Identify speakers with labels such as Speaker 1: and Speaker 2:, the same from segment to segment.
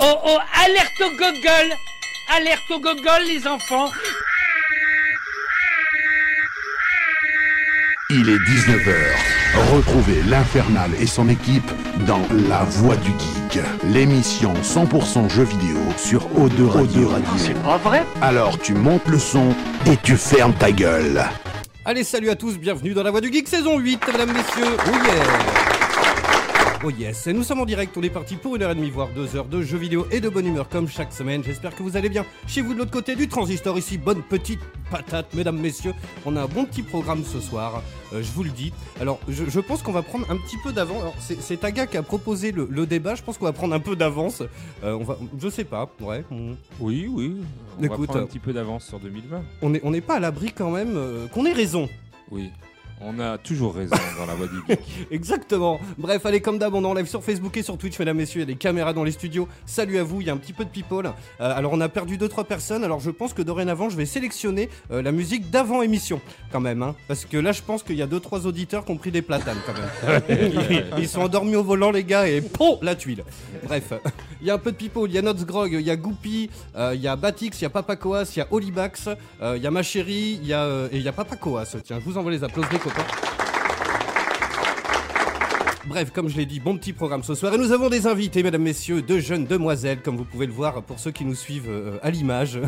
Speaker 1: Oh oh, alerte au gogol Alerte au gogol les enfants
Speaker 2: Il est 19h. Retrouvez l'Infernal et son équipe dans La Voix du Geek, l'émission 100% jeux vidéo sur O2 Radio.
Speaker 3: C'est pas vrai
Speaker 2: Alors tu montes le son et tu fermes ta gueule.
Speaker 4: Allez, salut à tous, bienvenue dans la Voix du Geek saison 8, mesdames, messieurs. Oh yeah Oh yes, et nous sommes en direct, on est parti pour une heure et demie, voire deux heures de jeux vidéo et de bonne humeur comme chaque semaine. J'espère que vous allez bien chez vous de l'autre côté du transistor, ici, bonne petite patate, mesdames, messieurs. On a un bon petit programme ce soir, euh, je vous le dis. Alors, je, je pense qu'on va prendre un petit peu d'avance. Alors, c'est- C'est Taga qui a proposé le, le débat, je pense qu'on va prendre un peu d'avance. Euh, on va, je sais pas, ouais. on-
Speaker 5: Oui, oui. On va
Speaker 4: Écoute,
Speaker 5: prendre
Speaker 4: euh,
Speaker 5: un petit peu d'avance sur 2020.
Speaker 4: On n'est on n'est pas à l'abri quand même euh, qu'on ait raison.
Speaker 5: Oui. On a toujours raison dans la voix du geek.
Speaker 4: Exactement. Bref, allez, comme d'hab, on est en live sur Facebook et sur Twitch, mesdames, messieurs. Il y a des caméras dans les studios. Salut à vous, il y a un petit peu de people. Euh, alors, on a perdu 2-3 personnes. Alors, je pense que dorénavant, je vais sélectionner euh, la musique d'avant émission, quand même. hein. Parce que là, je pense qu'il y a 2-3 auditeurs qui ont pris des platanes, quand même. ils, ils sont endormis au volant, les gars, et POM La tuile. Bref, il y a un peu de people. Il y a Notes Grog, il y a Goupy, euh, il y a Batix, il y a Papacoas, il y a Olibax, euh, il y a Ma Chérie, il y a, euh, et il y a Papacoas. Tiens, je vous envoie les applaudissements, copains. Bref, comme je l'ai dit, bon petit programme ce soir. Et nous avons des invités, mesdames, messieurs, deux jeunes demoiselles, comme vous pouvez le voir pour ceux qui nous suivent euh, à l'image.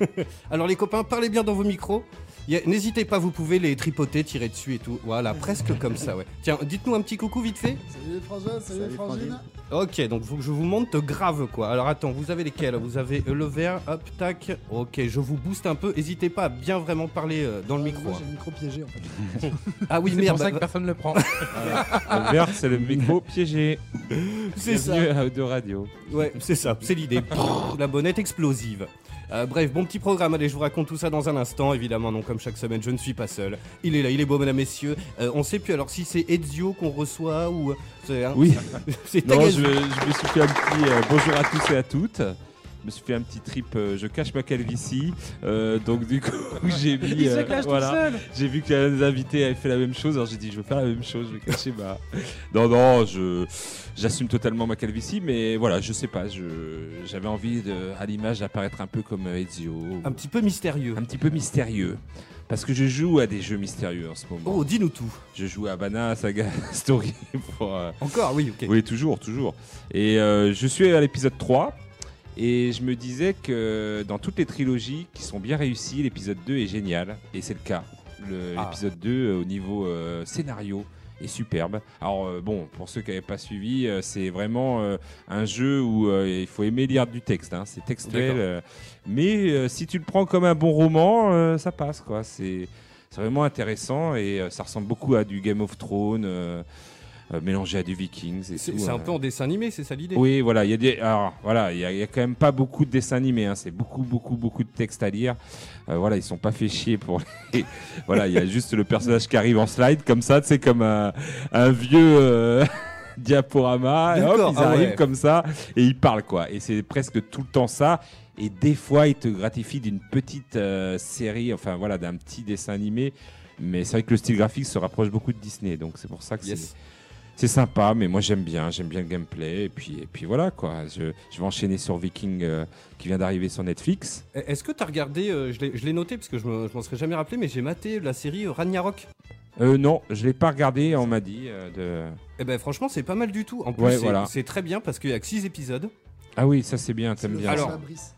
Speaker 4: Alors les copains, parlez bien dans vos micros. Y a- N'hésitez pas, vous pouvez les tripoter, tirer dessus et tout. Voilà, presque comme ça, ouais. Tiens, dites-nous un petit coucou vite fait.
Speaker 6: Salut François, salut, Frangine.
Speaker 4: Ok, donc faut que je vous monte grave quoi. Alors attends, vous avez lesquels Vous avez euh, le vert, hop, tac. Ok, je vous booste un peu. N'hésitez pas à bien vraiment parler euh, dans le
Speaker 6: Euh,
Speaker 4: micro.
Speaker 6: moi, J'ai
Speaker 4: hein.
Speaker 6: le micro piégé en fait.
Speaker 4: Ah oui,
Speaker 7: C'est
Speaker 4: merde,
Speaker 7: pour ça que
Speaker 4: bah-
Speaker 7: personne ne le prend.
Speaker 5: Le vert, c'est le micro piégé.
Speaker 4: c'est ça.
Speaker 5: Bienvenue à de radio.
Speaker 4: Ouais, c'est ça, c'est l'idée. Prrr, La bonnette explosive. Euh, bref, bon petit programme, allez, je vous raconte tout ça dans un instant. Évidemment, non, comme chaque semaine, je ne suis pas seul. Il est là, il est beau, mesdames, messieurs. Euh, on sait plus alors si c'est Ezio qu'on reçoit ou. euh, c'est- hein,
Speaker 5: Oui.
Speaker 4: C'est
Speaker 5: Non,
Speaker 4: Tagazu.
Speaker 5: je, je me suis fait un petit euh, bonjour à tous et à toutes. Je me suis fait un petit trip. euh, je cache ma calvitie. Euh, donc du coup, j'ai mis. euh, voilà.
Speaker 7: seul
Speaker 5: J'ai vu que les invités avaient fait la même chose, alors j'ai dit je veux faire la même chose, je vais cacher ma. Non, non, je j'assume totalement ma calvitie, mais voilà, je sais pas, je j'avais envie de, à l'image d'apparaître un peu comme euh, Ezio,
Speaker 4: Un petit peu mystérieux.
Speaker 5: un petit peu mystérieux, parce que je joue à des jeux mystérieux en ce moment.
Speaker 4: Oh, dis-nous tout.
Speaker 5: Je joue à Bana Saga Story pour. euh,
Speaker 4: Encore, oui, ok.
Speaker 5: oui, toujours, toujours. Et euh, je suis à l'épisode 3. Et je me disais que dans toutes les trilogies qui sont bien réussies, l'épisode 2 est génial. Et c'est le cas. Le-
Speaker 4: Ah.
Speaker 5: L'épisode 2, euh, au niveau euh, scénario, est superbe. Alors, euh, bon, pour ceux qui n'avaient pas suivi, euh, c'est vraiment euh, un jeu où euh, il faut aimer lire du texte. hein. C'est textuel.
Speaker 7: D'accord.
Speaker 5: euh, mais euh, si tu le prends comme un bon roman, euh, ça passe, quoi. C'est. C'est vraiment intéressant et euh, ça ressemble beaucoup à du Game of Thrones, euh, euh, mélangé à du Vikings. et
Speaker 4: C'est
Speaker 5: tout,
Speaker 4: c'est un
Speaker 5: hein.
Speaker 4: peu en dessin animé, c'est ça l'idée
Speaker 5: Oui, voilà, il y a des, alors, voilà, il y, a- il y a quand même pas beaucoup de dessins animés, hein, c'est beaucoup, beaucoup, beaucoup de textes à lire. Euh, voilà, ils sont pas fait chier pour. les- voilà, il y a juste le personnage qui arrive en slide comme ça, c'est comme un, un vieux euh, diaporama. et hop,
Speaker 4: D'accord,
Speaker 5: ils
Speaker 4: ah ouais.
Speaker 5: arrivent comme ça et ils parlent quoi. Et c'est presque tout le temps ça. Et des fois, ils te gratifient d'une petite euh, série, enfin voilà, d'un petit dessin animé. Mais c'est vrai que le style graphique se rapproche beaucoup de Disney, donc c'est pour ça que c'est
Speaker 4: Yes.
Speaker 5: c'est sympa, mais moi j'aime bien, j'aime bien le gameplay. Et puis, et puis voilà quoi. Je, je vais enchaîner sur Viking euh, qui vient d'arriver sur Netflix.
Speaker 4: Est-ce que t'as regardé, euh, je l'ai- je l'ai noté parce que je me- je m'en serais jamais rappelé, mais j'ai maté la série euh, Ragnarok.
Speaker 5: Euh, non, je l'ai pas regardé, on m'a dit. euh, de...
Speaker 4: Eh ben franchement, c'est pas mal du tout. En plus,
Speaker 5: Ouais,
Speaker 4: c'est
Speaker 5: voilà.
Speaker 4: c'est très bien parce qu'il y a que 6 épisodes.
Speaker 5: Ah oui, ça c'est bien, t'aimes
Speaker 6: Le
Speaker 5: bien.
Speaker 6: François
Speaker 4: Alors,
Speaker 6: Brice.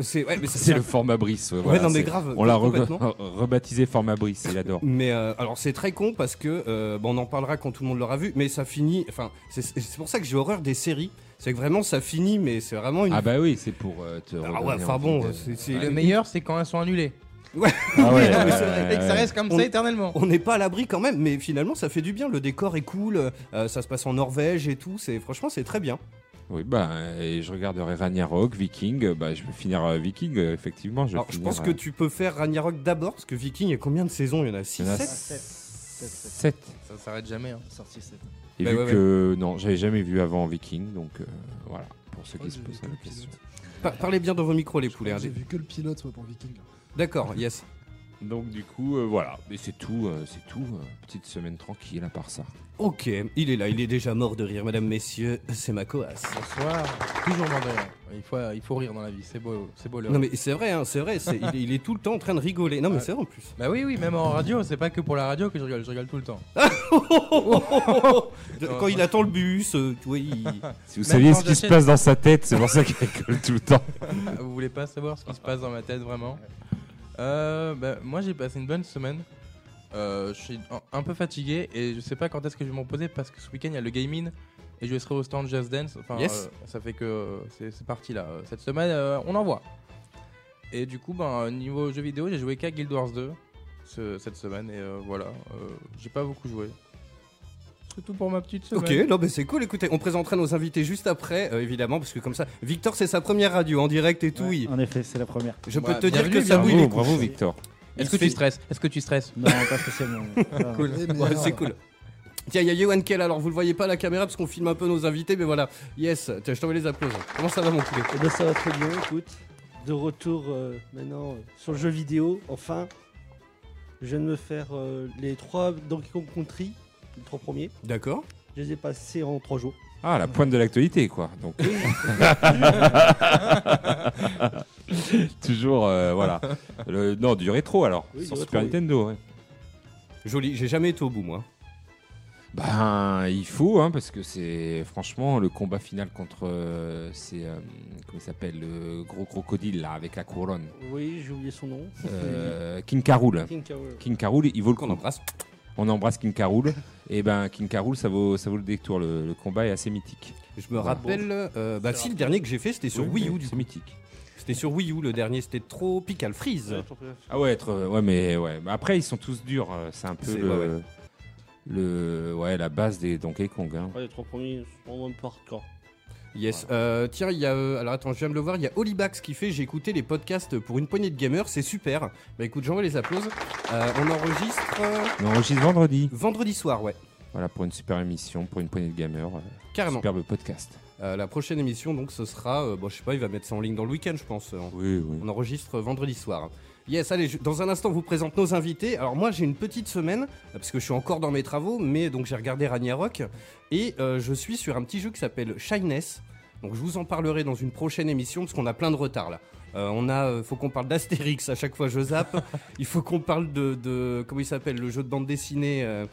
Speaker 4: C'est ouais, mais c'est-
Speaker 5: c'est le format Brice. ouais,
Speaker 4: Ouais,
Speaker 5: voilà,
Speaker 4: non mais
Speaker 5: c'est-
Speaker 4: grave.
Speaker 5: On l'a re-
Speaker 4: complètement.
Speaker 5: rebaptisé format Brice, il adore.
Speaker 4: Mais euh, alors c'est très con parce que euh, bon, on en parlera quand tout le monde l'aura vu, mais ça finit. Enfin, c'est c'est pour ça que j'ai horreur des séries. C'est que vraiment ça finit, mais c'est vraiment une.
Speaker 5: Ah bah oui, c'est pour euh, te.
Speaker 4: Ah
Speaker 5: redonner
Speaker 4: ouais, enfin
Speaker 5: envie
Speaker 4: bon,
Speaker 5: de-
Speaker 4: c'est- c'est-
Speaker 7: Et le meilleur, c'est quand elles sont annulées.
Speaker 5: Ah ouais,
Speaker 7: Non, mais
Speaker 5: ouais,
Speaker 7: c'est vrai.
Speaker 5: ouais,
Speaker 7: Et que ça
Speaker 5: ouais.
Speaker 7: reste comme
Speaker 4: On-
Speaker 7: ça éternellement.
Speaker 4: On n'est pas à l'abri quand même, mais finalement ça fait du bien. Le décor est cool, euh, ça se passe en Norvège et tout. C'est franchement c'est très bien.
Speaker 5: Oui, bah, et je regarderai Ragnarok, Viking. euh, Bah, je vais finir euh, Viking, euh, effectivement. Je, vais
Speaker 4: Alors je
Speaker 5: finir,
Speaker 4: pense que
Speaker 5: euh,
Speaker 4: tu peux faire Ragnarok d'abord parce que Viking, il y a combien de saisons Il y en a 6,
Speaker 5: il y en a
Speaker 4: 7
Speaker 5: sept.
Speaker 7: Ça s'arrête jamais. Hein.
Speaker 5: Et
Speaker 4: Bah
Speaker 5: vu
Speaker 4: ouais,
Speaker 5: que non, j'avais jamais vu avant Viking, donc euh, voilà, pour ceux qui
Speaker 6: Ouais,
Speaker 5: se
Speaker 6: j'ai
Speaker 5: posent
Speaker 6: vu
Speaker 5: la
Speaker 6: que le
Speaker 5: question.
Speaker 4: Parlez bien dans vos micros les poulets. hein,
Speaker 6: J'ai
Speaker 4: des-
Speaker 6: vu que le pilote soit pour Viking.
Speaker 4: D'accord, yes.
Speaker 5: Donc du coup, euh, voilà, mais c'est tout, euh, c'est tout. euh, petite semaine tranquille à part ça.
Speaker 4: Ok, il est là, il est déjà mort de rire, mesdames, messieurs. C'est ma coasse.
Speaker 7: Bonsoir. Toujours mort de rire. Il faut, il faut rire dans la vie, c'est beau, c'est beau le
Speaker 4: Non
Speaker 7: rire.
Speaker 4: mais c'est vrai, hein, c'est vrai, c'est- il, il est tout le temps en train de rigoler. Non mais c'est vrai en plus.
Speaker 7: Bah oui, oui, même en radio, c'est pas que pour la radio que je rigole, je rigole tout le temps.
Speaker 4: De- quand il attend le bus, euh, tu vois, il-
Speaker 5: Si vous
Speaker 7: Même
Speaker 5: saviez
Speaker 7: quand
Speaker 5: ce qui se
Speaker 7: j'achète-
Speaker 5: passe dans sa tête, c'est pour ça qu'elle colle tout le temps.
Speaker 7: Ah, Vous voulez pas savoir ce qui se passe dans ma tête vraiment Euh, bah, Moi j'ai passé une bonne semaine. Euh, je suis un- un peu fatigué et je sais pas quand est-ce que je vais m'en reposer parce que ce week-end il y a le gaming et je serai au stand Just Dance. Enfin,
Speaker 4: Yes.
Speaker 7: euh, ça fait que euh, c'est c'est parti là. Euh, Cette semaine euh, on envoie. Et du coup, ben, niveau jeux vidéo, j'ai joué qu'à Guild Wars 2 ce- cette semaine et euh, voilà. Euh, j'ai pas beaucoup joué. C'est tout pour ma petite semaine.
Speaker 4: Ok, non, mais c'est cool. Écoutez, on présentera nos invités juste après, euh, évidemment, parce que comme ça, Victor, c'est sa première radio en direct et tout. il-
Speaker 3: En effet, c'est la première.
Speaker 4: Je peux
Speaker 7: Ouais,
Speaker 4: te dire
Speaker 7: bienvenue,
Speaker 4: que ça
Speaker 7: bienvenue.
Speaker 4: bouille les
Speaker 5: Bravo,
Speaker 4: couilles.
Speaker 5: bravo Victor.
Speaker 7: Est-ce que tu stresses Est-ce que tu stresses
Speaker 3: Non, pas spécialement. Voilà.
Speaker 4: Cool.
Speaker 6: Eh, mais
Speaker 4: Ouais,
Speaker 6: alors.
Speaker 4: c'est cool. Tiens, il y a Yohan Kell, alors vous le voyez pas à la caméra parce qu'on filme un peu nos invités, mais voilà. Yes, tiens, je t'envoie les applaudissements. Comment ça va, mon poulet
Speaker 3: Eh ben, ça va très bien, écoute. De retour euh, maintenant euh, sur le jeu vidéo, enfin. Je viens de me faire euh, les trois Donkey Kong Country, les trois premiers.
Speaker 4: D'accord
Speaker 3: Je les ai passés en trois jours.
Speaker 5: Ah, la pointe de l'actualité, quoi. Donc. Toujours, euh, voilà. Le, non, du rétro alors.
Speaker 3: Oui, du
Speaker 5: sur
Speaker 3: rétro,
Speaker 5: Super
Speaker 3: oui.
Speaker 5: Nintendo, hein. ouais.
Speaker 4: Joli, j'ai jamais été au bout, moi.
Speaker 5: Ben, il faut, hein, parce que c'est franchement le combat final contre. euh, c'est. euh, comment il s'appelle Le gros crocodile, là, avec la couronne.
Speaker 3: Oui, j'ai oublié son nom.
Speaker 5: Euh, King Karul.
Speaker 3: King Tower.
Speaker 5: King Karul, il vaut le
Speaker 4: Qu'on
Speaker 5: coup.
Speaker 4: embrasse.
Speaker 5: On embrasse King Karul. Et ben, King Karul, ça vaut, ça vaut le détour. Le, le combat est assez mythique.
Speaker 4: Je me
Speaker 5: Voilà.
Speaker 4: rappelle, euh, bah si, le dernier que j'ai fait, c'était sur
Speaker 5: Oui,
Speaker 4: Wii U,
Speaker 5: mais
Speaker 4: du
Speaker 5: C'est
Speaker 4: coup.
Speaker 5: mythique.
Speaker 4: C'était sur Wii U, le dernier, c'était Tropical Freeze.
Speaker 5: Ah ouais, être, euh, ouais, mais ouais. Mais Après, ils sont tous durs. euh, C'est un peu
Speaker 4: C'est-
Speaker 5: le,
Speaker 4: ouais, ouais.
Speaker 5: le, ouais, la base des Donkey Kong. Hein.
Speaker 3: Ouais, les trois premiers sont un peu hardcore.
Speaker 4: Yes. Euh, tiens, il y a. euh, alors attends, je viens de le voir. Il y a Olibax qui fait. J'ai écouté les podcasts pour une poignée de gamers. C'est super. Bah écoute, j'envoie les applaudissements. Euh, on enregistre euh,
Speaker 5: On enregistre vendredi.
Speaker 4: vendredi soir, ouais.
Speaker 5: Voilà pour une super émission, pour une poignée de gamers. euh,
Speaker 4: Carrément.
Speaker 5: superbe podcast.
Speaker 4: Euh, la prochaine émission, donc, ce sera. euh, bon, je sais pas. Il va mettre ça en ligne dans le week-end, je pense. euh,
Speaker 5: Oui, oui.
Speaker 4: On enregistre vendredi soir. Yes, allez, je- dans un instant, on vous présente nos invités. Alors moi, j'ai une petite semaine, euh, parce que je suis encore dans mes travaux, mais donc j'ai regardé Ragnarok, et euh, je suis sur un petit jeu qui s'appelle Shyness. Donc je vous en parlerai dans une prochaine émission, parce qu'on a plein de retard là. Euh, on a, euh, faut qu'on parle d'Astérix à chaque fois je zappe. il faut qu'on parle de, de- comment il s'appelle, le jeu de bande dessinée euh,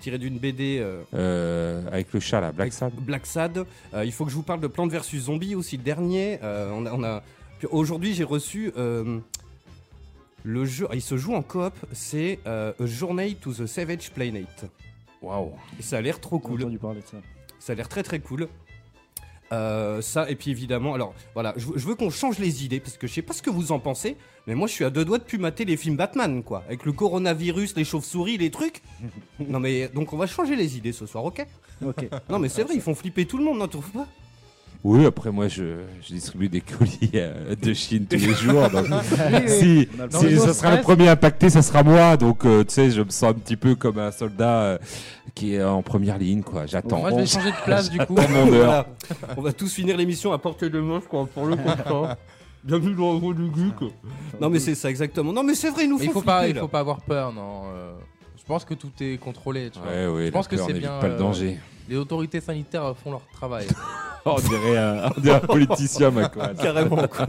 Speaker 4: tiré d'une BD. euh,
Speaker 5: Euh, avec le chat là, Black Sad.
Speaker 4: Black Sad. Euh, il faut que je vous parle de Plante vs Zombie aussi, le dernier. Euh, on a, on a- Puis Aujourd'hui, j'ai reçu euh, le jeu. ah, Il se joue en coop. C'est euh, A Journey to the Savage Planet.
Speaker 5: Waouh.
Speaker 4: Et ça a l'air trop
Speaker 3: J'ai
Speaker 4: cool.
Speaker 3: entendu parler de ça.
Speaker 4: Ça a l'air très très cool. Euh, ça et puis évidemment, alors voilà, je, veux- je veux qu'on change les idées parce que je sais pas ce que vous en pensez, mais moi je suis à deux doigts de plus mater les films Batman quoi, avec le coronavirus, les chauves-souris, les trucs. non mais donc on va changer les idées ce soir, ok
Speaker 3: Ok.
Speaker 4: Non mais c'est vrai, ils font flipper tout le monde, non trouve pas
Speaker 5: Oui, après moi je, je distribue des colis euh, de Chine tous les jours. donc, si
Speaker 3: On a le
Speaker 5: si
Speaker 3: droit.
Speaker 5: ça sera le premier impacté, ça sera moi. Donc euh, tu sais, je me sens un petit peu comme un soldat euh, qui est en première ligne quoi. J'attends.
Speaker 7: Moi je
Speaker 5: On-
Speaker 7: vais changer de place du coup.
Speaker 5: j'attends mon
Speaker 4: Voilà.
Speaker 5: heure.
Speaker 4: On va tous finir l'émission à portée de main, je crois, pour le contrat. Bienvenue dans le roi du geek. Non, mais c'est ça, exactement. Non, mais c'est vrai, ils nous
Speaker 7: Mais il
Speaker 4: font
Speaker 7: faut pas,
Speaker 4: flipper,
Speaker 7: il
Speaker 4: là.
Speaker 7: faut pas avoir peur, non. euh, Je pense que tout est contrôlé. Tu vois.
Speaker 5: Ouais, ouais,
Speaker 7: Je pense
Speaker 5: la
Speaker 7: que
Speaker 5: peur
Speaker 7: c'est
Speaker 5: n'évite
Speaker 7: bien,
Speaker 5: Pas le
Speaker 7: euh,
Speaker 5: danger.
Speaker 7: Les autorités sanitaires euh, font leur travail.
Speaker 5: On dirait un, on dirait un politicien, ma quoi.
Speaker 4: Carrément, quoi.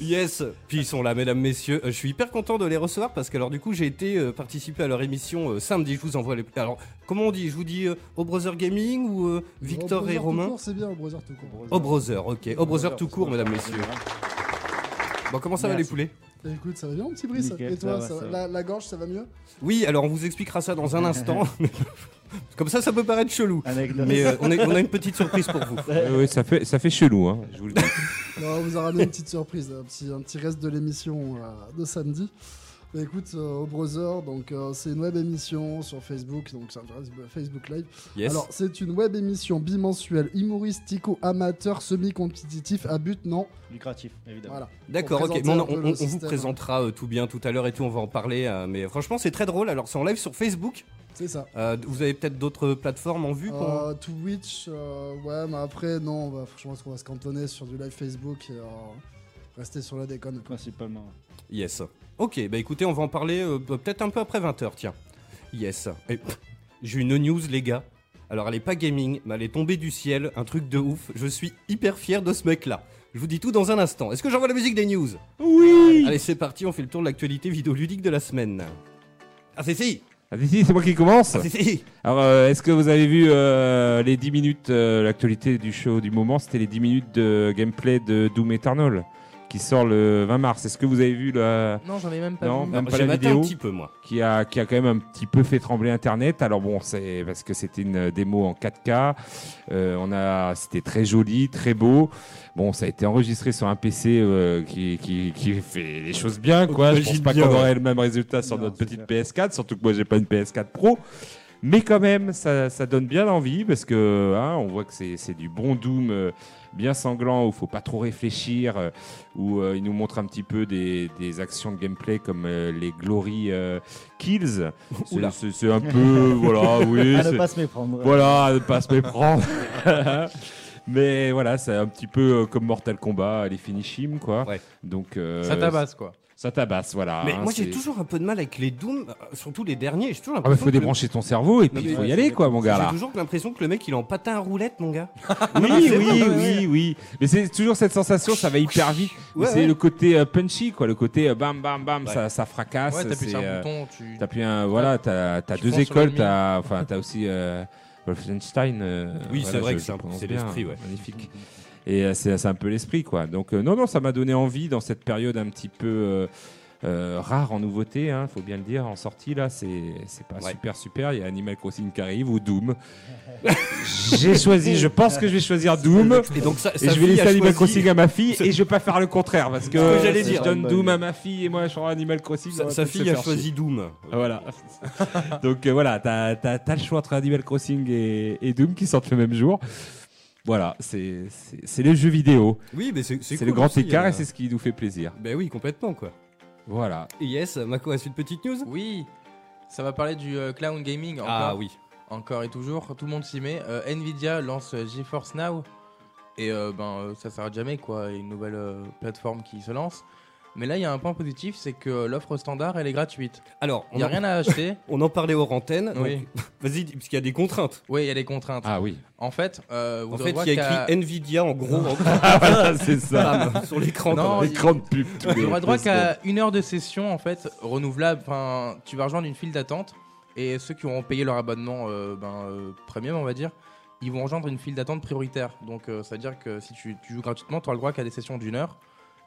Speaker 4: yes. Puis ils sont là, mesdames, messieurs. Euh, je suis hyper content de les recevoir parce que, alors, du coup, j'ai été euh, participer à leur émission euh, samedi. Je vous envoie les. Alors, comment on dit Je vous dis euh, au Brother Gaming ou euh, Victor
Speaker 6: Brother
Speaker 4: et
Speaker 6: tout
Speaker 4: Romain
Speaker 6: court, C'est bien, au Brother tout court.
Speaker 4: Au Brother, ok. Au Brother tout court, mesdames, messieurs. Bon, comment ça va, les
Speaker 3: Merci.
Speaker 4: poulets
Speaker 6: Eh, Écoute, ça va bien, mon petit Brice
Speaker 3: Nickel,
Speaker 6: Et toi,
Speaker 3: ça va,
Speaker 6: ça
Speaker 3: ça
Speaker 6: va
Speaker 3: va.
Speaker 6: La, la gorge, ça va mieux
Speaker 4: Oui, alors, on vous expliquera ça dans un instant. Comme ça, ça peut paraître chelou.
Speaker 3: Anecdote.
Speaker 4: Mais euh, on, est- on a une petite surprise pour vous.
Speaker 5: oui, ça fait, ça fait chelou, hein. Je vous le dis.
Speaker 6: Non, on vous a ramené une petite surprise, un petit, un petit reste de l'émission euh, de samedi. Bah, écoute, euh, au Brother, donc euh, c'est une web émission sur Facebook, donc c'est un vrai Facebook Live.
Speaker 4: Yes.
Speaker 6: Alors, c'est une web émission bimensuelle, humoristico, amateur, semi-compétitif, à but non.
Speaker 3: Lucratif, évidemment.
Speaker 6: Voilà.
Speaker 4: D'accord,
Speaker 6: Pour
Speaker 4: ok.
Speaker 6: présenter
Speaker 4: Mais on,
Speaker 6: un peu
Speaker 4: on-
Speaker 6: le
Speaker 4: on vous
Speaker 6: système.
Speaker 4: présentera euh, tout bien tout à l'heure et tout, on va en parler. euh, mais franchement, c'est très drôle. Alors, c'est en live sur Facebook.
Speaker 6: C'est ça.
Speaker 4: Euh, vous avez peut-être d'autres plateformes en vue pour...
Speaker 6: Euh, Twitch, euh, ouais, mais après, non, bah, je pense qu'on va se cantonner sur du live Facebook et euh, rester sur la déconne.
Speaker 3: Principalement.
Speaker 4: Yes. Ok, bah écoutez, on va en parler euh, bah, peut-être un peu après 20h, tiens. Yes. Et- J'ai une news, les gars. Alors elle est pas gaming, mais elle est tombée du ciel, un truc de ouf. Je suis hyper fier de ce mec-là. Je vous dis tout dans un instant. Est-ce que j'envoie la musique des news Oui Allez, c'est parti, on fait le tour de l'actualité vidéoludique de la semaine. Ah, c'est si
Speaker 5: Ah, si, si, c'est moi qui commence.
Speaker 4: Ah, c'est si
Speaker 5: Alors, euh, est-ce que vous avez vu euh, les 10 minutes, euh, l'actualité du show du moment, c'était les 10 minutes de gameplay de Doom Eternal qui sort le 20 mars. Est-ce que vous avez vu la,
Speaker 7: Non, j'en ai même pas
Speaker 5: Non,
Speaker 7: vu.
Speaker 5: même pas
Speaker 4: J'ai
Speaker 5: la
Speaker 4: maté
Speaker 5: vidéo.
Speaker 4: un petit peu, moi.
Speaker 5: qui a, qui a quand même un petit peu fait trembler Internet. Alors bon, c'est parce que c'était une démo en 4K. Euh, on a, c'était très joli, très beau. Bon, ça a été enregistré sur un PC euh, qui, qui, qui fait les choses bien, quoi. Je pense
Speaker 4: Imagine
Speaker 5: pas
Speaker 4: bien,
Speaker 5: qu'on
Speaker 4: ouais.
Speaker 5: aurait le même résultat sur
Speaker 6: Non,
Speaker 5: notre
Speaker 6: c'est
Speaker 5: petite PS4, surtout que moi j'ai pas une PS4 Pro. Mais quand même, ça, ça donne bien envie parce que hein, on voit que c'est c'est du bon Doom euh, bien sanglant où faut pas trop réfléchir, euh, où euh, il nous montre un petit peu des, des actions de gameplay comme euh, les Glory euh, Kills. C'est-
Speaker 4: Oula.
Speaker 5: C'est c'est un peu, voilà, oui.
Speaker 8: À ne
Speaker 5: c'est-
Speaker 8: pas se méprendre.
Speaker 5: Voilà, à ne pas se méprendre. Mais voilà, c'est un petit peu euh, comme Mortal Kombat, les finishim, quoi.
Speaker 4: Ouais.
Speaker 5: Donc, euh,
Speaker 7: Ça tabasse quoi.
Speaker 5: Ça tabasse, voilà.
Speaker 4: Mais
Speaker 5: hein,
Speaker 4: moi, j'ai
Speaker 5: c'est-
Speaker 4: toujours un peu de mal avec les Doom, euh, surtout les derniers. J'ai toujours
Speaker 5: Ah bah,
Speaker 4: l'impression
Speaker 5: faut
Speaker 4: que le-
Speaker 5: débrancher ton cerveau et
Speaker 4: Non,
Speaker 5: puis
Speaker 4: mais
Speaker 5: il faut
Speaker 4: ouais,
Speaker 5: y aller, quoi, mon gars,
Speaker 4: J'ai
Speaker 5: là.
Speaker 4: toujours l'impression que le mec il est en patin à roulette, mon gars.
Speaker 5: Oui,
Speaker 4: Ah, c'est
Speaker 5: oui,
Speaker 4: vrai, ouais,
Speaker 5: oui, oui. Mais c'est toujours cette sensation, ça va hyper vite. Mais
Speaker 4: Ouais,
Speaker 5: c'est
Speaker 4: ouais.
Speaker 5: le côté euh, punchy, quoi. Le côté euh, bam, bam, bam,
Speaker 4: Ouais.
Speaker 5: ça, ça fracasse.
Speaker 7: Ouais, t'appuies
Speaker 5: c'est,
Speaker 7: sur un
Speaker 5: euh,
Speaker 7: bouton, tu.
Speaker 5: T'as pu un, voilà, t'as, t'as
Speaker 7: Tu
Speaker 5: deux
Speaker 7: fonces sur
Speaker 5: écoles,
Speaker 7: l'ennemi.
Speaker 5: t'as, enfin, t'as aussi euh, Wolfenstein. euh,
Speaker 4: Oui, c'est
Speaker 5: voilà,
Speaker 4: vrai
Speaker 5: je-
Speaker 4: que
Speaker 5: je
Speaker 4: c'est un-
Speaker 5: prononce
Speaker 4: c'est
Speaker 5: bien,
Speaker 4: l'esprit, ouais.
Speaker 5: Magnifique. Et euh, c'est, c'est un peu l'esprit, quoi. Donc, euh, non, non, ça m'a donné envie dans cette période un petit peu euh, euh, rare en nouveauté, hein, faut bien le dire, en sortie, là, c'est, c'est pas
Speaker 4: Ouais.
Speaker 5: super, super. Il y a Animal Crossing qui arrive ou Doom. J'ai choisi, je pense que je vais choisir Doom.
Speaker 4: Et donc ça,
Speaker 5: Et je vais laisser Animal Crossing à ma fille
Speaker 4: Ce-
Speaker 5: et je vais pas faire le contraire parce que,
Speaker 4: Ce que j'allais
Speaker 5: si
Speaker 4: dire.
Speaker 5: je donne
Speaker 8: Bonne
Speaker 5: Doom
Speaker 8: idée.
Speaker 5: à ma fille et moi je rends Animal Crossing. on
Speaker 4: Sa,
Speaker 5: va
Speaker 4: sa
Speaker 5: tous se
Speaker 4: fille a
Speaker 5: faire chier.
Speaker 4: choisi Doom.
Speaker 5: Voilà. Donc euh, voilà, t'as t'as- t'as le choix entre Animal Crossing et, et Doom qui sortent le même jour. Voilà, c'est c'est- c'est les jeux vidéo.
Speaker 4: Oui, mais c'est
Speaker 5: C'est
Speaker 4: cool
Speaker 5: le grand
Speaker 4: aussi,
Speaker 5: écart
Speaker 4: euh.
Speaker 5: et c'est ce qui nous fait plaisir.
Speaker 4: Ben oui, complètement quoi.
Speaker 5: Voilà.
Speaker 4: Et yes, Mako a su une petite news
Speaker 7: Oui, ça va parler du euh, clown gaming encore.
Speaker 4: Ah oui.
Speaker 7: Encore et toujours, tout le monde s'y met. Euh, Nvidia lance euh, GeForce Now et euh, ben euh, ça s'arrête jamais quoi. Il y a Une nouvelle euh, plateforme qui se lance. Mais là, il y a un point positif, c'est que euh, l'offre standard, elle est gratuite.
Speaker 4: Alors,
Speaker 7: Il
Speaker 4: on
Speaker 7: n'y a
Speaker 4: en,
Speaker 7: rien à acheter.
Speaker 4: on en parlait hors antenne. donc-
Speaker 7: oui,
Speaker 4: Vas-y, dis- parce qu'il y a des contraintes.
Speaker 7: oui, il y a des contraintes.
Speaker 5: Ah oui.
Speaker 7: En fait, euh, vous
Speaker 4: En
Speaker 7: aurez
Speaker 4: fait,
Speaker 7: droit
Speaker 4: il y a
Speaker 7: qu'à-
Speaker 4: écrit Nvidia en gros en
Speaker 5: Ah voilà, c'est ça.
Speaker 4: bam, sur l'écran.
Speaker 7: Ah, bah. Non,
Speaker 4: quoi.
Speaker 7: il-
Speaker 5: Écran de pub. tous
Speaker 7: Tu
Speaker 5: les
Speaker 7: auras droit
Speaker 5: deux secondes.
Speaker 7: qu'à une heure de session en fait renouvelable. Enfin, tu vas rejoindre une file d'attente et ceux qui auront payé leur abonnement euh, ben, euh, premium, on va dire, ils vont rejoindre une file d'attente prioritaire. Donc, euh, ça veut dire que si tu, tu joues gratuitement, tu auras le droit qu'à des sessions d'une heure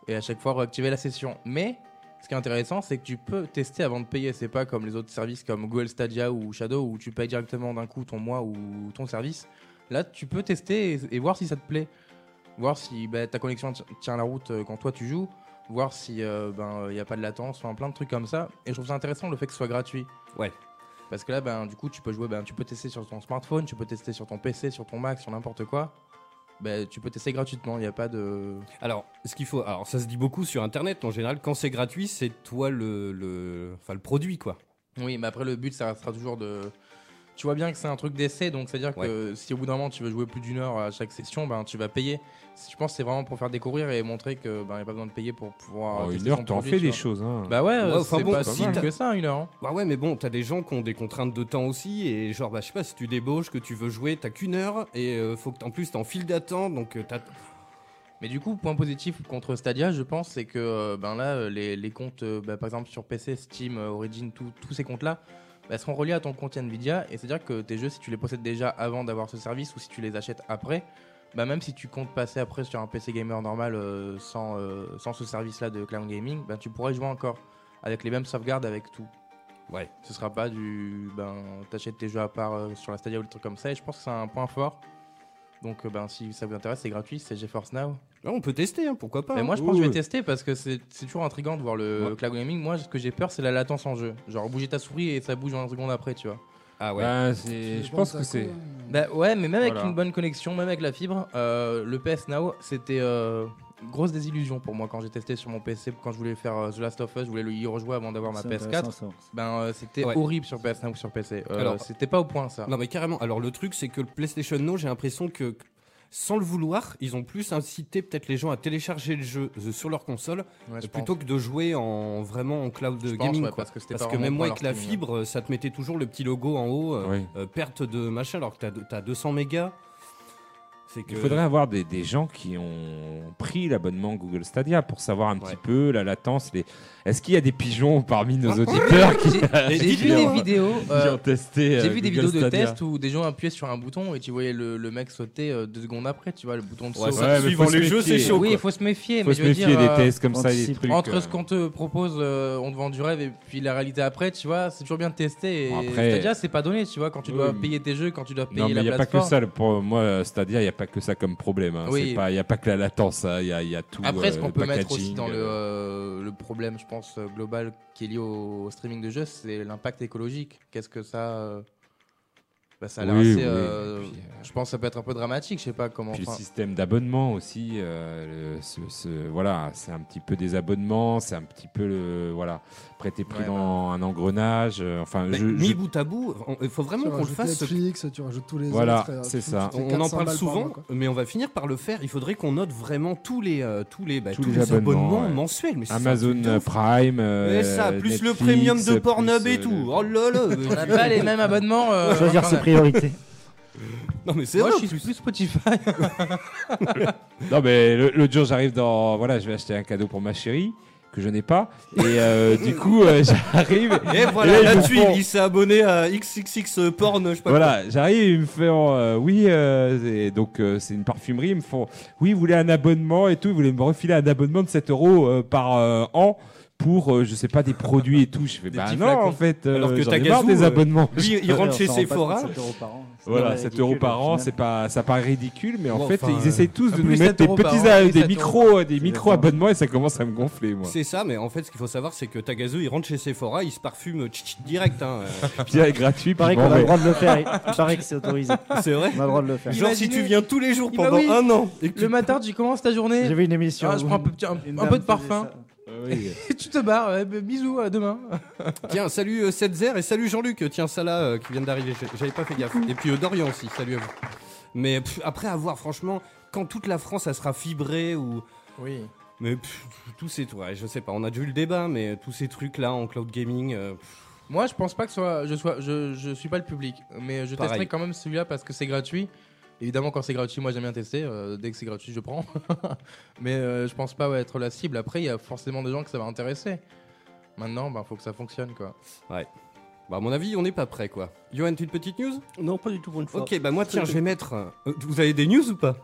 Speaker 7: et à chaque fois réactiver la session. Mais ce qui est intéressant, c'est que tu peux tester avant de payer. C'est pas comme les autres services comme Google Stadia ou Shadow où tu payes directement d'un coup ton mois ou ton service. Là, tu peux tester et, et voir si ça te plaît. Voir si bah, ta connexion ti- tient la route euh, quand toi tu joues. Voir si euh, ben il n'y a pas de latence, enfin plein de trucs comme ça. Et je trouve ça intéressant le fait que ce soit gratuit.
Speaker 4: Ouais.
Speaker 7: Parce que là, ben, du coup, tu peux jouer, ben, tu peux tester sur ton smartphone, tu peux tester sur ton PC, sur ton Mac, sur n'importe quoi. Ben, tu peux tester gratuitement, il n'y a pas de.
Speaker 4: Alors, ce qu'il faut. Alors, ça se dit beaucoup sur internet en général. Quand c'est gratuit, c'est toi le, le, enfin, le produit quoi.
Speaker 7: Oui, mais après le but, ça restera toujours de. Tu vois bien que c'est un truc d'essai, donc c'est-à-dire que si au bout d'un moment tu veux jouer plus d'une heure à chaque session, ben tu vas payer. Je pense que c'est vraiment pour faire découvrir et montrer que ben y a pas besoin de payer pour pouvoir.
Speaker 5: Oh,
Speaker 7: tester
Speaker 5: une heure,
Speaker 7: son
Speaker 5: t'en
Speaker 7: produit,
Speaker 5: fais
Speaker 7: tu
Speaker 5: des
Speaker 7: vois.
Speaker 5: choses. Hein.
Speaker 7: Bah ouais,
Speaker 4: Ouais,
Speaker 7: euh,
Speaker 4: enfin
Speaker 7: c'est
Speaker 4: bon,
Speaker 7: pas
Speaker 4: si
Speaker 7: si mal
Speaker 4: t'as-
Speaker 7: que ça, une heure. hein.
Speaker 4: Bah ouais, mais bon, t'as des gens qui ont des contraintes de temps aussi, et genre, bah je sais pas, si tu débauches, que tu veux jouer, t'as qu'une heure, et euh, faut que t'en plus t'es en file d'attente, donc euh, t'as.
Speaker 7: Mais du coup, point positif contre Stadia, je pense, c'est que euh, ben là, euh, les, les comptes, euh, bah, par exemple sur PC, Steam, euh, Origin, tout- tous ces comptes-là, bah, seront reliés à ton compte Nvidia. Et c'est-à-dire que tes jeux, si tu les possèdes déjà avant d'avoir ce service ou si tu les achètes après, bah, même si tu comptes passer après sur un PC gamer normal euh, sans, euh, sans ce service-là de cloud gaming, bah, tu pourras y jouer encore avec les mêmes sauvegardes, avec tout.
Speaker 4: Ouais.
Speaker 7: Ce sera pas du ben t'achètes tes jeux à part euh, sur la Stadia ou des trucs comme ça. Et je pense que c'est un point fort. Donc euh, ben si ça vous intéresse, c'est gratuit, c'est GeForce Now.
Speaker 4: Là, on peut tester, hein, pourquoi pas.
Speaker 7: Mais
Speaker 4: hein.
Speaker 7: moi, je pense que je vais
Speaker 5: Oui.
Speaker 7: tester parce que c'est c'est toujours intriguant de voir le
Speaker 4: Ouais.
Speaker 7: cloud gaming. Moi, ce que j'ai peur, c'est la latence en jeu. Genre, bouger ta souris et ça bouge en seconde après, tu vois.
Speaker 4: Ah ouais.
Speaker 5: Bah, c'est- je pense que c'est.
Speaker 4: Hmm.
Speaker 7: Bah ouais, mais même avec
Speaker 5: Voilà.
Speaker 7: une bonne connexion, même avec la fibre, euh, le PS Now, c'était euh, grosse désillusion pour moi quand j'ai testé sur mon PC. Quand je voulais faire euh, The Last of Us, je voulais le y rejouer avant d'avoir ma
Speaker 8: C'est
Speaker 7: PS4.
Speaker 8: intéressant, ça.
Speaker 7: Ben, euh, c'était
Speaker 4: Ouais.
Speaker 7: horrible sur PS Now ou sur PC. Euh,
Speaker 4: Alors-
Speaker 7: c'était pas au point ça.
Speaker 4: Non, mais carrément. Alors, le truc, c'est que le PlayStation Now, j'ai l'impression que. que sans le vouloir, ils ont plus incité peut-être les gens à télécharger le jeu euh, sur leur console
Speaker 7: Ouais, je
Speaker 4: plutôt
Speaker 7: pense.
Speaker 4: que de jouer en vraiment en cloud
Speaker 7: Je pense,
Speaker 4: gaming.
Speaker 7: ouais,
Speaker 4: quoi.
Speaker 7: parce que c'était
Speaker 4: Parce
Speaker 7: pas
Speaker 4: que même
Speaker 7: vraiment
Speaker 4: moi
Speaker 7: pour
Speaker 4: avec la
Speaker 7: leur streaming,
Speaker 4: fibre, ça te mettait toujours le petit logo en haut, euh,
Speaker 5: Oui.
Speaker 4: euh, perte de machin, alors que t'as as 200 mégas. C'est que
Speaker 7: Euh.
Speaker 5: Il faudrait avoir des, des gens qui ont pris l'abonnement Google Stadia pour savoir un
Speaker 4: Ouais.
Speaker 5: petit peu la latence. Les... Est-ce qu'il y a des pigeons parmi nos auditeurs qui,
Speaker 7: J'ai hein. j'ai
Speaker 5: qui
Speaker 7: vu des
Speaker 5: ont-
Speaker 7: vidéos.
Speaker 5: qui
Speaker 7: euh,
Speaker 5: ont testé
Speaker 7: J'ai
Speaker 5: euh,
Speaker 7: vu des
Speaker 5: Google
Speaker 7: vidéos de
Speaker 5: Stadia
Speaker 7: test où des gens appuyaient sur un bouton et tu voyais le, le mec sauter euh, deux secondes après, tu vois, le bouton de
Speaker 4: Ouais,
Speaker 7: saut.
Speaker 4: ça,
Speaker 5: Ouais, mais
Speaker 4: suivant
Speaker 5: faut se
Speaker 4: les jeux,
Speaker 5: méfier.
Speaker 4: c'est chaud.
Speaker 7: oui, il
Speaker 4: quoi.
Speaker 7: faut se méfier,
Speaker 5: Faut
Speaker 7: mais
Speaker 5: se
Speaker 7: je veux
Speaker 5: méfier
Speaker 7: dire,
Speaker 5: des
Speaker 7: euh,
Speaker 5: tests comme ça et des
Speaker 8: anticipe.
Speaker 5: trucs.
Speaker 7: entre
Speaker 5: euh,
Speaker 7: ce qu'on te propose, euh, on te vend du rêve et puis la réalité après, tu vois, c'est toujours bien de tester. Et
Speaker 5: Bon, après-
Speaker 7: Stadia, c'est pas donné, tu vois, quand tu
Speaker 5: Oui,
Speaker 7: dois
Speaker 5: mais-
Speaker 7: payer tes jeux, quand tu dois payer
Speaker 5: Non, mais
Speaker 7: la
Speaker 5: il n'y a pas que
Speaker 7: plateforme.
Speaker 5: ça. le- Pour moi, euh, Stadia, il n'y a pas que ça comme problème. hein.
Speaker 7: Oui.
Speaker 5: C'est pas- Il n'y a pas que la latence. hein. Il y, a- il y a tout.
Speaker 7: Après, ce
Speaker 5: euh,
Speaker 7: qu'on
Speaker 5: le
Speaker 7: peut mettre aussi
Speaker 5: packaging,
Speaker 7: dans le,
Speaker 5: euh,
Speaker 7: euh, le problème, je pense, euh, global qui est lié au, au streaming de jeux, c'est l'impact écologique. Qu'est-ce que ça. euh, bah, ça a l'air
Speaker 5: Oui,
Speaker 7: assez.
Speaker 5: oui.
Speaker 7: euh,
Speaker 5: Puis, euh,
Speaker 7: je pense que ça peut être un peu dramatique, je sais pas comment.
Speaker 5: Puis
Speaker 7: enfin,
Speaker 5: le système d'abonnement aussi, euh, le- ce, ce- voilà, c'est un petit peu des abonnements, c'est un petit peu le, voilà, après t'es pris
Speaker 7: Ouais, bah.
Speaker 5: dans un engrenage, euh, enfin,
Speaker 4: Mais
Speaker 5: je-
Speaker 4: mis
Speaker 5: je-
Speaker 4: bout à bout, on- il faut vraiment
Speaker 6: tu
Speaker 4: qu'on le
Speaker 6: rajoutes
Speaker 4: fasse.
Speaker 6: Netflix, tu rajoutes tous les
Speaker 5: Voilà,
Speaker 6: autres, euh,
Speaker 5: c'est
Speaker 6: tu-
Speaker 5: ça.
Speaker 6: tu fais
Speaker 4: On en
Speaker 6: 400
Speaker 4: parle
Speaker 6: balles par
Speaker 4: souvent,
Speaker 6: mois, quoi.
Speaker 4: mais on va finir par le faire. Il faudrait qu'on note vraiment tous les, euh, tous les, bah,
Speaker 5: Tous
Speaker 4: tous
Speaker 5: les
Speaker 4: les abonnements,
Speaker 5: abonnements, ouais.
Speaker 4: mensuels. Mais c'est ça,
Speaker 5: Amazon
Speaker 4: putain.
Speaker 5: Prime,
Speaker 4: Mais
Speaker 5: euh,
Speaker 4: ça, plus le
Speaker 5: Netflix,
Speaker 4: premium de
Speaker 5: plus,
Speaker 4: Pornhub et
Speaker 5: euh,
Speaker 4: tout. Oh là là.
Speaker 7: On n'a pas les mêmes abonnements. euh,
Speaker 8: Choisir
Speaker 7: enfin,
Speaker 8: ses priorités.
Speaker 4: Non mais c'est
Speaker 7: Moi,
Speaker 4: vrai.
Speaker 7: je suis plus Spotify.
Speaker 5: Non mais le- l'autre jour j'arrive dans, voilà, je vais acheter un cadeau pour ma chérie que je n'ai pas et euh, du coup euh, j'arrive.
Speaker 4: Et
Speaker 5: Et
Speaker 4: Eh, voilà,
Speaker 5: là, ils
Speaker 4: là-dessus,
Speaker 5: vous font-
Speaker 4: il s'est abonné à XXX euh, Porn, je sais pas quoi.
Speaker 5: Voilà, j'arrive, ils me font euh, oui, euh, et donc euh, c'est une parfumerie, ils me font oui, vous voulez un abonnement et tout, ils voulaient me refiler un abonnement de 7 euros euh, par euh, an pour euh, je sais pas des produits et tout. Je fais bah
Speaker 7: petits
Speaker 5: non
Speaker 7: flacons.
Speaker 5: en fait, euh,
Speaker 4: Alors que
Speaker 5: j'en ai
Speaker 4: Tagazu,
Speaker 5: marre des
Speaker 4: euh,
Speaker 5: abonnements.
Speaker 4: Lui, il rentre chez Sephora.
Speaker 5: Voilà, 7 euros par an, c'est pas, ça paraît ridicule, mais en
Speaker 4: Bon,
Speaker 5: fait,
Speaker 4: enfin,
Speaker 5: ils essayent tous de
Speaker 7: plus
Speaker 5: nous
Speaker 7: 7
Speaker 5: mettre des
Speaker 7: euros par
Speaker 5: petits,
Speaker 7: an,
Speaker 5: a-
Speaker 7: plus 7
Speaker 5: des
Speaker 7: euros.
Speaker 5: micro, des micro
Speaker 8: exactement.
Speaker 5: abonnements et ça commence à me gonfler, moi.
Speaker 4: C'est ça, mais en fait, ce qu'il faut savoir, c'est que Tagazu, il rentre chez Sephora, il se parfume tch, tch, direct. Hein.
Speaker 5: Puis là, gratuit,
Speaker 8: Il paraît
Speaker 5: puis
Speaker 8: qu'on
Speaker 5: bon,
Speaker 8: a le
Speaker 5: mais-
Speaker 8: droit de le faire. Il paraît que c'est autorisé.
Speaker 4: euh, c'est vrai.
Speaker 8: On a le droit de le faire.
Speaker 4: Genre, si
Speaker 7: Imaginez-
Speaker 4: tu viens tous les jours
Speaker 7: Bah
Speaker 4: pendant
Speaker 7: oui.
Speaker 4: un an et que
Speaker 7: Le matin, tu commences ta
Speaker 8: J'ai
Speaker 7: journée.
Speaker 8: vu une émission.
Speaker 7: Ah, je
Speaker 8: où
Speaker 7: prends un peu, un-
Speaker 8: une
Speaker 7: un
Speaker 8: dame
Speaker 7: peu de
Speaker 8: faisait
Speaker 7: parfum.
Speaker 8: ça.
Speaker 5: Euh, oui.
Speaker 7: Et tu te barres. ouais, bah, bisous, à demain.
Speaker 4: tu- Tiens, salut euh, Setzer et salut Jean-Luc. euh, Tiens, ça là, euh, qui vient d'arriver. j'ai- J'avais pas fait gaffe. Et puis euh, Dorian aussi, salut à vous. Mais pff, après avoir, franchement, quand toute la France, elle sera fibrée ou.
Speaker 7: Oui.
Speaker 4: Mais pff, tous ces trucs, ouais, je sais pas, on a déjà eu le débat, mais tous ces trucs-là en cloud gaming, euh, pff,
Speaker 7: Moi, je pense pas que soit, je sois, je, je suis pas le public, mais je
Speaker 4: Pareil.
Speaker 7: testerai quand même celui-là parce que c'est gratuit. Évidemment, quand c'est gratuit, moi j'aime bien tester. euh, dès que c'est gratuit, je prends. mais euh, je pense pas ouais, être la cible. Après, il y a forcément des gens que ça va intéresser. Maintenant, ben faut que ça fonctionne quoi.
Speaker 4: bah à mon avis, on n'est pas prêt quoi. Johan, tu as une petite news
Speaker 3: Non, pas du tout pour une fois.
Speaker 4: Ok, bah moi tiens, je vais mettre. euh, vous avez des news ou pas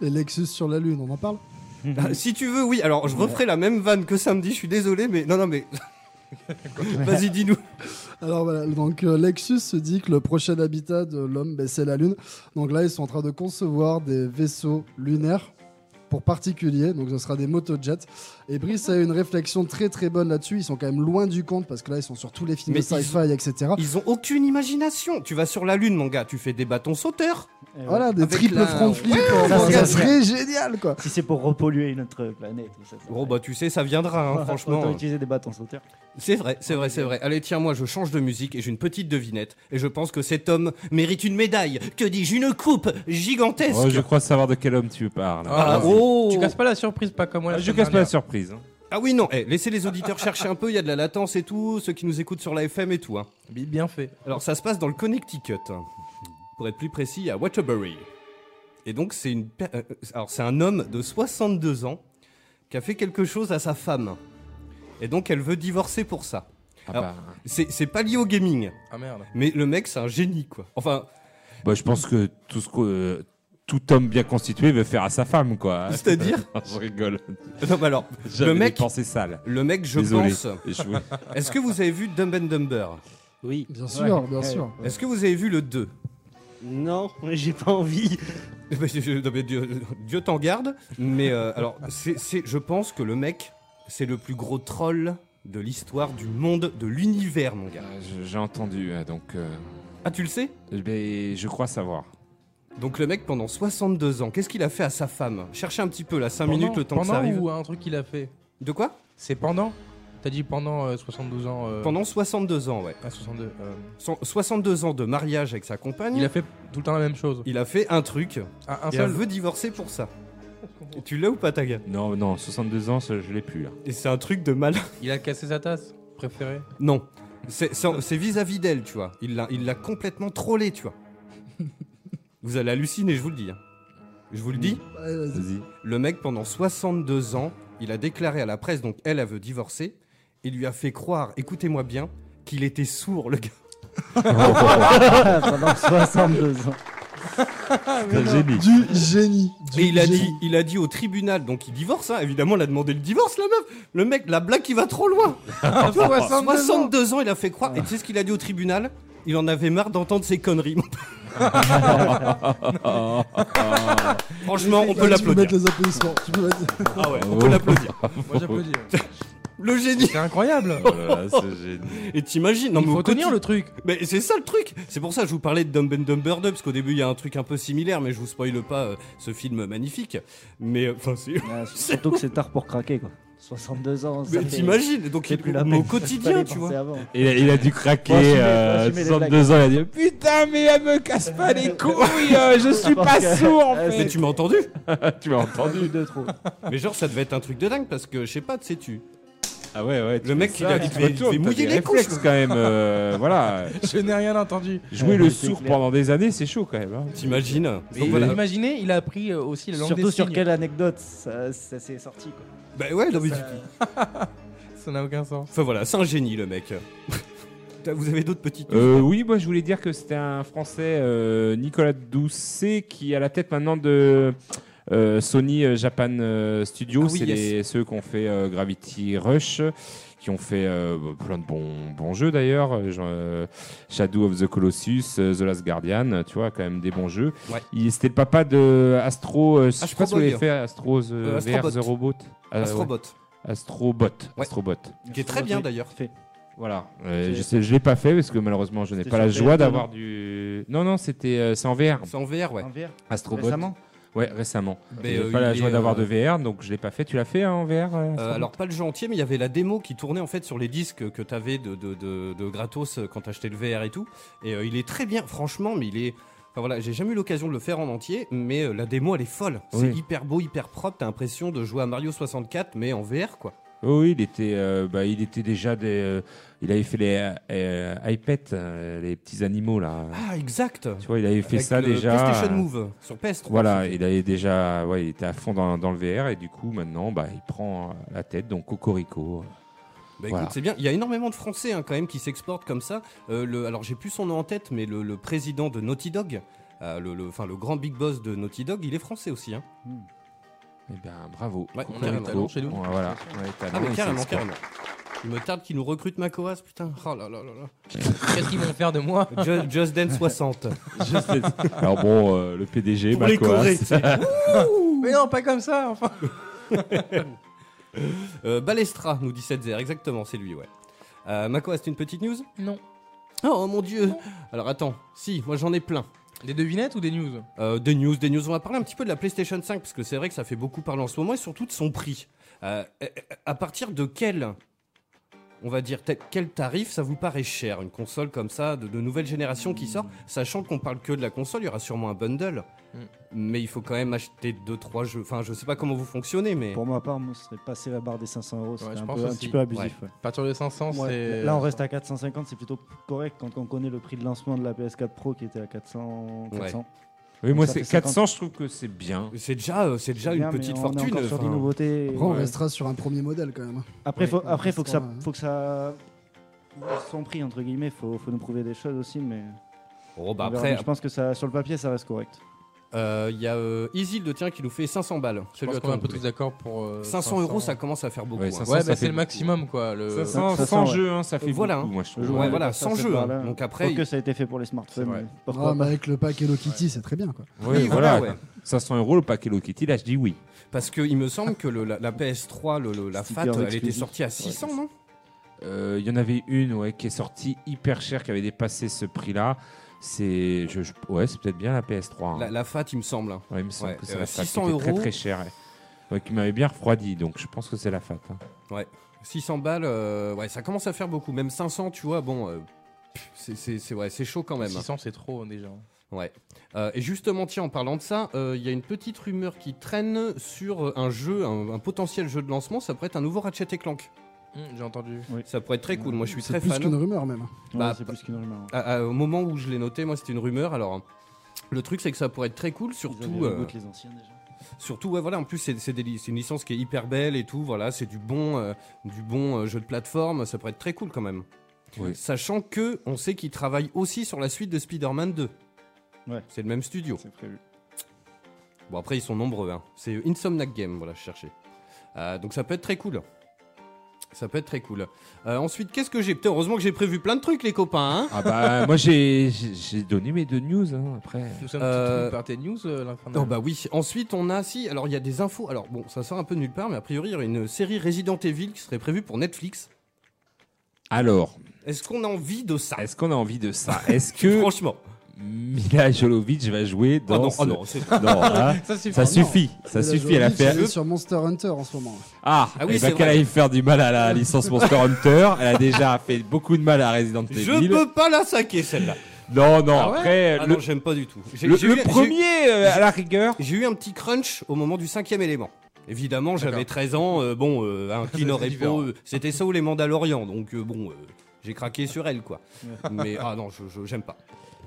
Speaker 6: Les Lexus sur la Lune, on en parle
Speaker 4: Ah, Si tu veux, oui. Alors je referai la même vanne que samedi. Je suis désolé, mais non, non, mais. Vas-y, dis-nous.
Speaker 6: Alors voilà, donc euh, Lexus se dit que le prochain habitat de l'homme, ben, c'est la Lune. Donc là, ils sont en train de concevoir des vaisseaux lunaires pour particuliers, donc ce sera des motojets. Et Brice a eu une réflexion très très bonne là-dessus. Ils sont quand même loin du compte parce que là, ils sont sur tous les films
Speaker 4: Mais
Speaker 6: de sci-fi, etc.
Speaker 4: Ils ont aucune imagination. Tu vas sur la lune, mon gars. Tu fais des bâtons sauteurs.
Speaker 8: Et ouais.
Speaker 6: Voilà, des
Speaker 4: Avec
Speaker 6: triples
Speaker 4: la-
Speaker 6: front flips, euh,
Speaker 8: ça,
Speaker 6: ça,
Speaker 8: c'est
Speaker 6: serait génial quoi.
Speaker 8: Si c'est pour repolluer notre planète. ou ça, ça
Speaker 4: Gros,
Speaker 8: va.
Speaker 4: bah tu sais, ça viendra, hein,
Speaker 8: Autant
Speaker 4: franchement.
Speaker 8: utiliser des bâtons sauteurs.
Speaker 4: C'est vrai, c'est vrai, c'est vrai. Allez, tiens, moi, je change de musique et j'ai une petite devinette. Et je pense que cet homme mérite une médaille. Que dis-je Une coupe gigantesque.
Speaker 5: Oh, je crois savoir de quel homme tu parles.
Speaker 4: Ah,
Speaker 7: Ah,
Speaker 5: Vas-y.
Speaker 4: oh
Speaker 7: Tu casses pas la surprise, pas comme moi. la
Speaker 5: Je
Speaker 7: semaine
Speaker 5: casse pas la
Speaker 7: dernière.
Speaker 5: surprise. hein.
Speaker 4: Ah oui, non, eh, laissez les auditeurs chercher un peu, il y a de la latence et tout, ceux qui nous écoutent sur la FM et tout. hein.
Speaker 7: Bi- Bien fait.
Speaker 4: Alors ça se passe dans le Connecticut, hein. pour être plus précis, à Waterbury. Et donc c'est une, per- euh, alors c'est un homme de 62 ans qui a fait quelque chose à sa femme. Et donc elle veut divorcer pour ça.
Speaker 5: Ah
Speaker 4: Alors-
Speaker 5: bah.
Speaker 4: C'est c'est pas lié au gaming,
Speaker 7: Ah merde.
Speaker 4: mais le mec c'est un génie quoi. Enfin,
Speaker 5: Bah, je pense que tout ce que euh, tout homme bien constitué veut faire à sa femme, quoi.
Speaker 4: c'est-à-dire
Speaker 5: je rigole.
Speaker 4: Non mais alors,
Speaker 5: J'avais
Speaker 4: mec-
Speaker 5: des pensées sales.
Speaker 4: le mec je
Speaker 5: Désolé.
Speaker 4: pense.
Speaker 5: Et je voulais-
Speaker 4: Est-ce que vous avez vu Dumb and Dumber
Speaker 3: Oui.
Speaker 6: Bien sûr, bien
Speaker 8: Ouais.
Speaker 6: sûr.
Speaker 4: Est-ce que vous avez vu le 2
Speaker 3: Non.
Speaker 8: Ouais, J'ai pas envie.
Speaker 4: Mais je- je- non, mais Dieu, Dieu t'en garde. Mais euh, alors, c'est, c'est- je pense que le mec, c'est le plus gros troll de l'histoire du monde, de l'univers, mon gars.
Speaker 5: Euh, je- J'ai entendu, euh, donc euh,
Speaker 4: Ah, tu le sais
Speaker 5: eh ben, je crois savoir.
Speaker 4: Donc le mec, pendant 62 ans, qu'est-ce qu'il a fait à sa femme Cherchez un petit peu, là, 5
Speaker 7: Pendant-
Speaker 4: minutes, le temps que
Speaker 7: pendant
Speaker 4: ça arrive.
Speaker 7: ou un truc qu'il a fait.
Speaker 4: De quoi
Speaker 7: C'est pendant. T'as dit pendant euh, 72 ans. euh,
Speaker 4: Pendant 62 ans, ouais.
Speaker 7: ah, 62. euh,
Speaker 4: So- 62 ans de mariage avec sa compagne.
Speaker 7: il a fait tout le temps la même chose.
Speaker 4: il a fait un truc.
Speaker 7: Ah, un
Speaker 4: et
Speaker 7: seul.
Speaker 4: elle veut divorcer pour ça. Tu l'as ou pas, Taga
Speaker 5: Non, non, 62 ans, ça, je l'ai plus là.
Speaker 4: Et c'est un truc de mal.
Speaker 7: Il a cassé sa tasse préférée.
Speaker 4: Non. C'est c'est en- c'est vis-à-vis d'elle, tu vois. Il l'a il l'a complètement trollé, tu vois. vous allez halluciner, je vous le dis. hein. Je vous le dis.
Speaker 6: Ouais, vas-y.
Speaker 5: Vas-y.
Speaker 4: Le mec, pendant 62 ans, il a déclaré à la presse, donc elle, elle veut divorcer. Il lui a fait croire, écoutez-moi bien, qu'il était sourd, le gars.
Speaker 8: Pendant 62 ans.
Speaker 5: C'est un génie.
Speaker 6: Du génie. Du
Speaker 4: Mais il a,
Speaker 6: génie.
Speaker 4: dit, il a dit au tribunal, donc il divorce, hein. évidemment, elle a demandé le divorce, la meuf. Le mec, la blague, il va trop loin. Tu vois, 62, ans, il a fait croire. Et tu sais ce qu'il a dit au tribunal Il en avait marre d'entendre ces conneries. Franchement, on peut
Speaker 6: Allez, Tu peux
Speaker 4: l'applaudir.
Speaker 6: mettre les applaudissements. Tu peux mettre-
Speaker 4: Ah ouais,
Speaker 5: Oh,
Speaker 4: on peut l'applaudir.
Speaker 7: Moi j'applaudis.
Speaker 4: Le génie.
Speaker 7: C'est incroyable.
Speaker 5: Oh là là, c'est génial.
Speaker 4: Et t'imagines, non
Speaker 7: Il
Speaker 4: mais
Speaker 7: faut
Speaker 4: au
Speaker 7: tenir
Speaker 4: quotidien-
Speaker 7: le truc.
Speaker 4: Mais c'est ça le truc C'est pour ça que je vous parlais de Dumb and Dumber 2, parce qu'au début il y a un truc un peu similaire, mais je vous spoile pas euh, ce film magnifique. Mais euh, enfin, c'est.
Speaker 8: Ah, surtout que c'est tard pour craquer, quoi. 62 ans, ça
Speaker 4: Mais
Speaker 8: fait-
Speaker 4: t'imagines Donc
Speaker 8: c'est
Speaker 4: il,
Speaker 8: plus la
Speaker 4: mais au
Speaker 8: peine. Fallait
Speaker 4: quotidien,
Speaker 8: penser
Speaker 4: tu vois.
Speaker 8: avant.
Speaker 5: Il a, il a dû craquer
Speaker 8: Faut assumer, faut
Speaker 5: euh,
Speaker 8: assumer les
Speaker 5: 62 ans, il a dit Putain, mais elle me casse pas les couilles, euh, je suis pas
Speaker 8: Parce que-
Speaker 5: sourd en
Speaker 8: Ah,
Speaker 5: fait.
Speaker 4: Mais tu m'as entendu
Speaker 5: Tu m'as
Speaker 8: Un
Speaker 5: entendu
Speaker 8: coup de trop.
Speaker 4: Mais genre ça devait être un truc de dingue parce que je sais pas, tu sais tu.
Speaker 5: Ah ouais, ouais. tu
Speaker 4: Le mec,
Speaker 5: fais
Speaker 4: il
Speaker 5: ça,
Speaker 4: a dit,
Speaker 5: tu te
Speaker 4: mais
Speaker 5: retournes,
Speaker 4: il fait
Speaker 5: t'as
Speaker 4: mouiller
Speaker 5: des
Speaker 4: les
Speaker 5: réflexes,
Speaker 4: couches, Ah,
Speaker 5: quand même. euh, voilà.
Speaker 7: Je n'ai rien entendu.
Speaker 5: Jouer le
Speaker 8: Ouais, c'est
Speaker 5: sourd
Speaker 8: clair.
Speaker 5: pendant des années, c'est chaud quand même. hein.
Speaker 4: T'imagines Donc
Speaker 7: Et
Speaker 4: voilà.
Speaker 7: Imaginez, il a appris euh, aussi la langue
Speaker 8: Surtout
Speaker 7: des
Speaker 8: sur
Speaker 7: signes.
Speaker 8: quelle anecdote ça, ça s'est sorti, quoi.
Speaker 4: Bah ouais, non, mais
Speaker 8: Ça-
Speaker 4: du-
Speaker 7: Ça n'a aucun sens.
Speaker 4: Enfin voilà, c'est un génie le mec. Putain, Vous avez d'autres petites.
Speaker 5: Euh, oui, moi je voulais dire que c'était un Français, euh, Nicolas Doucet, qui est à la tête maintenant de euh, Sony euh, Japan euh, Studio.
Speaker 4: Ah oui,
Speaker 5: c'est
Speaker 4: yes.
Speaker 5: les- ceux qui ont fait euh, Gravity Rush, qui ont fait euh, plein de bons, bons jeux d'ailleurs. euh, genre, euh, Shadow of the Colossus, euh, The Last Guardian, tu vois, quand même des bons jeux.
Speaker 4: Ouais.
Speaker 5: Il- C'était le papa de Astro. euh, je sais
Speaker 4: Astro
Speaker 5: pas si vous l'avez
Speaker 4: Boy.
Speaker 5: fait, Astro the,
Speaker 4: Euh,
Speaker 5: VR,
Speaker 4: Astrobot.
Speaker 5: the Robot. Euh,
Speaker 4: Astrobot,
Speaker 5: ouais, Astrobot.
Speaker 4: Ouais.
Speaker 5: Astrobot.
Speaker 4: qui est très bien d'ailleurs.
Speaker 8: Fait.
Speaker 5: Voilà, Euh,
Speaker 8: C'est-
Speaker 5: je sais, je l'ai pas fait parce que malheureusement je n'ai
Speaker 8: C'était
Speaker 5: pas la
Speaker 8: sur
Speaker 5: joie
Speaker 8: PS2,
Speaker 5: d'avoir du. Non non, c'était euh, c'est en VR.
Speaker 4: C'est en VR, ouais.
Speaker 8: En VR,
Speaker 5: Astrobot.
Speaker 8: récemment.
Speaker 5: Ouais, récemment.
Speaker 4: Mais,
Speaker 5: J'ai
Speaker 4: euh,
Speaker 5: pas la
Speaker 4: il
Speaker 5: joie
Speaker 4: est,
Speaker 5: d'avoir
Speaker 4: euh,
Speaker 5: de VR, donc je l'ai pas fait. Tu l'as fait hein, en VR euh,
Speaker 4: Euh,
Speaker 5: Astrobot
Speaker 4: alors pas le jeu entier, mais il y avait la démo qui tournait en fait sur les disques que t'avais de, de, de, de gratos euh, quand t'achetais le VR et tout. Et euh, il est très bien, franchement, mais il est... Enfin voilà, j'ai jamais eu l'occasion de le faire en entier, mais euh, la démo elle est folle. C'est
Speaker 5: Oui.
Speaker 4: hyper beau, hyper propre, t'as l'impression de jouer à Mario 64 mais en VR quoi.
Speaker 5: Oh oui, il était, euh, bah, il était déjà des. euh, il avait fait les euh, iPads, euh, les petits animaux là.
Speaker 4: Ah exact
Speaker 5: Tu vois, il avait fait
Speaker 4: Avec
Speaker 5: ça
Speaker 4: le
Speaker 5: déjà.
Speaker 4: PlayStation
Speaker 5: euh,
Speaker 4: Move sur PS3.
Speaker 5: Voilà, il avait déjà, ouais, il était à fond dans, dans le VR et du coup maintenant, bah, il prend euh, la tête donc Cocorico.
Speaker 4: Bah écoute,
Speaker 5: Voilà.
Speaker 4: c'est bien. Il y a énormément de Français hein, quand même qui s'exportent comme ça. Euh, le, alors j'ai plus son nom en tête, mais le, le président de Naughty Dog, euh, le, le- enfin le grand big boss de Naughty Dog, il est français aussi. Hein.
Speaker 5: Eh bien, bravo.
Speaker 4: Ouais, on a
Speaker 5: Cocorico.
Speaker 4: un talent
Speaker 7: chez nous.
Speaker 5: Ouais, Voilà. Ouais, talent,
Speaker 4: Ah mais
Speaker 5: il
Speaker 4: carrément,
Speaker 5: s'exporte.
Speaker 4: carrément. Il me tarde qu'il nous recrute Macoas, putain. Oh là là là là.
Speaker 7: Qu'est-ce qu'ils vont faire de moi
Speaker 4: Ju- Just, Dance 60.
Speaker 5: Alors bon, euh, le PDG,
Speaker 4: Pour les
Speaker 5: Macoas.
Speaker 4: Corées, tu sais.
Speaker 7: Mais non, pas comme ça. Enfin.
Speaker 4: Euh, Balestra, nous dit 7-0, exactement, c'est lui, ouais. Euh, Macoas, c'est une petite news
Speaker 7: Non.
Speaker 4: Oh mon dieu Alors attends, si, moi j'en ai plein.
Speaker 7: Des devinettes ou des news
Speaker 4: Euh, des news, des news. On va parler un petit peu de la PlayStation 5 parce que c'est vrai que ça fait beaucoup parler en ce moment et surtout de son prix. Euh, euh, à partir de quel, on va dire, tel- quel tarif ça vous paraît cher Une console comme ça, de, de nouvelle génération qui sort, sachant qu'on parle que de la console, il y aura sûrement un bundle.
Speaker 7: Mm.
Speaker 4: Mais il faut quand même acheter 2-3 jeux. Enfin, je sais pas comment vous fonctionnez, mais.
Speaker 8: Pour ma part, on serait passé la barre des 500 euros.
Speaker 7: Ouais,
Speaker 8: C'était
Speaker 7: je
Speaker 8: un,
Speaker 7: pense
Speaker 8: peu- un
Speaker 7: aussi.
Speaker 8: petit peu abusif. ouais.
Speaker 7: À partir de 500,
Speaker 8: Ouais,
Speaker 7: c'est.
Speaker 4: euh,
Speaker 7: euh,
Speaker 8: Là, on reste à 450, c'est plutôt correct quand on connaît le prix de lancement de la PS4 Pro qui était à 400.
Speaker 4: Ouais.
Speaker 8: 400.
Speaker 5: Oui, moi,
Speaker 8: Ça
Speaker 5: c'est
Speaker 8: fait 50.
Speaker 5: 400, je trouve que c'est bien.
Speaker 4: C'est déjà, euh, c'est déjà
Speaker 8: Bien,
Speaker 4: une
Speaker 8: mais
Speaker 4: petite
Speaker 8: on est
Speaker 4: fortune.
Speaker 8: encore sur des
Speaker 4: enfin.
Speaker 8: nouveautés.
Speaker 6: Après, on
Speaker 8: Ouais.
Speaker 6: restera sur un premier modèle quand même. hein.
Speaker 8: Après,
Speaker 6: Ouais, hein.
Speaker 8: faut,
Speaker 6: on
Speaker 8: après, faut que ça,
Speaker 6: restera,
Speaker 8: faut que ça, son prix entre guillemets, faut, faut nous prouver des choses aussi, mais.
Speaker 4: Oh, bah
Speaker 8: on verra.
Speaker 4: après,
Speaker 8: Mais je pense que ça, sur le papier, ça reste correct.
Speaker 4: euh, il y a euh, Isilde, tiens, qui nous fait 500 balles.
Speaker 7: Je
Speaker 4: Celui
Speaker 7: pense
Speaker 4: à
Speaker 7: qu'on est
Speaker 4: toi.
Speaker 7: un peu tous d'accord pour. euh,
Speaker 4: 500 euros, ça commence à faire beaucoup.
Speaker 5: Ouais,
Speaker 4: hein.
Speaker 5: 500,
Speaker 7: Ouais,
Speaker 5: ça
Speaker 7: bah,
Speaker 5: fait
Speaker 7: c'est le maximum quoi. Le...
Speaker 5: 500,
Speaker 8: 500,
Speaker 5: sans
Speaker 8: ouais.
Speaker 5: jeu, hein, ça fait
Speaker 4: Voilà,
Speaker 5: beaucoup,
Speaker 4: hein.
Speaker 5: moi, je trouve.
Speaker 8: Je
Speaker 4: Ouais,
Speaker 8: vois.
Speaker 4: voilà,
Speaker 8: Ouais,
Speaker 4: sans
Speaker 8: ça, c'est
Speaker 4: jeu.
Speaker 8: pas
Speaker 4: hein.
Speaker 8: là.
Speaker 4: Donc
Speaker 8: Faut
Speaker 4: après,
Speaker 8: que ça a été fait pour les
Speaker 7: C'est
Speaker 8: smartphones.
Speaker 7: vrai.
Speaker 8: mais
Speaker 6: Ah,
Speaker 8: Pourquoi
Speaker 6: mais
Speaker 8: pas
Speaker 6: avec le pack Hello Kitty, c'est très bien. Quoi.
Speaker 5: Ouais,
Speaker 4: Oui,
Speaker 5: voilà,
Speaker 4: voilà, ouais.
Speaker 5: 500 euros, le pack Hello Kitty, là, je dis oui.
Speaker 4: Parce que il me semble que le- la, la PS3, le- le- la FAT,
Speaker 8: Sticker
Speaker 4: elle était
Speaker 8: exclusif.
Speaker 4: sortie à 600, non
Speaker 5: Euh, Il y en avait une ouais, qui est sortie hyper chère, qui avait dépassé ce prix-là. C'est je- je- ouais, c'est peut-être bien la PS3. hein.
Speaker 4: la, la FAT, il me semble. hein.
Speaker 5: Ouais, il me semble
Speaker 4: ouais,
Speaker 5: que c'est
Speaker 4: euh,
Speaker 5: la fac qui
Speaker 4: 600
Speaker 5: était très
Speaker 4: euros.
Speaker 5: très chère. ouais. euh, qui m'avait bien refroidi. Donc je pense que c'est la fat. hein.
Speaker 4: 600 balles, euh, ouais, ça commence à faire beaucoup. Même 500, tu vois, bon, euh, pff, c'est- c'est c'est- ouais, c'est chaud quand même.
Speaker 7: 600, c'est trop hein, déjà.
Speaker 4: Ouais. Euh, et justement, tiens, en parlant de ça, euh, il y a une petite rumeur qui traîne sur euh, un jeu, un, un potentiel jeu de lancement. Ça pourrait être un nouveau Ratchet et Clank.
Speaker 7: Hum, J'ai entendu.
Speaker 4: Ça pourrait être très cool. Moi, je suis
Speaker 6: C'est
Speaker 4: très hein.
Speaker 6: plus
Speaker 4: fan.
Speaker 6: qu'une rumeur même.
Speaker 8: Ouais,
Speaker 4: Bah,
Speaker 8: c'est
Speaker 4: pas-
Speaker 8: plus qu'une rumeur. hein.
Speaker 4: À- à- au moment où je l'ai noté, moi, c'était une rumeur. Alors. hein. Le truc, c'est que ça pourrait être très cool,
Speaker 8: Ils avaient
Speaker 4: surtout.
Speaker 8: le
Speaker 4: euh,
Speaker 8: goût que les anciens déjà.
Speaker 4: Surtout, ouais, voilà, en plus, c'est c'est des li- c'est une licence qui est hyper belle et tout, voilà, c'est du bon, euh, du bon euh, jeu de plateforme, ça pourrait être très cool quand même.
Speaker 5: Oui.
Speaker 4: Sachant que on sait qu'ils travaillent aussi sur la suite de Spider-Man 2.
Speaker 8: Ouais.
Speaker 4: C'est le même studio.
Speaker 8: C'est prévu.
Speaker 4: Bon, après, ils sont nombreux, hein. C'est Insomniac Game, voilà, je cherchais. Euh, donc ça peut être très cool. Ça peut être très cool. Euh, ensuite, qu'est-ce que j'ai Putain, heureusement que j'ai prévu plein de trucs, les copains, hein
Speaker 5: Ah bah moi j'ai j'ai- j'ai donné mes deux news hein, après.
Speaker 7: Nous sommes
Speaker 4: Euh,
Speaker 7: tous par tes news, euh, l'infernal.
Speaker 4: Oh bah oui. Ensuite, on a si. Alors il y a des infos. Alors bon, ça sort un peu de nulle part, mais a priori, il y aurait une série Resident Evil qui serait prévue pour Netflix.
Speaker 5: Alors,
Speaker 4: Est-ce qu'on a envie de ça
Speaker 5: est-ce qu'on a envie de ça Est-ce que
Speaker 4: Ah. Franchement.
Speaker 5: Mila Jolovic va jouer dans
Speaker 4: Oh non, oh
Speaker 5: ce-
Speaker 4: non, Ah c'est-
Speaker 5: Non, hein,
Speaker 7: ça c'est
Speaker 5: ça suffit, ça
Speaker 6: Et là,
Speaker 5: suffit à la
Speaker 6: Jolie,
Speaker 5: faire.
Speaker 6: elle est sur Monster Hunter en ce moment.
Speaker 5: Ah,
Speaker 4: Ah oui,
Speaker 5: eh ben,
Speaker 4: c'est
Speaker 5: qu'elle
Speaker 4: vrai.
Speaker 5: aille faire du mal à la licence Monster Hunter. Elle a déjà fait beaucoup de mal à Resident Evil.
Speaker 4: Je peux pas la saquer celle-là.
Speaker 5: Non, non,
Speaker 4: Ah ouais
Speaker 5: après,
Speaker 4: Ah
Speaker 5: le,
Speaker 4: non, j'aime pas du tout. J'ai
Speaker 5: le-
Speaker 4: j'ai
Speaker 5: le
Speaker 4: eu- j'ai-
Speaker 5: premier, euh, à la rigueur.
Speaker 4: J'ai eu un petit crunch au moment du cinquième élément. Évidemment, j'avais
Speaker 7: D'accord.
Speaker 4: 13 ans. euh, bon, euh, un qui
Speaker 7: c'est
Speaker 4: n'aurait pas.
Speaker 7: différent.
Speaker 4: euh, C'était ça ou les Mandalorians. Donc euh, bon, euh, j'ai craqué sur elle quoi. Mais ah non, je je- j'aime pas.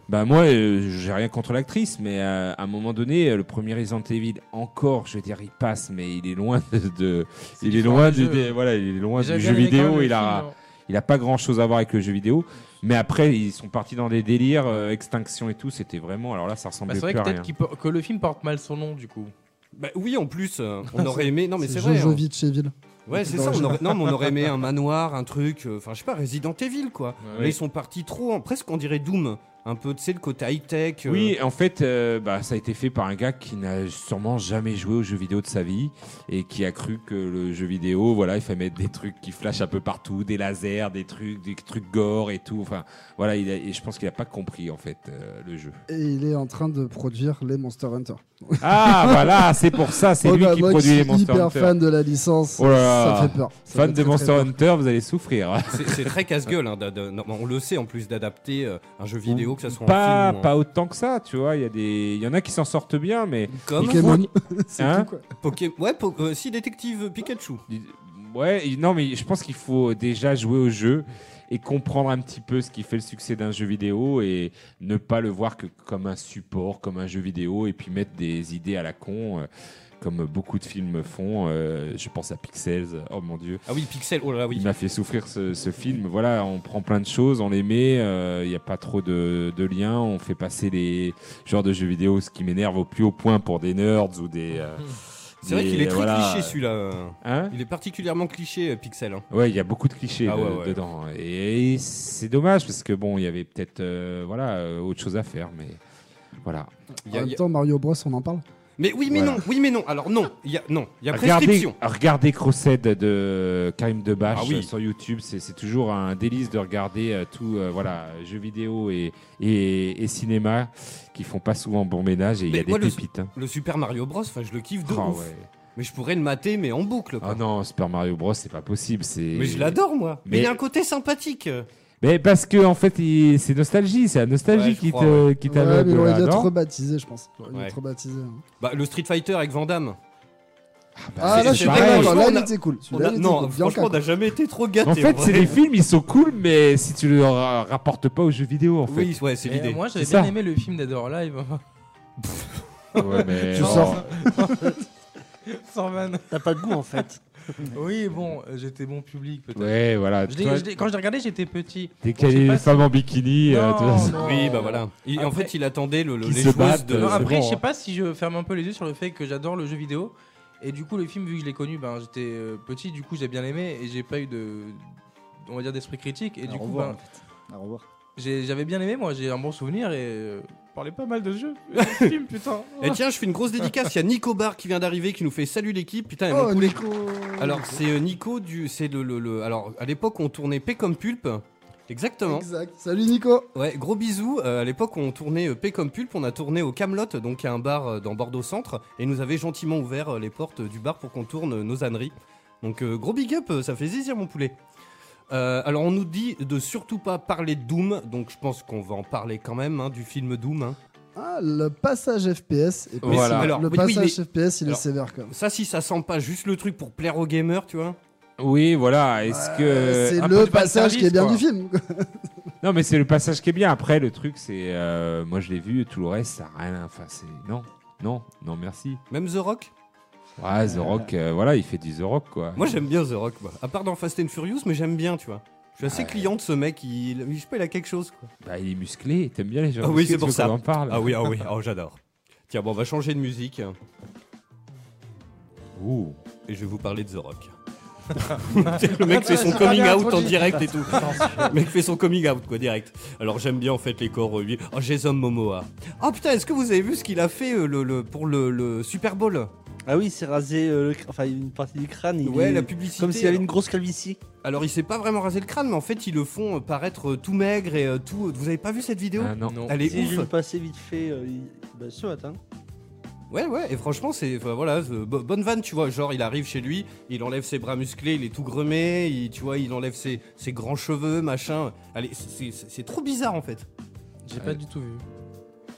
Speaker 5: Bah, moi, euh, j'ai rien contre l'actrice, mais euh, à un moment donné, euh, le premier Resident Evil, encore, je veux dire, il passe, mais il est loin de. de- il est
Speaker 7: différent
Speaker 5: loin
Speaker 7: du
Speaker 5: du,
Speaker 7: jeu.
Speaker 5: des- voilà, il est loin du jeu vidéo. Il a. Il a pas grand chose à voir avec le jeu vidéo, mais après ils sont partis dans des délires, euh, extinction et tout. C'était vraiment. Alors là, ça
Speaker 7: Bah,
Speaker 5: ressemblait
Speaker 7: c'est vrai
Speaker 5: plus
Speaker 7: que
Speaker 5: à rien.
Speaker 7: peut-être qu'il por- que le film porte mal son nom du coup.
Speaker 4: Bah oui, en plus, euh,
Speaker 5: Ah,
Speaker 4: on aurait aimé. Non mais c'est vrai. hein.
Speaker 6: Jojovic Evil.
Speaker 4: Ouais, c'est ça. On aurait... Non, mais on aurait aimé un manoir, un truc. euh, Enfin, je sais pas, Resident Evil quoi.
Speaker 7: Ouais,
Speaker 4: Là,
Speaker 7: ouais.
Speaker 4: ils sont partis trop, en... presque on dirait Doom. Un peu, tu sais, le côté high tech.
Speaker 5: Oui, en fait, euh, bah, ça a été fait par un gars qui n'a sûrement jamais joué aux jeux vidéo de sa vie et qui a cru que le jeu vidéo, voilà, il fallait mettre des trucs qui flashent un peu partout, des lasers, des trucs, des trucs gore et tout. Enfin, voilà, il a- et je pense qu'il a pas compris en fait euh, le jeu.
Speaker 6: Et il est en train de produire les Monster Hunter.
Speaker 5: Ah, voilà, c'est pour ça, c'est
Speaker 6: Oh,
Speaker 5: lui
Speaker 6: bah,
Speaker 5: qui
Speaker 6: moi
Speaker 5: produit les Monster
Speaker 6: hyper
Speaker 5: Hunter.
Speaker 6: fan de la licence.
Speaker 5: Oh là là.
Speaker 6: Ça fait peur. Ça
Speaker 5: Fan
Speaker 6: fait
Speaker 5: de
Speaker 6: très, très
Speaker 5: Monster
Speaker 6: peur.
Speaker 5: Hunter, vous allez souffrir. hein.
Speaker 4: C'est c'est très casse-gueule. hein, d'ad- non, mais on le sait en plus d'adapter euh, un jeu vidéo, que ça soit un
Speaker 5: Pas,
Speaker 4: film ou un-
Speaker 5: pas autant que ça, tu vois. Il y a des, il y en a qui s'en sortent bien, mais
Speaker 4: Comme
Speaker 6: Pokémon. C'est
Speaker 5: Hein
Speaker 6: tout, quoi.
Speaker 4: Poké- Ouais, po- euh, si détective Pikachu.
Speaker 5: Ouais, il- non, mais je pense qu'il faut déjà jouer au jeu et comprendre un petit peu ce qui fait le succès d'un jeu vidéo et ne pas le voir que comme un support, comme un jeu vidéo, et puis mettre des idées à la con, euh, comme beaucoup de films font. Euh, je pense à Pixels, oh mon dieu.
Speaker 4: Ah oui, Pixel. Oh là là, oui.
Speaker 5: Il m'a fait souffrir ce, ce film. Voilà, on prend plein de choses, on les met, euh, il n'y a pas trop de, de liens, on fait passer les genres de jeux vidéo, ce qui m'énerve au plus haut point pour des nerds ou des... euh,
Speaker 4: C'est vrai
Speaker 5: des-
Speaker 4: qu'il est très
Speaker 5: voilà.
Speaker 4: cliché celui-là.
Speaker 5: Hein
Speaker 4: Il est particulièrement cliché euh, Pixel. hein.
Speaker 5: Ouais, il y a beaucoup de clichés
Speaker 4: Ah
Speaker 5: de-
Speaker 4: ouais, ouais.
Speaker 5: dedans. Et, et c'est dommage parce que bon, il y avait peut-être euh, voilà euh, autre chose à faire, mais voilà.
Speaker 4: Il y
Speaker 6: En
Speaker 4: a- il
Speaker 6: même
Speaker 4: y a-
Speaker 6: temps, Mario Bros, on en parle.
Speaker 4: Mais oui, mais
Speaker 5: Voilà.
Speaker 4: non, oui, mais non. Alors non, il y a non, il y a
Speaker 5: Regardez,
Speaker 4: prescription.
Speaker 5: regardez Crossed de Karim Debache
Speaker 4: Ah oui.
Speaker 5: euh, sur YouTube, c'est c'est toujours un délice de regarder euh, tout euh, voilà jeux vidéo et, et, et cinéma qui font pas souvent bon ménage et il y
Speaker 4: Mais
Speaker 5: a des
Speaker 4: moi, le-
Speaker 5: pépites. hein.
Speaker 4: Le Super Mario Bros, enfin je le kiffe de
Speaker 5: Ah
Speaker 4: ouf.
Speaker 5: ouais.
Speaker 4: Mais je pourrais le mater mais en boucle. quoi.
Speaker 5: Ah non, Super Mario Bros, c'est pas possible. c'est-
Speaker 4: Mais je l'adore moi. Mais
Speaker 5: Mais-
Speaker 4: il y a un côté sympathique.
Speaker 5: Mais parce que en fait, il- c'est nostalgie, c'est la nostalgie
Speaker 4: Ouais, je
Speaker 5: qui
Speaker 4: crois,
Speaker 5: te qui
Speaker 6: Ouais,
Speaker 5: t'aveugle,
Speaker 6: mais il aurait dû
Speaker 5: là,
Speaker 6: être
Speaker 5: non
Speaker 6: rebaptisé, je pense. Il aurait dû
Speaker 4: Ouais.
Speaker 6: être rebaptisé, hein.
Speaker 4: Bah le Street Fighter avec Van Damme.
Speaker 6: Ah,
Speaker 5: c'est-
Speaker 6: là,
Speaker 5: bah, c'est
Speaker 6: je suis
Speaker 5: pareil.
Speaker 6: pas d'accord. Là,
Speaker 4: Franchement,
Speaker 6: il
Speaker 4: on a-
Speaker 6: était cool.
Speaker 4: On
Speaker 6: Celui-là,
Speaker 4: a-
Speaker 6: il était
Speaker 4: non,
Speaker 6: cool.
Speaker 4: franchement, on
Speaker 6: Bianca,
Speaker 4: n'a jamais été trop gâtés.
Speaker 5: En fait,
Speaker 4: vrai.
Speaker 5: c'est des films, ils sont cool, mais si tu le ra- rapportes pas aux jeux vidéo, en fait.
Speaker 4: Oui, ouais, c'est
Speaker 7: Mais, euh,
Speaker 4: l'idée.
Speaker 7: Moi j'avais
Speaker 5: C'est
Speaker 7: bien
Speaker 5: ça.
Speaker 7: aimé le film Dead or Alive.
Speaker 5: Ouais, mais
Speaker 6: Tu
Speaker 5: bon.
Speaker 6: sors.
Speaker 7: Sans vanne.
Speaker 3: T'as pas de goût en fait.
Speaker 7: Oui, bon, euh, j'étais bon public peut-être.
Speaker 5: Ouais, voilà.
Speaker 7: Je l'ai-
Speaker 5: Toi,
Speaker 7: je l'ai- quand je l'ai regardé, j'étais petit.
Speaker 5: dès qu'il y a
Speaker 7: je sais
Speaker 5: des
Speaker 7: pas
Speaker 5: femmes en bikini, euh,
Speaker 7: Non,
Speaker 5: tu vois,
Speaker 7: non.
Speaker 4: Oui, bah voilà. Il- en
Speaker 7: Après-
Speaker 4: fait, il attendait le, le-
Speaker 5: Qui
Speaker 4: les
Speaker 5: se
Speaker 4: choses
Speaker 5: battent,
Speaker 4: de.
Speaker 5: euh,
Speaker 7: Non,
Speaker 5: c'est
Speaker 7: après,
Speaker 5: bon,
Speaker 7: je sais
Speaker 5: hein.
Speaker 7: pas si je ferme un peu les yeux sur le fait que j'adore le jeu vidéo. Et du coup, le film, vu que je l'ai connu, ben, j'étais euh, petit, du coup, j'ai bien aimé et j'ai pas eu de. On va dire d'esprit critique. Et
Speaker 8: À
Speaker 7: du coup,
Speaker 8: revoir,
Speaker 7: ben,
Speaker 8: en fait. À revoir.
Speaker 7: j'ai- j'avais bien aimé, moi, j'ai un bon souvenir et. euh, parlait pas mal de jeux. de films, putain.
Speaker 4: Et Eh, tiens, je fais une grosse dédicace. Il y a Nico Bar qui vient d'arriver, qui nous fait salut l'équipe. Putain, et mon
Speaker 6: Oh,
Speaker 4: poulet.
Speaker 6: Nico.
Speaker 4: Alors c'est euh, Nico du, c'est le, le- le- alors à l'époque on tournait P comme pulpe Exactement.
Speaker 6: Exact. Salut Nico.
Speaker 4: Ouais, gros bisous. Euh, à l'époque, on tournait euh, P comme Pulp, on a tourné au Camelot, donc à un bar euh, dans Bordeaux Centre, et nous avait gentiment ouvert euh, les portes euh, du bar pour qu'on tourne euh, nos âneries. Donc euh, gros big up, euh, ça fait zizir mon poulet. Euh, alors on nous dit de surtout pas parler de Doom, donc je pense qu'on va en parler quand même hein, du film Doom. hein.
Speaker 6: Ah, le passage FPS. est
Speaker 5: Voilà.
Speaker 6: possible.
Speaker 4: Alors,
Speaker 6: le
Speaker 4: mais oui,
Speaker 6: passage FPS, il
Speaker 4: alors-
Speaker 6: est sévère quand même.
Speaker 4: Ça, si ça sent pas juste le truc pour plaire aux gamers, tu vois.
Speaker 5: Oui, voilà. Est-ce
Speaker 4: Euh,
Speaker 5: que
Speaker 6: c'est
Speaker 5: Euh, un peu
Speaker 6: le
Speaker 5: de fan
Speaker 6: passage qui est
Speaker 5: service,
Speaker 6: bien
Speaker 5: quoi.
Speaker 6: du film. quoi.
Speaker 5: Non, mais c'est le passage qui est bien. Après, le truc, c'est euh, moi je l'ai vu, tout le reste, ça a rien. Enfin, c'est non, non, non, merci.
Speaker 4: Même The Rock.
Speaker 5: Ouais, The Rock, euh, voilà, il fait du The Rock, quoi.
Speaker 4: Moi j'aime bien The Rock, moi. à part dans Fast and Furious, mais j'aime bien, tu vois. Je suis assez
Speaker 5: Ouais.
Speaker 4: client de ce mec, il, il- je sais pas, il a quelque chose. Quoi.
Speaker 5: Bah, il est musclé. T'aimes bien les gens
Speaker 4: Ah oui,
Speaker 5: musclés,
Speaker 4: c'est pour
Speaker 5: tu veux
Speaker 4: ça.
Speaker 5: qu'on En parle.
Speaker 4: Ah oui, ah oui, oh, j'adore. Tiens, bon, on va changer de musique hein,
Speaker 5: Ouh.
Speaker 4: et je vais vous parler de The Rock. le mec fait son coming out en direct et tout. le mec fait son coming out quoi direct. Alors j'aime bien en fait les corps euh, lui. Oh Jason Momoa. Ah putain, est-ce que vous avez vu ce qu'il a fait euh, le, le- pour le, le Super Bowl
Speaker 3: Ah oui, c'est rasé euh, le cr- enfin, une partie du crâne. il
Speaker 4: Ouais,
Speaker 3: est-
Speaker 4: la publicité.
Speaker 3: Comme s'il avait
Speaker 4: alors.
Speaker 3: une grosse calvitie.
Speaker 4: Alors il s'est pas vraiment rasé le crâne, mais en fait ils le font euh, paraître euh, tout maigre et euh, tout. Vous avez pas vu cette vidéo
Speaker 5: Ah, non.
Speaker 7: Non.
Speaker 4: Elle est
Speaker 3: Si je
Speaker 4: ouf.
Speaker 3: le passais vite fait euh, il- bah, ce matin.
Speaker 4: Ouais, ouais, et franchement, c'est. enfin, Voilà, c'est- euh, bo- bonne vanne, tu vois. Genre, il arrive chez lui, il enlève ses bras musclés, il est tout gremé, il, tu vois, il enlève ses, ses grands cheveux, machin. Allez, c'est- c'est c'est trop bizarre en fait.
Speaker 7: J'ai
Speaker 5: Ouais.
Speaker 7: pas du tout vu.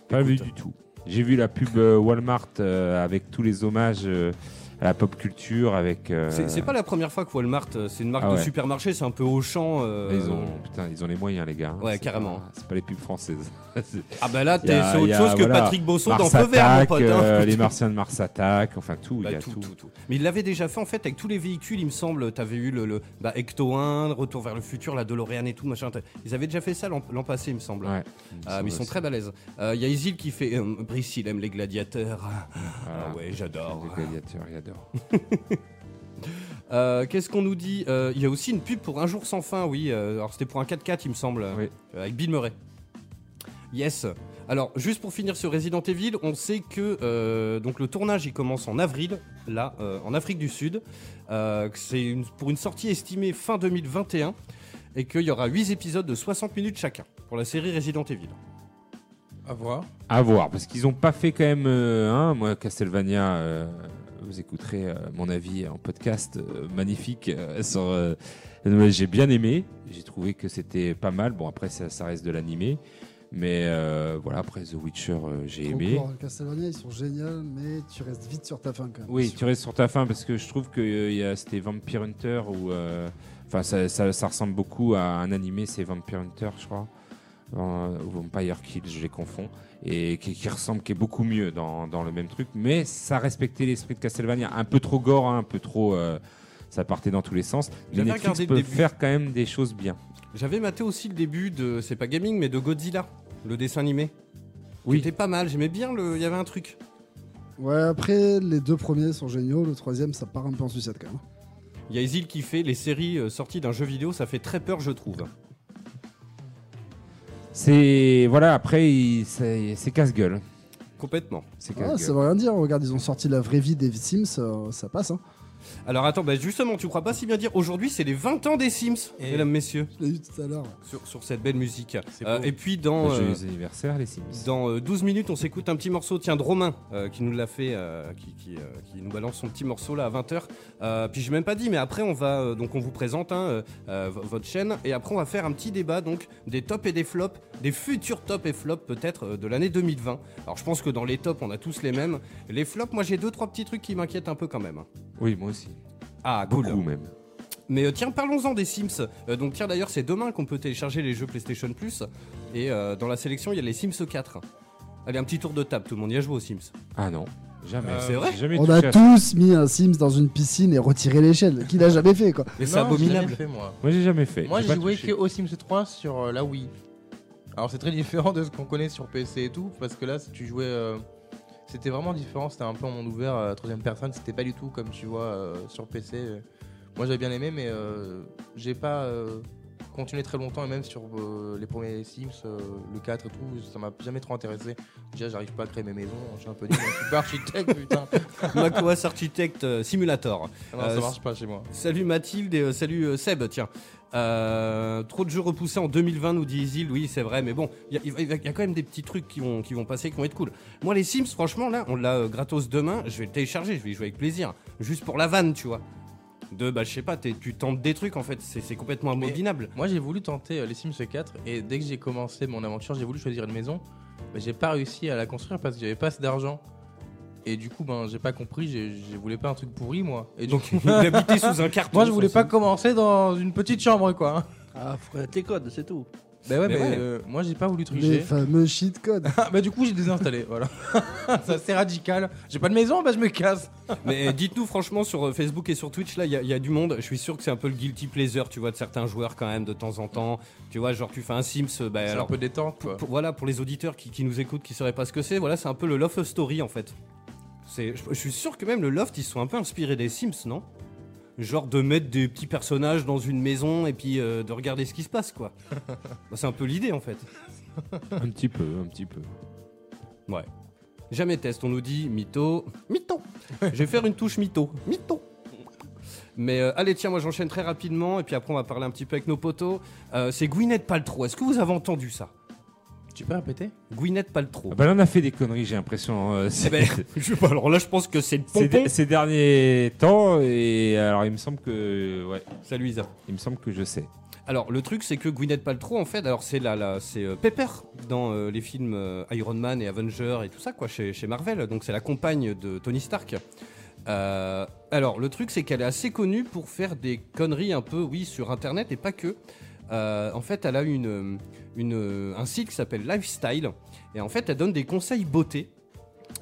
Speaker 5: Pas
Speaker 4: Écoute.
Speaker 5: vu du tout. J'ai vu la pub euh, Walmart euh, avec tous les hommages euh, à la pop culture, avec. euh,
Speaker 4: C'est c'est pas la première fois que Walmart, euh, c'est une marque
Speaker 5: Ah
Speaker 4: de
Speaker 5: ouais.
Speaker 4: supermarché, c'est un peu Auchan. euh,
Speaker 5: Ils ont, putain, ils ont les moyens, les gars. hein.
Speaker 4: Ouais,
Speaker 5: C'est
Speaker 4: carrément.
Speaker 5: pas- C'est pas les pubs françaises. C'est-
Speaker 4: Ah bah là,
Speaker 5: Il y
Speaker 4: t'es-
Speaker 5: a-
Speaker 4: c'est
Speaker 5: il y
Speaker 4: autre
Speaker 5: a,
Speaker 4: chose que
Speaker 5: voilà,
Speaker 4: Patrick Bosson
Speaker 5: Mars
Speaker 4: dans Feu Vert, mon
Speaker 5: Attack,
Speaker 4: pote. hein.
Speaker 5: euh, les Martiens de Mars Attaque, enfin tout,
Speaker 4: Bah,
Speaker 5: il y a
Speaker 4: tout,
Speaker 5: tout.
Speaker 4: tout, tout. Mais il l'avait déjà fait en fait avec tous les véhicules, il me semble. T'avais eu le, le bah, Ecto 1, Retour vers le futur, la DeLorean et tout machin. T'as- Ils avaient déjà fait ça l'an l'an passé, il me semble.
Speaker 5: Ouais.
Speaker 4: Ah, mais ils sont très balèzes. Il y a Isil qui fait euh, Brice, il aime les gladiateurs. Ah ouais, j'adore.
Speaker 5: Les gladiateurs, il adore.
Speaker 4: Euh, Qu'est-ce qu'on nous dit Euh, Il y a aussi une pub pour Un jour sans fin, oui. euh, alors c'était pour un 4x4, il me semble, euh,
Speaker 5: Oui.
Speaker 4: avec Bill Murray. Yes. Alors, juste pour finir sur Resident Evil, on sait que euh, donc le tournage il commence en avril, là, euh, en Afrique du Sud. Euh, que C'est une- pour une sortie estimée fin 2021 et qu'il y aura 8 épisodes de 60 minutes chacun pour la série Resident Evil.
Speaker 7: À voir.
Speaker 5: À voir, parce qu'ils ont pas fait quand même. euh, hein, moi, Castlevania, euh, vous écouterez euh, mon avis en podcast euh, magnifique. euh, sur, euh, euh, j'ai bien aimé, j'ai trouvé que c'était pas mal. Bon, après, ça, ça reste de l'animé. Mais euh, voilà, après The Witcher, euh, j'ai
Speaker 6: Trop
Speaker 5: aimé.
Speaker 6: court, Castlevania, ils sont géniaux, mais tu restes vite sur ta fin quand même.
Speaker 5: Oui, tu restes sur ta fin parce que je trouve que euh, il y a- c'était Vampire Hunter ou. euh, Enfin, ça, ça- ça ressemble beaucoup à un animé, c'est Vampire Hunter, je crois. Euh, Ou Vampire Kill, je les confonds. Et qui, qui ressemble, qui est beaucoup mieux dans, dans le même truc. Mais ça respectait l'esprit de Castlevania. Un peu trop gore, hein, un peu trop. euh, ça partait dans tous les sens. Mais
Speaker 4: J'avais
Speaker 5: Netflix
Speaker 4: regardé le
Speaker 5: peut
Speaker 4: début.
Speaker 5: faire quand même des choses bien.
Speaker 4: J'avais maté aussi le début de, c'est pas gaming, mais de Godzilla, le dessin animé.
Speaker 5: Oui.
Speaker 4: C'était pas mal, j'aimais bien, le- il y avait un truc.
Speaker 6: Ouais, après, les deux premiers sont géniaux, le troisième, ça part un peu en sucette quand même.
Speaker 4: Il y a Isil qui fait les séries euh, sorties d'un jeu vidéo, ça fait très peur, je trouve.
Speaker 5: C'est. Voilà, après, il- c'est c'est casse-gueule.
Speaker 4: Complètement.
Speaker 5: C'est
Speaker 6: Ah, ça
Speaker 5: casse-gueule.
Speaker 6: veut rien dire, regarde, ils ont sorti la vraie vie des Sims, euh, ça passe. Hein.
Speaker 4: Alors attends, bah justement, tu crois pas si bien dire, aujourd'hui c'est les 20 ans des Sims,
Speaker 7: Et-
Speaker 4: mesdames, messieurs,
Speaker 6: Je l'ai vu tout à l'heure.
Speaker 4: sur, sur cette belle musique.
Speaker 7: C'est
Speaker 4: Euh,
Speaker 7: beau.
Speaker 4: et puis dans, euh,
Speaker 5: Joyeux anniversaire, les Sims.
Speaker 4: dans euh, 12 minutes, on s'écoute un petit morceau, tiens, de Romain, euh, qui nous l'a fait, euh, qui, qui, euh, qui nous balance son petit morceau là à 20h. Euh, puis j'ai même pas dit, mais après on va, euh, donc on vous présente hein, euh, euh, vo- votre chaîne, et après on va faire un petit débat donc des tops et des flops, des futurs tops et flops peut-être euh, de l'année 2020. Alors je pense que dans les tops, on a tous les mêmes. Les flops, moi j'ai deux, trois petits trucs qui m'inquiètent un peu quand même. hein.
Speaker 5: Oui, moi aussi.
Speaker 4: Ah, cool.
Speaker 5: Beaucoup même.
Speaker 4: Mais euh, tiens, parlons-en des Sims. Euh, donc tiens, d'ailleurs, c'est demain qu'on peut télécharger les jeux PlayStation Plus. Et euh, dans la sélection, il y a les Sims 4. Allez, un petit tour de table, tout le monde y a joué aux Sims.
Speaker 5: Ah non, jamais.
Speaker 7: Euh,
Speaker 4: c'est vrai
Speaker 5: J'ai jamais
Speaker 6: On
Speaker 5: touché
Speaker 6: a
Speaker 5: à
Speaker 6: tous mis un Sims dans une piscine et retiré l'échelle, qui l'a jamais fait quoi.
Speaker 4: Mais c'est
Speaker 7: Non, j'ai
Speaker 4: abominable.
Speaker 7: jamais fait, moi.
Speaker 5: ça. Moi j'ai jamais fait.
Speaker 7: Moi, j'ai
Speaker 5: pas
Speaker 7: joué
Speaker 5: touché.
Speaker 7: que au Sims 3 sur euh, la Wii. Alors, c'est très différent de ce qu'on connaît sur PC et tout, parce que là, si tu jouais. euh, c'était vraiment différent, c'était un peu en monde ouvert, euh, à la troisième personne, c'était pas du tout comme tu vois euh, sur PC. Moi, j'avais bien aimé, mais euh, j'ai pas euh, continué très longtemps et même sur euh, les premiers Sims, euh, le 4 et tout, ça m'a jamais trop intéressé. Déjà, j'arrive pas à créer mes maisons, je suis un peu nul, je suis pas architecte, putain.
Speaker 4: macOS Architect euh, Simulator.
Speaker 7: Ah non,
Speaker 4: Euh,
Speaker 7: ça marche pas chez moi.
Speaker 4: Salut Mathilde et euh, salut euh, Seb, tiens. Euh, trop de jeux repoussés en 2020, nous dit Isil. Oui, c'est vrai, mais bon, il y, a- il va- il va- il y a quand même des petits trucs qui vont, qui vont passer, qui vont être cool. Moi, les Sims, franchement, là, on l'a euh, gratos demain. Je vais le télécharger, je vais y jouer avec plaisir. Juste pour la vanne, tu vois. De, bah, je sais pas, t'es- tu tentes des trucs en fait, c'est c'est complètement abominable.
Speaker 7: Moi, j'ai voulu tenter euh, les Sims 4 et dès que j'ai commencé mon aventure, j'ai voulu choisir une maison, mais j'ai pas réussi à la construire parce que j'avais pas assez d'argent. Et du coup, ben, j'ai pas compris, j'ai- je voulais pas un truc pourri, moi. Et du
Speaker 4: Donc,
Speaker 7: coup,
Speaker 4: d'habiter sous un carton.
Speaker 7: moi, je voulais
Speaker 4: ça,
Speaker 7: pas commencer dans une petite chambre, quoi.
Speaker 3: Ah, faut connaître les codes, c'est tout.
Speaker 7: Bah ouais,
Speaker 4: Mais
Speaker 7: mais,
Speaker 4: ouais.
Speaker 7: euh, moi, j'ai pas voulu
Speaker 6: Les
Speaker 7: tricher.
Speaker 6: fameux cheat codes.
Speaker 7: Ah, bah du coup, j'ai désinstallé, voilà. C'est assez radical. J'ai pas de maison, bah je me casse.
Speaker 4: Mais dites-nous franchement sur euh, Facebook et sur Twitch, là, il y, a- il y a du monde. Je suis sûr que c'est un peu le guilty pleasure, tu vois, de certains joueurs quand même de temps en temps. Tu vois, genre tu fais un Sims, euh, bah
Speaker 7: C'est un
Speaker 4: alors.
Speaker 7: peu détente, quoi.
Speaker 4: pour- voilà, pour les auditeurs qui, qui nous écoutent, qui sauraient pas ce que c'est, voilà, c'est un peu le Love Story en fait. C'est, je, je suis sûr que même le Loft, ils sont un peu inspirés des Sims, non Genre de mettre des petits personnages dans une maison et puis euh, de regarder ce qui se passe, quoi. Bah, c'est un peu l'idée en fait.
Speaker 5: Un petit peu, un petit peu.
Speaker 4: Jamais test, on nous dit mytho. Mytho Je vais faire une touche mytho. Mytho Mais euh, allez, tiens, moi j'enchaîne très rapidement et puis après on va parler un petit peu avec nos potos. Euh, c'est Gwyneth Paltrow. Est-ce que vous avez entendu ça
Speaker 7: Tu peux répéter
Speaker 4: Gwyneth Paltrow.
Speaker 5: Ah bah là, on a fait des conneries, j'ai l'impression. euh,
Speaker 4: Eh
Speaker 5: c'est-
Speaker 4: ben, je sais pas, alors là je pense que c'est le
Speaker 5: ces,
Speaker 4: pompon.
Speaker 5: ces derniers temps, et alors il me semble que. Ouais,
Speaker 4: Salut Isa.
Speaker 5: il me semble que je sais.
Speaker 4: Alors le truc c'est que Gwyneth Paltrow en fait, alors c'est là, là c'est euh, Pepper dans euh, les films euh, Iron Man et Avenger et tout ça quoi chez, chez Marvel. Donc c'est la compagne de Tony Stark. Euh, alors le truc c'est qu'elle est assez connue pour faire des conneries un peu oui sur internet et pas que. Euh, en fait elle a une, euh, une un site qui s'appelle Lifestyle et en fait elle donne des conseils beauté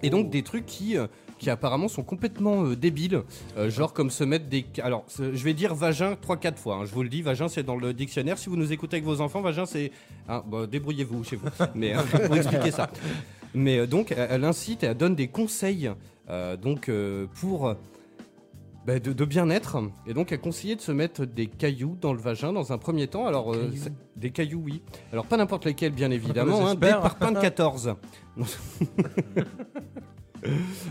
Speaker 4: et donc des trucs qui euh, qui apparemment sont complètement euh, débiles, Euh, genre comme se mettre des... Alors, c'est- je vais dire vagin 3-4 fois, hein. je vous le dis, vagin c'est dans le dictionnaire, si vous nous écoutez avec vos enfants, vagin c'est... hein, bah, débrouillez-vous chez vous, mais hein, pour expliquer ça. Mais euh, donc, elle elle incite et elle donne des conseils euh, donc euh, pour... euh, bah, de, de bien-être et donc elle conseillait de se mettre des cailloux dans le vagin dans un premier temps alors euh, c'est- des cailloux oui alors pas n'importe lesquels bien évidemment hein, des
Speaker 7: J'espère.
Speaker 4: parpaings de 14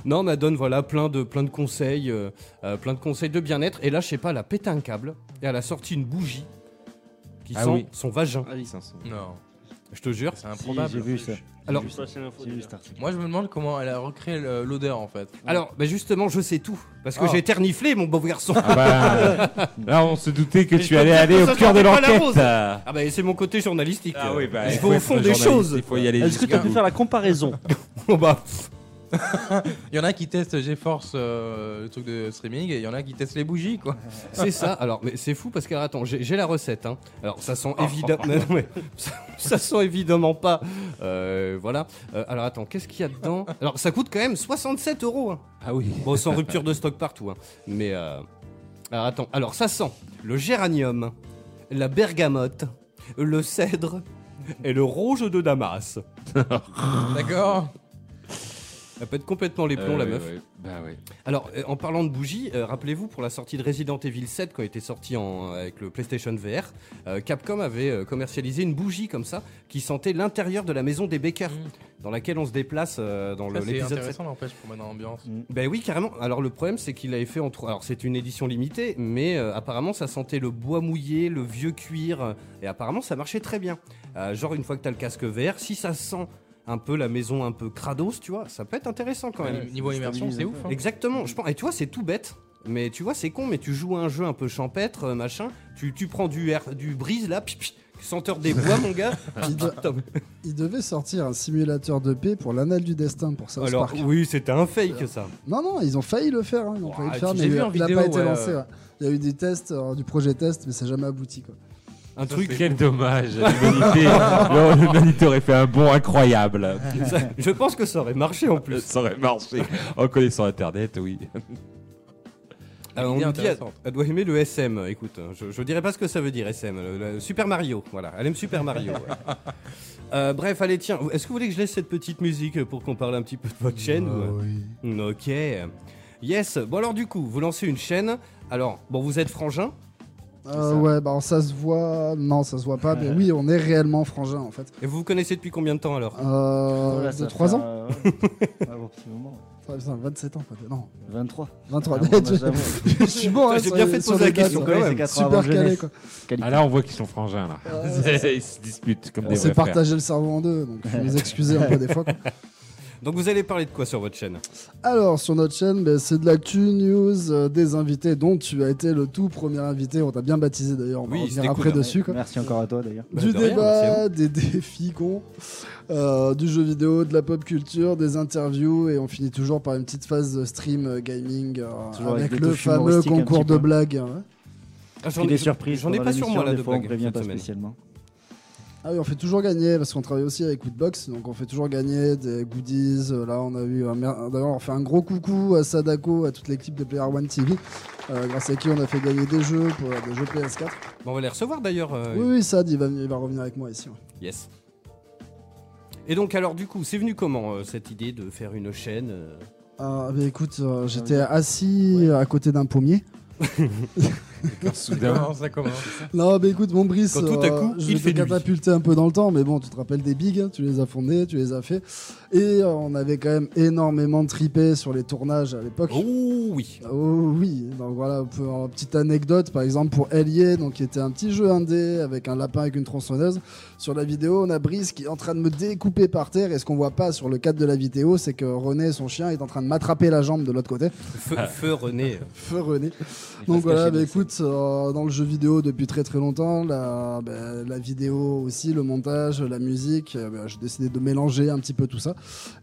Speaker 4: non, mais elle donne voilà plein de plein de conseils, euh, euh, plein de conseils de bien-être. Et là, je sais pas, elle a pété un câble et elle a sorti une bougie qui
Speaker 5: Ah
Speaker 4: sent
Speaker 5: oui.
Speaker 4: son vagin.
Speaker 7: Non,
Speaker 4: Je te jure.
Speaker 7: c'est improbable.
Speaker 8: Si, j'ai vu ça.
Speaker 4: Alors-
Speaker 8: j'ai vu, ça. J'ai vu cet article.
Speaker 7: Moi, je me demande comment elle a recréé le- l'odeur en fait.
Speaker 4: Alors, bah justement, je sais tout parce que
Speaker 7: Ah.
Speaker 4: j'ai terniflé mon beau garçon.
Speaker 5: Ah bah, là, on se doutait que
Speaker 4: Mais
Speaker 5: tu
Speaker 4: je peux
Speaker 5: allais
Speaker 4: dire
Speaker 5: aller
Speaker 4: que ça
Speaker 5: au cœur de
Speaker 4: sentait pas la
Speaker 5: l'enquête.
Speaker 4: rose.
Speaker 5: euh.
Speaker 4: Ah bah c'est mon côté journalistique.
Speaker 5: Ah
Speaker 4: euh.
Speaker 5: oui, bah,
Speaker 4: je
Speaker 5: il
Speaker 4: vais au
Speaker 5: être
Speaker 4: fond des
Speaker 5: journaliste,
Speaker 4: choses. Ah,
Speaker 5: Il faut y aller.
Speaker 3: Est-ce que tu as
Speaker 5: jusqu'au
Speaker 3: pu
Speaker 5: bout.
Speaker 3: faire la comparaison
Speaker 4: Bon, bah, pff,
Speaker 7: Il y en a qui testent GeForce, euh, le truc de streaming, et il y en a qui testent les bougies, quoi.
Speaker 4: c'est ça. Alors, mais c'est fou parce que alors, attends, j'ai j'ai la recette. hein. Alors, ça
Speaker 5: Ah.
Speaker 4: sent évidemment, ça, ça sent évidemment pas. Euh, voilà. Euh, alors attends, qu'est-ce qu'il y a dedans Alors, ça coûte quand même 67 euros. hein.
Speaker 5: Ah oui.
Speaker 4: Bon, sans rupture de stock partout. hein. Mais. euh, Alors, attends. Alors, ça sent le géranium, la bergamote, le cèdre et le rouge de Damas.
Speaker 7: D'accord
Speaker 4: Elle pète complètement les plombs, la
Speaker 5: Euh,
Speaker 4: meuf.
Speaker 5: ouais, Bah ouais.
Speaker 4: Alors, euh, en parlant de bougies, euh, rappelez-vous pour la sortie de Resident Evil 7, quand il était sorti en- avec le PlayStation VR, euh, Capcom avait euh, commercialisé une bougie comme ça qui sentait l'intérieur de la maison des Baker, dans laquelle on se déplace euh, dans le-
Speaker 7: Mm. Ça, C'est
Speaker 4: l'épisode 7.
Speaker 7: intéressant, n'empêche, pour mettre dans l'ambiance.
Speaker 4: Ben oui, carrément. Alors le problème, c'est qu'il avait fait en trois. Alors c'est une édition limitée, mais euh, apparemment ça sentait le bois mouillé, le vieux cuir, euh, et apparemment ça marchait très bien. Euh, genre une fois que t'as le casque vert, si ça sent un peu la maison un peu crados, tu vois, ça peut être intéressant quand même.
Speaker 7: Ouais, niveau immersion, c'est ouf. hein.
Speaker 4: Exactement. Je pense. Et tu vois, c'est tout bête. Mais tu vois, c'est con. Mais tu joues à un jeu un peu champêtre, euh, machin. Tu, tu prends du air, du brise là, pi, pi, senteur des bois, mon gars.
Speaker 6: Il, de-
Speaker 4: Putain, mais-
Speaker 6: il devait sortir un simulateur de paix pour l'anal du destin pour South
Speaker 4: Alors
Speaker 6: Park.
Speaker 4: oui, c'était un fake ça.
Speaker 6: Non, non, ils ont failli le faire. hein, Ils ont
Speaker 4: Ouah,
Speaker 6: failli le
Speaker 4: tu-
Speaker 6: faire,
Speaker 4: j'ai
Speaker 6: mais
Speaker 7: vu
Speaker 6: il
Speaker 7: en
Speaker 6: a il a
Speaker 7: vidéo,
Speaker 6: pas été
Speaker 7: ouais,
Speaker 6: lancé.
Speaker 4: euh.
Speaker 7: ouais.
Speaker 6: ouais. Il y a eu des tests, alors, du projet test, mais ça n'a jamais abouti. Quoi.
Speaker 4: Un truc.
Speaker 5: Quel dommage. L'humanité Non, l'humanité aurait fait un bond incroyable.
Speaker 4: ça- je pense que ça aurait marché en plus.
Speaker 5: Ça aurait marché. En connaissant Internet, oui.
Speaker 4: Ah, on
Speaker 7: Idée
Speaker 4: nous dit, elle,
Speaker 7: intéressante.
Speaker 4: elle doit aimer le SM. euh, Écoute, hein, je, je dirais pas ce que ça veut dire SM. le- le Super Mario, voilà. Elle aime Super Mario. ouais. Euh, bref, allez, tiens. Est-ce que vous voulez que je laisse cette petite musique pour qu'on parle un petit peu de votre chaîne ou- euh, Ok. Yes. Bon alors du coup, vous lancez une chaîne. Alors bon, vous êtes frangin.
Speaker 6: Euh, ouais, bah, ça se voit. Non, ça se voit pas. Mais oui, on est réellement frangins en fait.
Speaker 4: Et vous vous connaissez depuis combien de temps alors
Speaker 6: Euh,
Speaker 8: Voilà,
Speaker 6: de
Speaker 8: ça
Speaker 6: 3
Speaker 8: fait
Speaker 6: ans
Speaker 8: un- ouais, un bon petit moment.
Speaker 6: Ah, putain, 27 ans, peut-être. Non,
Speaker 8: 23.
Speaker 6: 23.
Speaker 8: Ah, bon, bah,
Speaker 6: Tu-
Speaker 8: j'avoue.
Speaker 6: je suis bon, hein,
Speaker 4: J'ai
Speaker 6: sur
Speaker 4: bien
Speaker 6: les-
Speaker 4: fait de
Speaker 6: sur
Speaker 4: poser
Speaker 6: les
Speaker 4: la question,
Speaker 6: dates,
Speaker 4: quand même.
Speaker 6: hein.
Speaker 8: 84 avant
Speaker 6: Super calé
Speaker 8: jeunesse.
Speaker 6: quoi.
Speaker 8: Qualité.
Speaker 5: Ah là, on voit qu'ils sont frangins, là.
Speaker 6: Ouais.
Speaker 5: Ils se disputent comme
Speaker 6: On
Speaker 5: des
Speaker 6: s'est
Speaker 5: vrais frères.
Speaker 6: partagé le cerveau en deux, donc je les excuser un peu des fois. quoi.
Speaker 4: Donc vous allez parler de quoi sur votre chaîne
Speaker 6: Alors, sur notre chaîne, ben, c'est de l'actu, news, euh, des invités, dont tu as été le tout premier invité. On t'a bien baptisé d'ailleurs, on
Speaker 4: Oui,
Speaker 6: va
Speaker 4: c'était
Speaker 6: revenir après
Speaker 4: cool, hein.
Speaker 6: dessus. Quoi.
Speaker 8: Merci encore à toi d'ailleurs.
Speaker 4: Bah,
Speaker 6: du
Speaker 4: de rien, merci à
Speaker 6: débat, des défis cons, euh, du jeu vidéo, de la pop culture, des interviews, et on finit toujours par une petite phase de stream euh, gaming euh,
Speaker 8: Toujours
Speaker 6: avec,
Speaker 8: avec des
Speaker 6: le
Speaker 8: touches
Speaker 6: fameux
Speaker 8: humoristiques un
Speaker 6: concours
Speaker 8: petit
Speaker 6: de
Speaker 8: peu.
Speaker 6: blagues. hein.
Speaker 4: Ah,
Speaker 8: Puis des surprises.
Speaker 4: J'en ai
Speaker 8: pendant
Speaker 4: pas sur
Speaker 8: l'émission,
Speaker 4: moi là
Speaker 8: des
Speaker 4: de
Speaker 8: fois,
Speaker 4: blague
Speaker 8: On prévient
Speaker 4: cette
Speaker 8: pas
Speaker 4: semaine.
Speaker 8: spécialement.
Speaker 6: Ah oui, on fait toujours gagner parce qu'on travaille aussi avec Woodbox, donc on fait toujours gagner des goodies. Euh, Là, on a eu un mer- d'ailleurs on fait un gros coucou à Sadako, à toute l'équipe de Player One TV, euh, grâce à qui on a fait gagner des jeux pour des jeux PS4.
Speaker 4: Bon, on va les recevoir d'ailleurs. euh,
Speaker 6: Oui, oui, Sad, il va, venir- il va revenir avec moi ici. ouais.
Speaker 4: Yes. Et donc alors du coup, c'est venu comment euh, cette idée de faire une chaîne euh
Speaker 6: Ah, bah, écoute, euh, j'étais assis à côté d'un pommier.
Speaker 5: Soudain.
Speaker 7: ça commence.
Speaker 6: Non, mais écoute, mon Brice,
Speaker 4: Quand tout à
Speaker 6: euh,
Speaker 4: coup,
Speaker 6: je
Speaker 4: il
Speaker 6: vais
Speaker 4: fait
Speaker 6: te
Speaker 4: nuit.
Speaker 6: catapulter un peu dans le temps, mais bon, tu te rappelles des bigs, hein, tu les as fondés, tu les as fait. Et euh, on avait quand même énormément tripé sur les tournages à l'époque.
Speaker 4: Oh oui.
Speaker 6: Oh oui, donc voilà, pour une petite anecdote par exemple pour Elie, donc qui était un petit jeu indé avec un lapin avec une tronçonneuse. Sur la vidéo, on a Brice qui est en train de me découper par terre et ce qu'on voit pas sur le cadre de la vidéo, c'est que René, son chien, est en train de m'attraper la jambe de l'autre côté.
Speaker 4: Feu,
Speaker 8: Ah.
Speaker 4: feu René.
Speaker 6: Feu René. Donc voilà, bah, écoute, euh, dans le jeu vidéo depuis très très longtemps, la, bah, la vidéo aussi, le montage, la musique, euh, bah, j'ai décidé de mélanger un petit peu tout ça.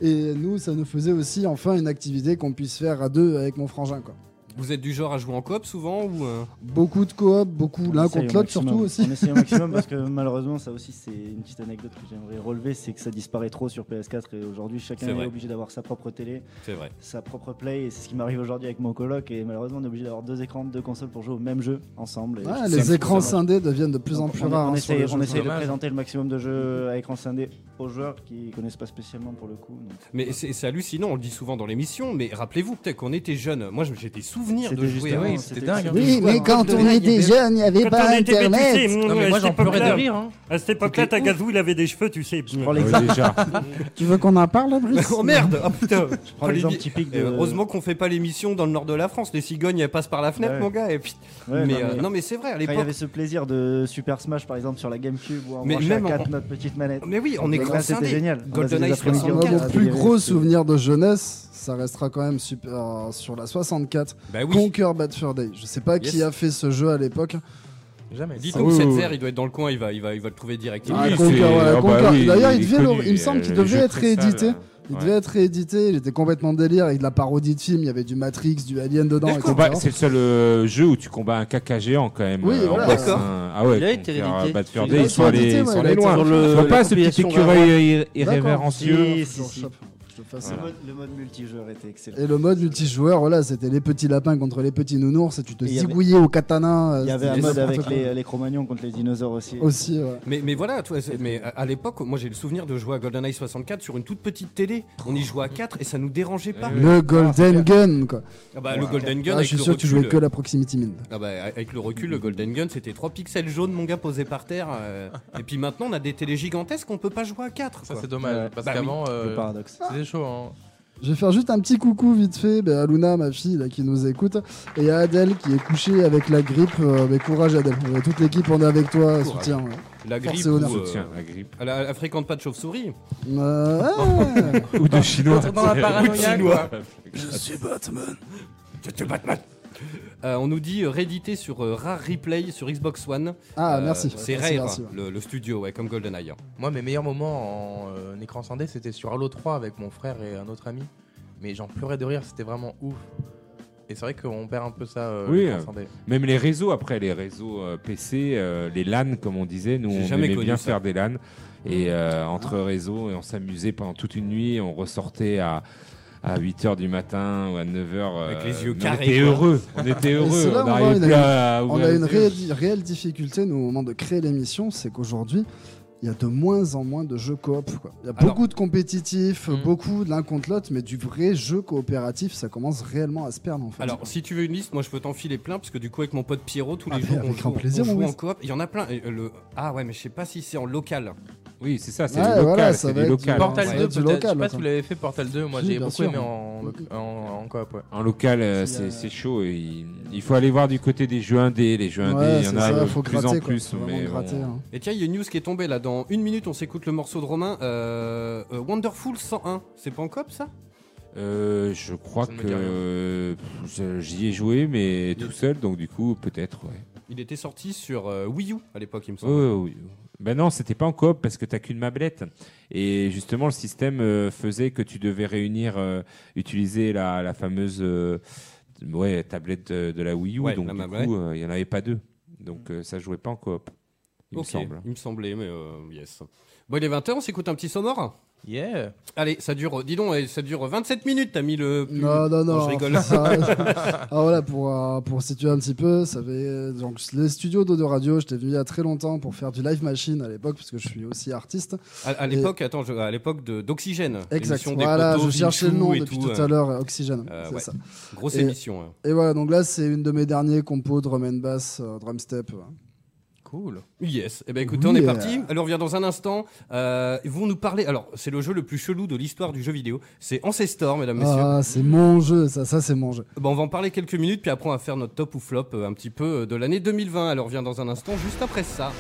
Speaker 6: Et nous, ça nous faisait aussi enfin une activité qu'on puisse faire à deux avec mon frangin quoi.
Speaker 4: Vous êtes du genre à jouer en coop souvent ou euh,
Speaker 6: Beaucoup de coop, beaucoup
Speaker 8: On
Speaker 6: l'un
Speaker 8: essaye
Speaker 6: contre
Speaker 8: au
Speaker 6: l'autre
Speaker 8: maximum.
Speaker 6: surtout aussi.
Speaker 8: On essaye au maximum parce que malheureusement, ça aussi, c'est une petite anecdote que j'aimerais relever c'est que ça disparaît trop sur PS4 et aujourd'hui, chacun
Speaker 4: C'est
Speaker 8: est,
Speaker 4: vrai.
Speaker 8: obligé d'avoir sa propre télé,
Speaker 4: C'est vrai.
Speaker 8: sa propre play. Et c'est ce qui m'arrive aujourd'hui avec mon coloc. Et malheureusement, on est obligé d'avoir deux écrans, deux consoles pour jouer au même jeu ensemble. Et
Speaker 6: Ouais,
Speaker 8: je-
Speaker 6: les
Speaker 8: ça me-
Speaker 6: écrans
Speaker 8: ça me-
Speaker 6: scindés deviennent de plus en
Speaker 8: Donc,
Speaker 6: plus
Speaker 8: on,
Speaker 6: rares.
Speaker 8: on
Speaker 6: hein, sur les
Speaker 8: essaye,
Speaker 6: jeux.
Speaker 8: on essaye de
Speaker 7: Dommage.
Speaker 8: présenter le maximum de jeux à écran scindé aux joueurs qui connaissent pas spécialement pour le coup. donc.
Speaker 4: Mais c'est c'est hallucinant, on le dit souvent dans l'émission, mais rappelez-vous peut-être qu'on était jeunes. Moi j'ai des souvenirs de
Speaker 8: C'était
Speaker 4: jouer.
Speaker 8: justement,
Speaker 4: hein.
Speaker 7: c'était
Speaker 8: c'était-
Speaker 7: dingue, hein.
Speaker 8: c'était-
Speaker 9: Oui, mais quand on était jeune, il n'y avait pas Internet.
Speaker 7: Non, mais moi j'en pleurais de rire. Hein.
Speaker 9: À cette époque-là, ta gazou, il avait des cheveux, tu sais.
Speaker 8: Je prends
Speaker 5: Ah Oui,
Speaker 8: l'exemple
Speaker 5: déjà.
Speaker 9: Tu veux qu'on en parle, Bruce
Speaker 4: oh merde Ah putain
Speaker 8: je prends l'exemple
Speaker 4: Olivier-
Speaker 8: typique de.
Speaker 4: Eh, Heureusement qu'on fait pas l'émission dans le nord de la France, les cigognes elles passent par la fenêtre
Speaker 8: Ouais.
Speaker 4: mon gars. Et puis...
Speaker 8: Ouais,
Speaker 4: mais,
Speaker 8: non,
Speaker 4: euh,
Speaker 8: mais
Speaker 4: non mais c'est vrai à
Speaker 8: Quand il y
Speaker 4: l'époque.
Speaker 8: avait ce plaisir de Super Smash par exemple sur la GameCube ou en
Speaker 4: Mais
Speaker 8: branchant à
Speaker 4: même en-
Speaker 8: 4 notre petite manette.
Speaker 4: Mais oui, on est
Speaker 8: Là, c'était génial. On faisait
Speaker 4: GoldenEye
Speaker 8: des après-midi
Speaker 6: Moi, mon
Speaker 4: 64.
Speaker 8: quatre.
Speaker 6: plus gros
Speaker 8: Ouais.
Speaker 6: souvenir de jeunesse, ça restera quand même super, euh, sur la 64,
Speaker 4: Bah oui,
Speaker 6: Conquer Bad Fur Day. Je sais pas
Speaker 4: Yes.
Speaker 6: qui a fait ce jeu à l'époque.
Speaker 7: Jamais.
Speaker 4: dis
Speaker 7: Dites
Speaker 4: donc
Speaker 5: oui,
Speaker 4: cette
Speaker 5: oui.
Speaker 4: il doit être dans le coin, il va, il va, il va le trouver
Speaker 5: Oui,
Speaker 4: directement.
Speaker 6: Ah,
Speaker 5: c'est-
Speaker 6: Conker, voilà,
Speaker 5: ah bah
Speaker 6: Conker.
Speaker 5: oui,
Speaker 6: D'ailleurs, il
Speaker 5: est
Speaker 6: devait-
Speaker 5: connu,
Speaker 6: il me semble qu'il
Speaker 5: euh, les
Speaker 6: devait
Speaker 5: jeux
Speaker 6: être
Speaker 5: très
Speaker 6: réédité.
Speaker 5: sales,
Speaker 6: Il
Speaker 5: ouais.
Speaker 6: devait être réédité, j'étais complètement délire avec de la parodie de film, il y avait du Matrix, du Alien dedans,
Speaker 5: Le combat-
Speaker 6: etc.
Speaker 5: C'est le seul euh, jeu où tu combats un caca géant quand même.
Speaker 6: hein. Oui,
Speaker 5: euh, en
Speaker 6: voilà.
Speaker 5: boxe,
Speaker 4: D'accord.
Speaker 5: hein. Ah ouais,
Speaker 10: Il a été
Speaker 5: Conker,
Speaker 10: réédité.
Speaker 5: Bad Fur
Speaker 6: Il
Speaker 5: Day,
Speaker 6: a
Speaker 5: ils
Speaker 6: été
Speaker 5: sont allés,
Speaker 6: réédité,
Speaker 5: ils
Speaker 6: ouais,
Speaker 5: sont
Speaker 6: il a
Speaker 5: allés
Speaker 6: été
Speaker 5: loin.
Speaker 10: Sur
Speaker 5: Je
Speaker 10: le,
Speaker 5: vois
Speaker 10: la
Speaker 5: pas ce petit
Speaker 10: compilation
Speaker 5: écureuil
Speaker 10: Rare.
Speaker 5: irré-
Speaker 6: D'accord.
Speaker 5: irrévérencieux.
Speaker 8: Si, si,
Speaker 6: Faut que je
Speaker 8: si.
Speaker 6: chope, faut que je le fasse.
Speaker 8: Le mode- Le mode multijoueur était excellent.
Speaker 6: Et le mode multijoueur, voilà, c'était les petits lapins contre les petits nounours et tu te
Speaker 8: Et il y avait-
Speaker 6: zigouillais au katana. euh,
Speaker 8: Il y avait un
Speaker 6: c'était
Speaker 8: mode avec
Speaker 6: n'importe
Speaker 8: les, les Cro-Magnons contre les dinosaures aussi.
Speaker 6: quoi. Aussi, ouais.
Speaker 4: Mais, mais voilà, toi, c'est- mais à- à l'époque, moi j'ai le souvenir de jouer à GoldenEye 64 sur une toute petite télé. On y jouait à 4 et ça nous dérangeait pas.
Speaker 6: Le Golden Gun, quoi.
Speaker 4: Ah bah, le Golden Gun,
Speaker 6: Euh, Ah, je
Speaker 4: avec
Speaker 6: suis
Speaker 4: le
Speaker 6: sûr que tu jouais
Speaker 4: recul-
Speaker 6: que la proximity mine.
Speaker 4: Ah bah, avec le recul, le Golden Gun, c'était 3 pixels jaunes, mon gars, posés par terre. euh. et puis maintenant, on a des télés gigantesques, on peut pas jouer à 4.
Speaker 7: Ça c'est dommage
Speaker 8: Ouais.
Speaker 7: parce
Speaker 4: Bah oui.
Speaker 7: qu'avant
Speaker 8: Le
Speaker 7: euh,
Speaker 8: paradoxe.
Speaker 7: c'était chaud. Hein.
Speaker 6: Je vais faire juste un petit coucou vite fait ben, à Luna, ma fille, là, qui nous écoute, et à Adèle qui est couchée avec la grippe. Euh, mais courage, Adèle. Euh, Toute l'équipe, on est avec toi,
Speaker 4: Courage.
Speaker 6: soutien. ouais.
Speaker 4: La grippe,
Speaker 6: Force et
Speaker 4: ou,
Speaker 6: honneur.
Speaker 4: euh,
Speaker 5: Tiens, la grippe.
Speaker 4: elle, elle fréquente pas de chauve-souris.
Speaker 6: Euh, ah,
Speaker 5: Ou de chinois.
Speaker 7: Dans la paranoïa, quoi.
Speaker 4: Euh, on nous dit euh, réédité sur euh, Rare Replay sur Xbox One.
Speaker 6: ah,
Speaker 4: Euh,
Speaker 6: merci.
Speaker 4: C'est
Speaker 6: Merci,
Speaker 4: Rare,
Speaker 6: merci, ouais.
Speaker 4: le, le studio, ouais, comme GoldenEye. hein.
Speaker 7: Moi, mes meilleurs moments en euh, écran scindé, c'était sur Halo 3 avec mon frère et un autre ami. Mais j'en pleurais de rire, c'était vraiment ouf. Et c'est vrai qu'on perd un peu ça. euh,
Speaker 5: Oui,
Speaker 7: l'écran
Speaker 5: euh,
Speaker 7: scindé.
Speaker 5: Même les réseaux, après, les réseaux euh, PC, euh, les LAN, comme on disait, nous,
Speaker 4: J'ai
Speaker 5: on
Speaker 4: jamais
Speaker 5: aimait
Speaker 4: connu
Speaker 5: bien
Speaker 4: ça.
Speaker 5: faire des LAN. Et euh, entre réseaux, et on s'amusait pendant toute une nuit, on ressortait à. À 8h du matin ou à 9h.
Speaker 4: Avec les yeux
Speaker 5: on
Speaker 4: carrés,
Speaker 5: était
Speaker 4: quoi.
Speaker 5: heureux. On était
Speaker 6: c'est
Speaker 5: heureux.
Speaker 6: là
Speaker 5: on
Speaker 6: où on
Speaker 5: n'arrivait
Speaker 6: voit
Speaker 5: plus
Speaker 6: une-
Speaker 5: à
Speaker 6: On
Speaker 5: ouvrir
Speaker 6: a
Speaker 5: les
Speaker 6: une
Speaker 5: yeux.
Speaker 6: réelle, réelle difficulté, nous, au moment de créer l'émission, c'est qu'aujourd'hui, il y a de moins en moins de jeux coop. quoi. Il y a
Speaker 4: Alors- Hmm.
Speaker 6: beaucoup de compétitifs,
Speaker 7: Mm.
Speaker 6: beaucoup de l'un contre l'autre, mais du vrai jeu coopératif, ça commence réellement à se perdre en fait.
Speaker 4: Alors, si tu veux une liste, moi je peux t'en filer plein parce que du coup, avec mon pote Pierrot, tous les
Speaker 6: Ah, mais
Speaker 4: jours, on
Speaker 6: avec
Speaker 4: joue,
Speaker 6: grand plaisir,
Speaker 4: on
Speaker 6: mon
Speaker 4: joue
Speaker 6: Wes.
Speaker 4: en coop. Il y en a plein. Et, euh, le... Ah ouais, mais je sais pas si c'est en local.
Speaker 5: Oui, c'est ça, c'est
Speaker 6: Ouais,
Speaker 5: du local.
Speaker 6: voilà,
Speaker 5: c'est
Speaker 6: ça va
Speaker 5: du
Speaker 6: être
Speaker 5: local.
Speaker 6: du-
Speaker 7: Portal
Speaker 6: ouais,
Speaker 7: 2,
Speaker 6: du
Speaker 7: peut-être. Je sais
Speaker 6: local,
Speaker 7: pas si
Speaker 6: quoi.
Speaker 7: vous l'avez fait, Portal 2. Moi,
Speaker 6: Si,
Speaker 7: j'ai
Speaker 6: bien
Speaker 7: beaucoup
Speaker 6: sûr.
Speaker 7: aimé en, en, en coop, ouais.
Speaker 5: En local, euh,
Speaker 6: S'il y
Speaker 5: c'est
Speaker 6: a-
Speaker 5: c'est chaud. et Il, il faut aller voir du côté des jeux indés. Les jeux indés,
Speaker 6: Ouais,
Speaker 5: il y en
Speaker 6: c'est
Speaker 5: a
Speaker 6: ça,
Speaker 5: de
Speaker 6: faut
Speaker 5: plus
Speaker 6: gratter,
Speaker 5: en
Speaker 6: quoi.
Speaker 5: plus.
Speaker 6: Faut vraiment
Speaker 5: mais
Speaker 6: gratter,
Speaker 5: bon.
Speaker 6: hein.
Speaker 4: Et tiens, il y a une news qui est tombée là. Dans une minute, on s'écoute le morceau de Romain. Euh, euh, Wonderful 101. C'est pas en coop ça
Speaker 5: Euh, je crois
Speaker 7: Ça ne me
Speaker 5: que
Speaker 7: dit rien.
Speaker 5: euh, pff, je- j'y ai joué, mais tout seul, donc du coup, peut-être, ouais.
Speaker 4: Il était sorti sur euh, Wii U à l'époque, il me
Speaker 5: Ouais,
Speaker 4: semble.
Speaker 5: ouais, ouais. Ben non, c'était pas en coop parce que t'as qu'une mablette. Et justement, le système euh, faisait que tu devais réunir, euh, utiliser la, la fameuse euh, ouais, tablette de, de la Wii U.
Speaker 4: Ouais,
Speaker 5: donc
Speaker 4: la
Speaker 5: du coup,
Speaker 4: mablette.
Speaker 5: euh, il n'y en avait pas deux. Donc euh, ça jouait pas en coop. Euh, Il
Speaker 4: Ok,
Speaker 5: me semble.
Speaker 4: il me semblait, mais euh, yes. Bon, il est 20h, on s'écoute un petit sonore
Speaker 7: Yeah.
Speaker 4: Allez, ça dure, dis donc, eh, ça dure 27 minutes, t'as mis le... plus-
Speaker 6: Non, non, non.
Speaker 4: je rigole.
Speaker 6: Ça- Alors voilà, pour, euh, pour situer un petit peu, ça fait, euh, donc, les studios d'Audio Radio, j'étais venu il y a très longtemps pour faire du live machine à l'époque, parce que je suis aussi artiste.
Speaker 4: À, à l'époque, attends, je- à l'époque de- d'Oxygène.
Speaker 6: Exact.
Speaker 4: l'émission des
Speaker 6: Voilà,
Speaker 4: poteaux,
Speaker 6: je cherchais le nom
Speaker 4: Pichou et
Speaker 6: depuis
Speaker 4: tout,
Speaker 6: tout,
Speaker 4: euh,
Speaker 6: à l'heure, euh, Oxygène.
Speaker 4: euh,
Speaker 6: c'est
Speaker 4: ouais.
Speaker 6: ça.
Speaker 4: Grosse
Speaker 6: Et-
Speaker 4: émission. hein.
Speaker 6: Et voilà, donc là, c'est une de mes derniers compos drum and bass, euh, drum step.
Speaker 4: Cool. Yes. Eh ben écoutez,
Speaker 6: Oui,
Speaker 4: on est
Speaker 6: euh.
Speaker 4: parti. Alors, on revient dans un instant. Euh, ils vont nous parler. Alors, c'est le jeu le plus chelou de l'histoire du jeu vidéo. C'est Ancestor, mesdames, messieurs.
Speaker 6: Ah, c'est mon jeu, ça, ça c'est mon jeu.
Speaker 4: Bon, on va en parler quelques minutes, puis après, on va faire notre top ou flop euh, un petit peu euh, de l'année 2020. Alors, on revient dans un instant, juste après ça.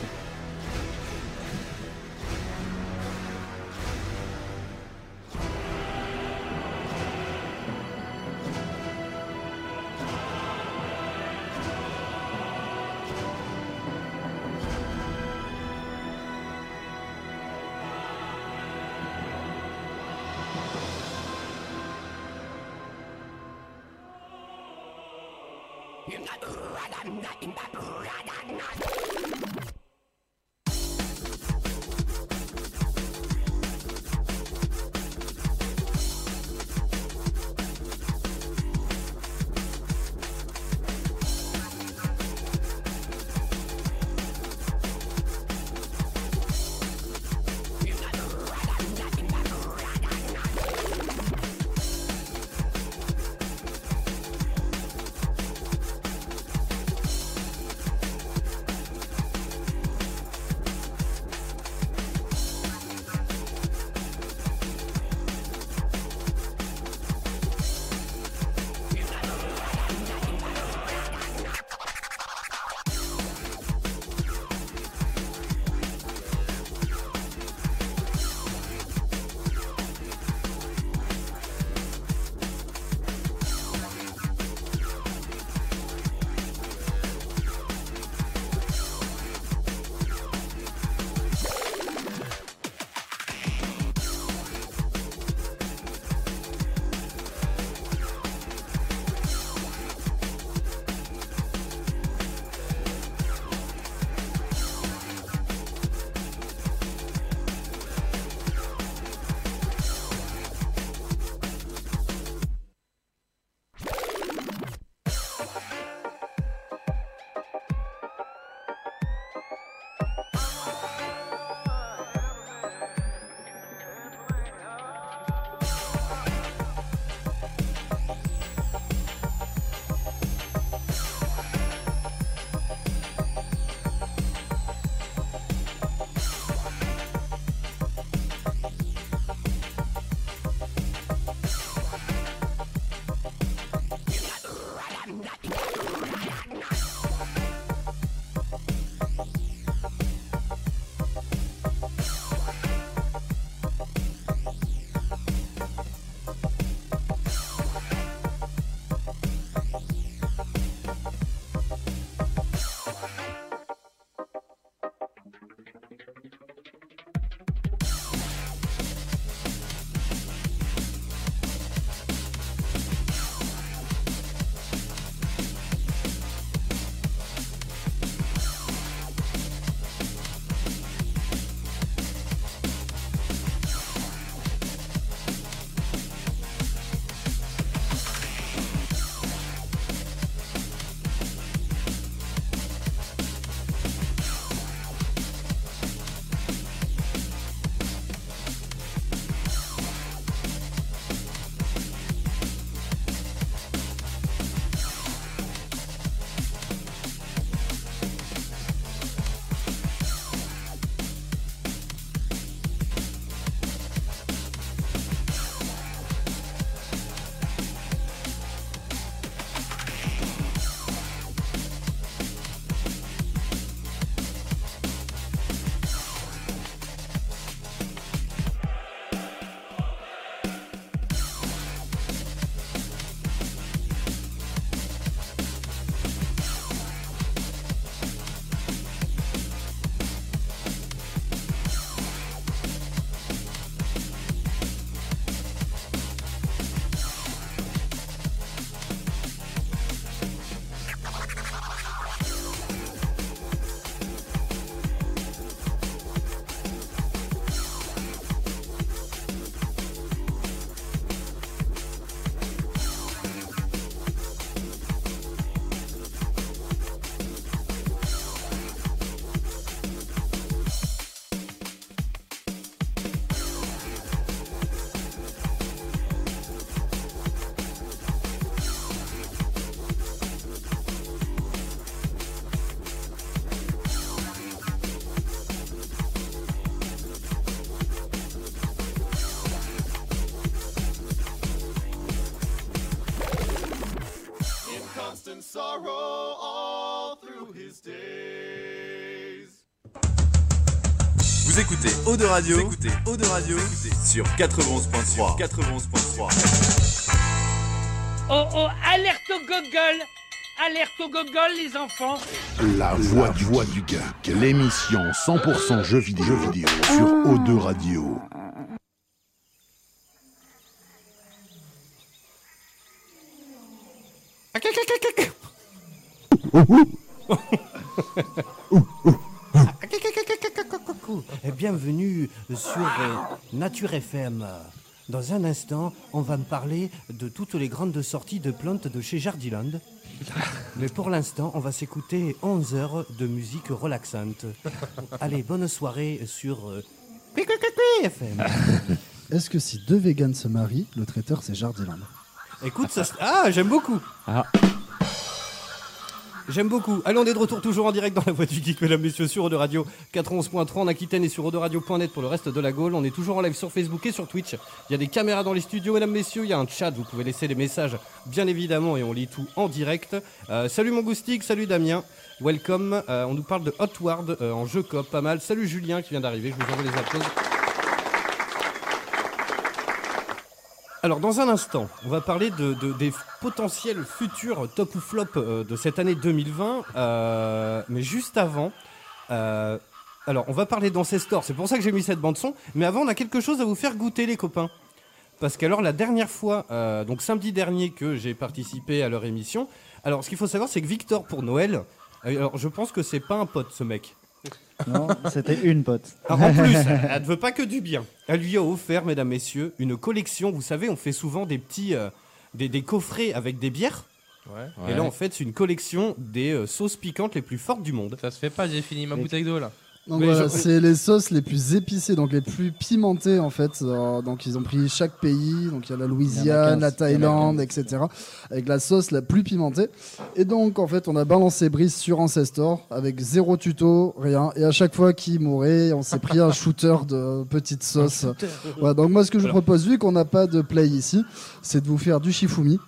Speaker 10: sorrow all through his days.
Speaker 11: Vous écoutez Eau de Radio, vous écoutez Eau de Radio sur 91.3. 91.3.
Speaker 1: Oh oh, alerte au gogol Alerte au gogol les enfants
Speaker 2: La voix, du, voix du geek, l'émission 100% jeux vidéo, jeux vidéo Ah. sur O2 Radio.
Speaker 12: Et Eh, Bienvenue sur euh, Nature FM. Dans un instant, on va me parler de toutes les grandes sorties de plantes de chez Jardiland. Mais pour l'instant, on va s'écouter 11 heures de musique relaxante. Allez, bonne soirée sur euh, FM.
Speaker 6: Est-ce que si deux vegans se marient, le traiteur c'est Jardiland
Speaker 4: Écoute, ça se- Ah, j'aime beaucoup J'aime beaucoup. Allez, on est de retour toujours en direct dans la voie du geek, mesdames, messieurs, sur Eau de Radio 91.3 en Aquitaine et sur Radio.net pour le reste de la Gaule. On est toujours en live sur Facebook et sur Twitch. Il y a des caméras dans les studios, mesdames, messieurs. Il y a un chat, vous pouvez laisser des messages, bien évidemment, et on lit tout en direct. Euh, salut mon Goustic, salut Damien, welcome. Euh, on nous parle de Hotward euh, en jeu cop, pas mal. Salut Julien qui vient d'arriver, je vous envoie les applaudissements. Alors, dans un instant, on va parler de, de- des potentiels futurs top ou flop euh, de cette année 2020. euh, mais juste avant, euh, alors, on va parler d'Ancestor. C'est pour ça que j'ai mis cette bande-son. Mais avant, on a quelque chose à vous faire goûter, les copains. Parce qu'alors, la dernière fois, euh, donc samedi dernier, que j'ai participé à leur émission, alors ce qu'il faut savoir, c'est que Victor, pour Noël, euh, alors je pense que c'est pas un pote, ce mec.
Speaker 8: Non, c'était une pote.
Speaker 4: Ah, en plus, elle ne veut pas que du bien. Elle lui a offert, mesdames, messieurs, une collection. Vous savez, on fait souvent des petits euh, des, des coffrets avec des bières.
Speaker 7: Ouais.
Speaker 4: Et là, en fait, c'est une collection des euh, sauces piquantes les plus fortes du monde.
Speaker 7: Ça se fait pas, j'ai fini ma
Speaker 4: Mais-
Speaker 7: bouteille d'eau là.
Speaker 6: Donc
Speaker 4: Mais
Speaker 6: voilà,
Speaker 4: je-
Speaker 6: c'est les sauces les plus épicées, donc les plus pimentées en fait. Euh, donc ils ont pris chaque pays, donc il y a la Louisiane,
Speaker 8: 15,
Speaker 6: la Thaïlande, etc. Avec la sauce la plus pimentée. Et donc en fait on a balancé Brice sur Ancestor avec zéro tuto, rien. Et à chaque fois qu'il mourait, on s'est pris un shooter de petites sauces. Voilà, donc moi ce que je vous propose, vu qu'on n'a pas de play ici, c'est de vous faire du shifumi.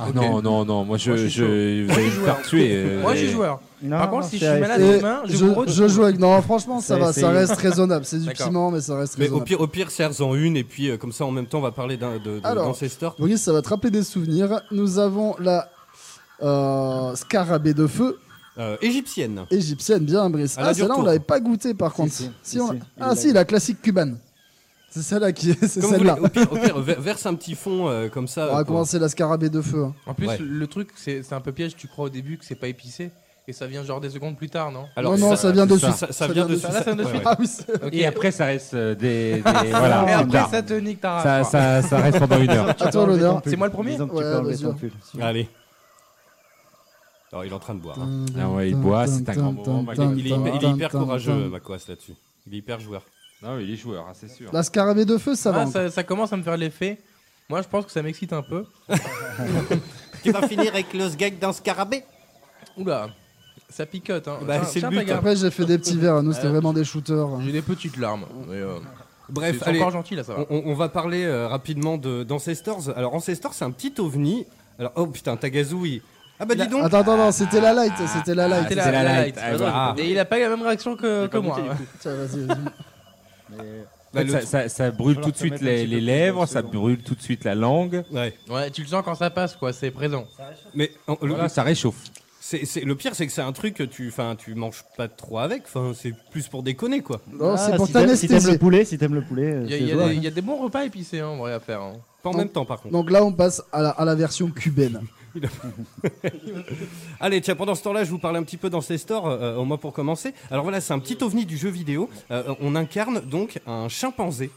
Speaker 5: Ah non, non, non, moi je.
Speaker 6: Moi, je suis
Speaker 5: je,
Speaker 6: chaud.
Speaker 5: vous allez me faire tuer. euh,
Speaker 7: Moi, je
Speaker 5: mais-
Speaker 7: suis joueur.
Speaker 8: Non,
Speaker 7: Par contre,
Speaker 8: non,
Speaker 7: si
Speaker 8: c'est
Speaker 7: je suis
Speaker 8: à
Speaker 7: malade
Speaker 8: essayer.
Speaker 7: demain, je,
Speaker 6: je,
Speaker 7: vous retrouve.
Speaker 6: je joue avec. Non, Ah, franchement, ça
Speaker 8: C'est à
Speaker 6: va, ça
Speaker 8: essayer.
Speaker 6: reste raisonnable. C'est du
Speaker 7: D'accord.
Speaker 6: piment, mais ça reste
Speaker 4: Mais au
Speaker 6: raisonnable.
Speaker 4: pire, au pire, serre-en une, et puis euh, comme ça, en même temps, on va parler d'un- de- de-
Speaker 6: Alors,
Speaker 4: d'Ancestor.
Speaker 6: Brice, ça va te rappeler des souvenirs. Nous avons la euh, scarabée de feu
Speaker 4: Euh, égyptienne.
Speaker 6: égyptienne, bien Brice.
Speaker 4: Elle a
Speaker 6: Ah,
Speaker 4: du
Speaker 6: celle-là, on
Speaker 4: retour.
Speaker 6: l'avait pas goûté par contre.
Speaker 8: si,
Speaker 6: Si,
Speaker 8: si,
Speaker 6: on-
Speaker 8: si.
Speaker 6: Ah, si, la classique cubane. C'est celle-là qui est. C'est
Speaker 4: Comme vous voulez,
Speaker 6: celle-là.
Speaker 4: au pire, au pire, ver- verse un petit fond euh, comme ça.
Speaker 6: On va
Speaker 4: euh, pour-
Speaker 6: commencer la scarabée de feu. hein.
Speaker 7: En plus,
Speaker 4: Ouais.
Speaker 7: le truc, c'est c'est un peu piège. Tu crois au début que c'est pas épicé et ça vient genre des secondes plus tard, non
Speaker 4: Alors,
Speaker 6: non, non, ça, vient
Speaker 5: c'est
Speaker 6: de suite.
Speaker 4: ça- ça vient de
Speaker 7: suite. Ah, ça vient de
Speaker 4: suite.
Speaker 6: Ah oui, c'est-
Speaker 7: Ok.
Speaker 5: Et après, ça reste euh, des. des- voilà,
Speaker 7: Et
Speaker 5: plus
Speaker 7: après,
Speaker 5: tard.
Speaker 7: ça te nique ta
Speaker 5: Ah, ça, ah.
Speaker 7: rage. quoi.
Speaker 5: ça, ça reste pendant une heure.
Speaker 6: à toi l'honneur.
Speaker 7: C'est moi le premier
Speaker 8: Disons que
Speaker 6: Ouais,
Speaker 8: tu peux enlever
Speaker 6: vas-y.
Speaker 8: ton pull.
Speaker 4: Allez. Alors, il est en train de boire. hein.
Speaker 5: Ah ouais, il boit, c'est un grand moment,
Speaker 4: Il, il est hyper- il est hyper
Speaker 6: Tintin,
Speaker 4: courageux,
Speaker 6: tintin.
Speaker 4: Macoas, là-dessus. Il est hyper joueur.
Speaker 5: Non, mais il est joueur, hein, c'est sûr.
Speaker 6: La scarabée de feu, ça
Speaker 7: Ah,
Speaker 6: va. encore.
Speaker 7: ça, ça commence à me faire l'effet. Moi, je pense que ça m'excite un peu.
Speaker 4: Tu vas finir avec le sgag d'un scarabée
Speaker 7: Oula, ça picote. Hein.
Speaker 4: Bah,
Speaker 7: Tiens,
Speaker 4: c'est le
Speaker 7: tiens,
Speaker 4: but,
Speaker 7: ta gaffe.
Speaker 6: Après, j'ai fait des petits verres. Nous, c'était
Speaker 7: Euh,
Speaker 6: vraiment des shooters.
Speaker 7: J'ai des petites larmes. mais, euh,
Speaker 4: Bref,
Speaker 7: c'est
Speaker 4: allez,
Speaker 7: encore gentil là, ça va.
Speaker 4: on, on- on va parler euh, rapidement de- d'Ancestors. Alors, Ancestors, c'est un petit ovni. Alors, oh putain, Tagazoui. Ah bah
Speaker 7: Il a-
Speaker 4: dis donc
Speaker 6: Attends, attends, non, c'était la light. C'était la light.
Speaker 7: C'était
Speaker 5: c'est la light.
Speaker 7: c'est pas
Speaker 5: Ah,
Speaker 7: drôle.
Speaker 5: voilà.
Speaker 4: bah,
Speaker 7: Et il a pas eu la même réaction que, que moi. hein.
Speaker 6: Tiens, vas-y, vas-y.
Speaker 8: Ah, Mais-
Speaker 5: En fait, Bah, ça, ça- ça brûle
Speaker 8: Falloir
Speaker 5: tout de
Speaker 8: se
Speaker 5: suite
Speaker 8: mettre un
Speaker 5: les,
Speaker 8: petit peu
Speaker 5: les
Speaker 8: plus
Speaker 5: lèvres,
Speaker 8: de
Speaker 5: ça
Speaker 8: secondes.
Speaker 5: brûle tout de suite la langue.
Speaker 4: Ouais,
Speaker 7: Ouais, tu le sens quand ça passe, quoi. C'est présent.
Speaker 4: mais en- le-
Speaker 5: Voilà, ça réchauffe.
Speaker 4: c'est- c'est- le pire, c'est que c'est un truc que tu, enfin, tu manges pas trop avec. Enfin, c'est plus pour déconner, quoi.
Speaker 6: Non, c'est
Speaker 8: Ah,
Speaker 6: pour
Speaker 8: si t'aimes- Si t'aimes
Speaker 6: t'anesthésier.
Speaker 8: le poulet, si t'aimes le poulet, euh,
Speaker 7: Il y, a-
Speaker 8: c'est
Speaker 7: il y a
Speaker 8: jouable.
Speaker 7: des- il y a des bons repas épicés, hein, en vrai, à faire. hein.
Speaker 4: Pas en
Speaker 6: Donc-
Speaker 4: même temps, par contre.
Speaker 6: Donc là, on passe à la, à la version cubaine.
Speaker 4: Allez, tiens, pendant ce temps-là, je vous parle un petit peu d'Ancestor, euh, au moins pour commencer. Alors voilà, c'est un petit ovni du jeu vidéo. Euh, on incarne donc un chimpanzé.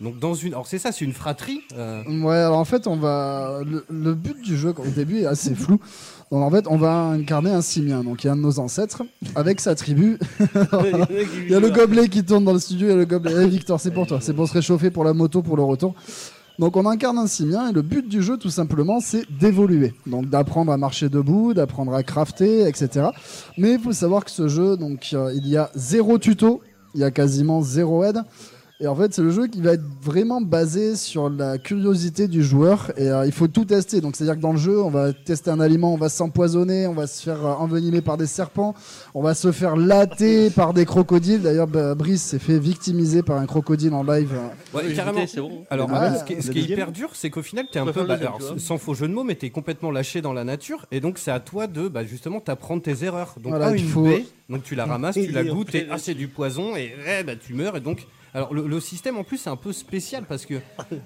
Speaker 4: Donc dans une... Alors c'est ça, c'est une fratrie. euh,
Speaker 6: Ouais, alors en fait, on va. Le, le but du jeu, au début, est assez flou. Donc en fait, on va incarner un simien, donc il y a un de nos ancêtres, avec sa tribu. Il y a le gobelet qui tourne dans le studio, il y a le gobelet. Eh, Victor, c'est pour toi, c'est pour se réchauffer pour la moto, pour le retour. Donc on incarne un simien et le but du jeu tout simplement c'est d'évoluer. Donc d'apprendre à marcher debout, d'apprendre à crafter, etc. Mais il faut savoir que ce jeu, donc euh, il y a zéro tuto, il y a quasiment zéro aide. Et en fait, c'est le jeu qui va être vraiment basé sur la curiosité du joueur. Et euh, il faut tout tester. Donc, c'est-à-dire que dans le jeu, on va tester un aliment, on va s'empoisonner, on va se faire euh, envenimer par des serpents, on va se faire latter par des crocodiles. D'ailleurs, bah, Brice s'est fait victimiser par un crocodile en live. euh.
Speaker 4: Ouais, carrément. Alors,
Speaker 6: Ah,
Speaker 4: ce qui est, ce qui est hyper dur, c'est qu'au final, t'es un
Speaker 6: Ouais,
Speaker 4: peu,
Speaker 6: ouais,
Speaker 4: bah,
Speaker 6: ouais,
Speaker 4: alors,
Speaker 6: tu vois.
Speaker 4: sans faux jeu de mots, mais t'es complètement lâché dans la nature, et donc c'est à toi de, bah, justement, t'apprendre tes erreurs. Donc,
Speaker 6: Voilà,
Speaker 4: ah,
Speaker 6: il
Speaker 4: une
Speaker 6: faut-
Speaker 4: baie, donc tu la ramasses, tu la
Speaker 6: Et-
Speaker 4: goûtes, et ah, c'est du poison, et eh, bah, tu meurs, et donc. Alors le, le système en plus c'est un peu spécial parce que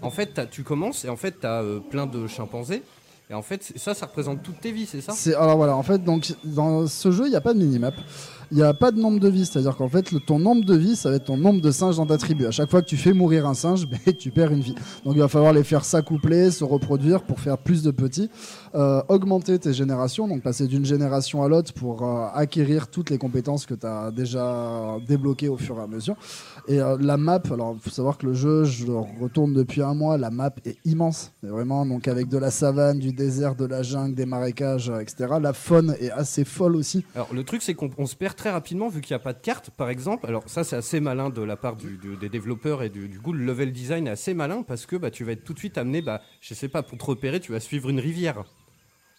Speaker 4: en fait t'as- tu commences et en fait t'as euh, plein de chimpanzés et en fait c'est- ça ça représente toutes tes vies c'est ça
Speaker 6: C'est- alors voilà, en fait, donc dans ce jeu, il n'y a pas de minimap. Il n'y a pas de nombre de vies, c'est-à-dire qu'en fait, le- ton nombre de vies, ça va être ton nombre de singes dans ta tribu. À chaque fois que tu fais mourir un singe, ben, tu perds une vie. Donc il va falloir les faire s'accoupler, se reproduire pour faire plus de petits, euh, augmenter tes générations, donc passer d'une génération à l'autre pour euh, acquérir toutes les compétences que tu as déjà débloquées au fur et à mesure. Et euh, la map, alors il faut savoir que le jeu, je le retourne depuis un mois, la map est immense. Mais vraiment, donc avec de la savane, du désert, de la jungle, des marécages, euh, etc. La faune est assez folle aussi.
Speaker 4: Alors le truc c'est qu'on on se perd très rapidement vu qu'il n'y a pas de carte par exemple. Alors ça c'est assez malin de la part du- du- des développeurs et du, du coup le level design est assez malin parce que bah, tu vas être tout de suite amené, bah, je sais pas, pour te repérer tu vas suivre une rivière.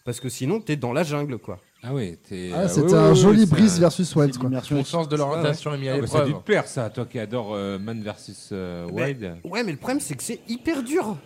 Speaker 4: Parce que sinon t'es dans la jungle quoi.
Speaker 5: Ah oui, t'es...
Speaker 6: Ah, c'était un joli Brice versus Wild. Quoi.
Speaker 5: Mon sens
Speaker 7: de l'orientation est
Speaker 6: Ah,
Speaker 7: mis à
Speaker 6: bah,
Speaker 5: Ça a dû
Speaker 7: l'épreuve.
Speaker 5: te plaire, ça, toi qui adore euh, Man versus euh, Wild.
Speaker 4: Ouais mais le problème c'est que c'est hyper dur.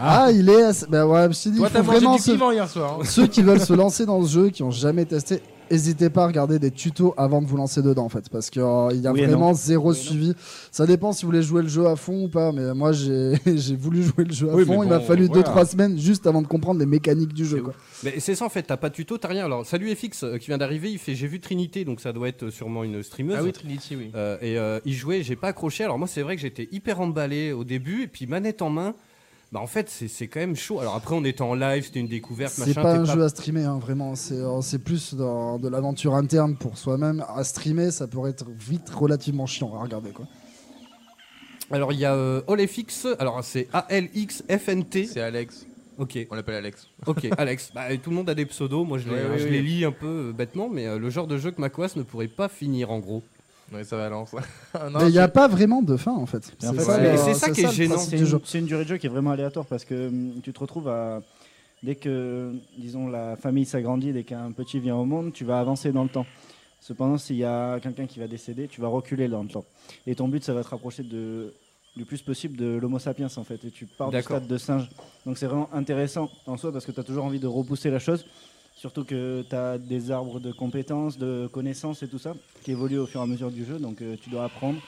Speaker 6: Ah, il est. assez- Ben ouais, je me suis dit,
Speaker 4: Toi,
Speaker 6: il
Speaker 4: t'as
Speaker 6: faut
Speaker 4: mangé
Speaker 6: vraiment
Speaker 4: du
Speaker 6: se-
Speaker 4: piment hier soir, hein.
Speaker 6: Ceux qui veulent se lancer dans ce jeu, qui n'ont jamais testé, n'hésitez pas à regarder des tutos avant de vous lancer dedans, en fait, parce qu'il y a
Speaker 8: Oui et
Speaker 6: vraiment
Speaker 8: non.
Speaker 6: zéro suivi. Ça dépend si vous voulez jouer le jeu à fond ou pas, mais moi j'ai j'ai voulu jouer le jeu à
Speaker 4: Oui,
Speaker 6: fond.
Speaker 4: mais
Speaker 6: il m'a
Speaker 4: bon,
Speaker 6: fallu 2-3
Speaker 4: voilà.
Speaker 6: semaines juste avant de comprendre les mécaniques du jeu. Quoi.
Speaker 4: Mais c'est ça en fait, t'as pas de tuto, t'as rien. Alors salut FX euh, qui vient d'arriver, il fait j'ai vu Trinité donc ça doit être euh, sûrement une streameuse.
Speaker 7: Ah oui, Trinity, oui.
Speaker 4: Euh, et euh, il jouait, j'ai pas accroché. Alors moi, c'est vrai que j'étais hyper emballé au début, et puis manette en main. Bah en fait, c'est- c'est quand même chaud. Alors après, on était en live, c'était une découverte,
Speaker 6: C'est
Speaker 4: machin.
Speaker 6: pas
Speaker 4: t'es
Speaker 6: un jeu à streamer, hein, vraiment. C'est euh, c'est plus dans- de l'aventure interne pour soi-même. À streamer, ça pourrait être vite relativement chiant à regarder. Quoi.
Speaker 4: Alors il y a euh, AllFX. Alors c'est A L X F N T.
Speaker 7: C'est Alex.
Speaker 4: Ok.
Speaker 7: On l'appelle Alex.
Speaker 4: Ok, Alex. Bah, tout le monde a des pseudos. Moi, je les,
Speaker 7: Ouais, ouais,
Speaker 4: je
Speaker 7: ouais.
Speaker 4: les lis un peu euh, bêtement, mais euh, le genre de jeu que Macquas ne pourrait pas finir en gros.
Speaker 7: Ouais, ça balance. Ah
Speaker 6: mais il n'y a pas vraiment de fin, en fait.
Speaker 8: Et en fait,
Speaker 6: ça,
Speaker 8: c'est-
Speaker 6: le-
Speaker 8: c'est
Speaker 6: c'est
Speaker 8: qui est
Speaker 6: le
Speaker 8: gênant.
Speaker 6: principe
Speaker 8: C'est
Speaker 6: du jeu.
Speaker 8: une, c'est une durée de jeu qui est vraiment aléatoire parce que hum, tu te retrouves à. Dès que, disons, la famille s'agrandit, dès qu'un petit vient au monde, tu vas avancer dans le temps. Cependant, s'il y a quelqu'un qui va décéder, tu vas reculer dans le temps. Et ton but, ça va te rapprocher de, du plus possible de l'Homo sapiens, en fait. Et tu pars du
Speaker 4: D'accord.
Speaker 8: stade de singe. Donc c'est vraiment intéressant en soi parce que tu as toujours envie de repousser la chose. Surtout que tu as des arbres de compétences, de connaissances et tout ça qui évoluent au fur et à mesure du jeu. Donc euh, tu dois apprendre.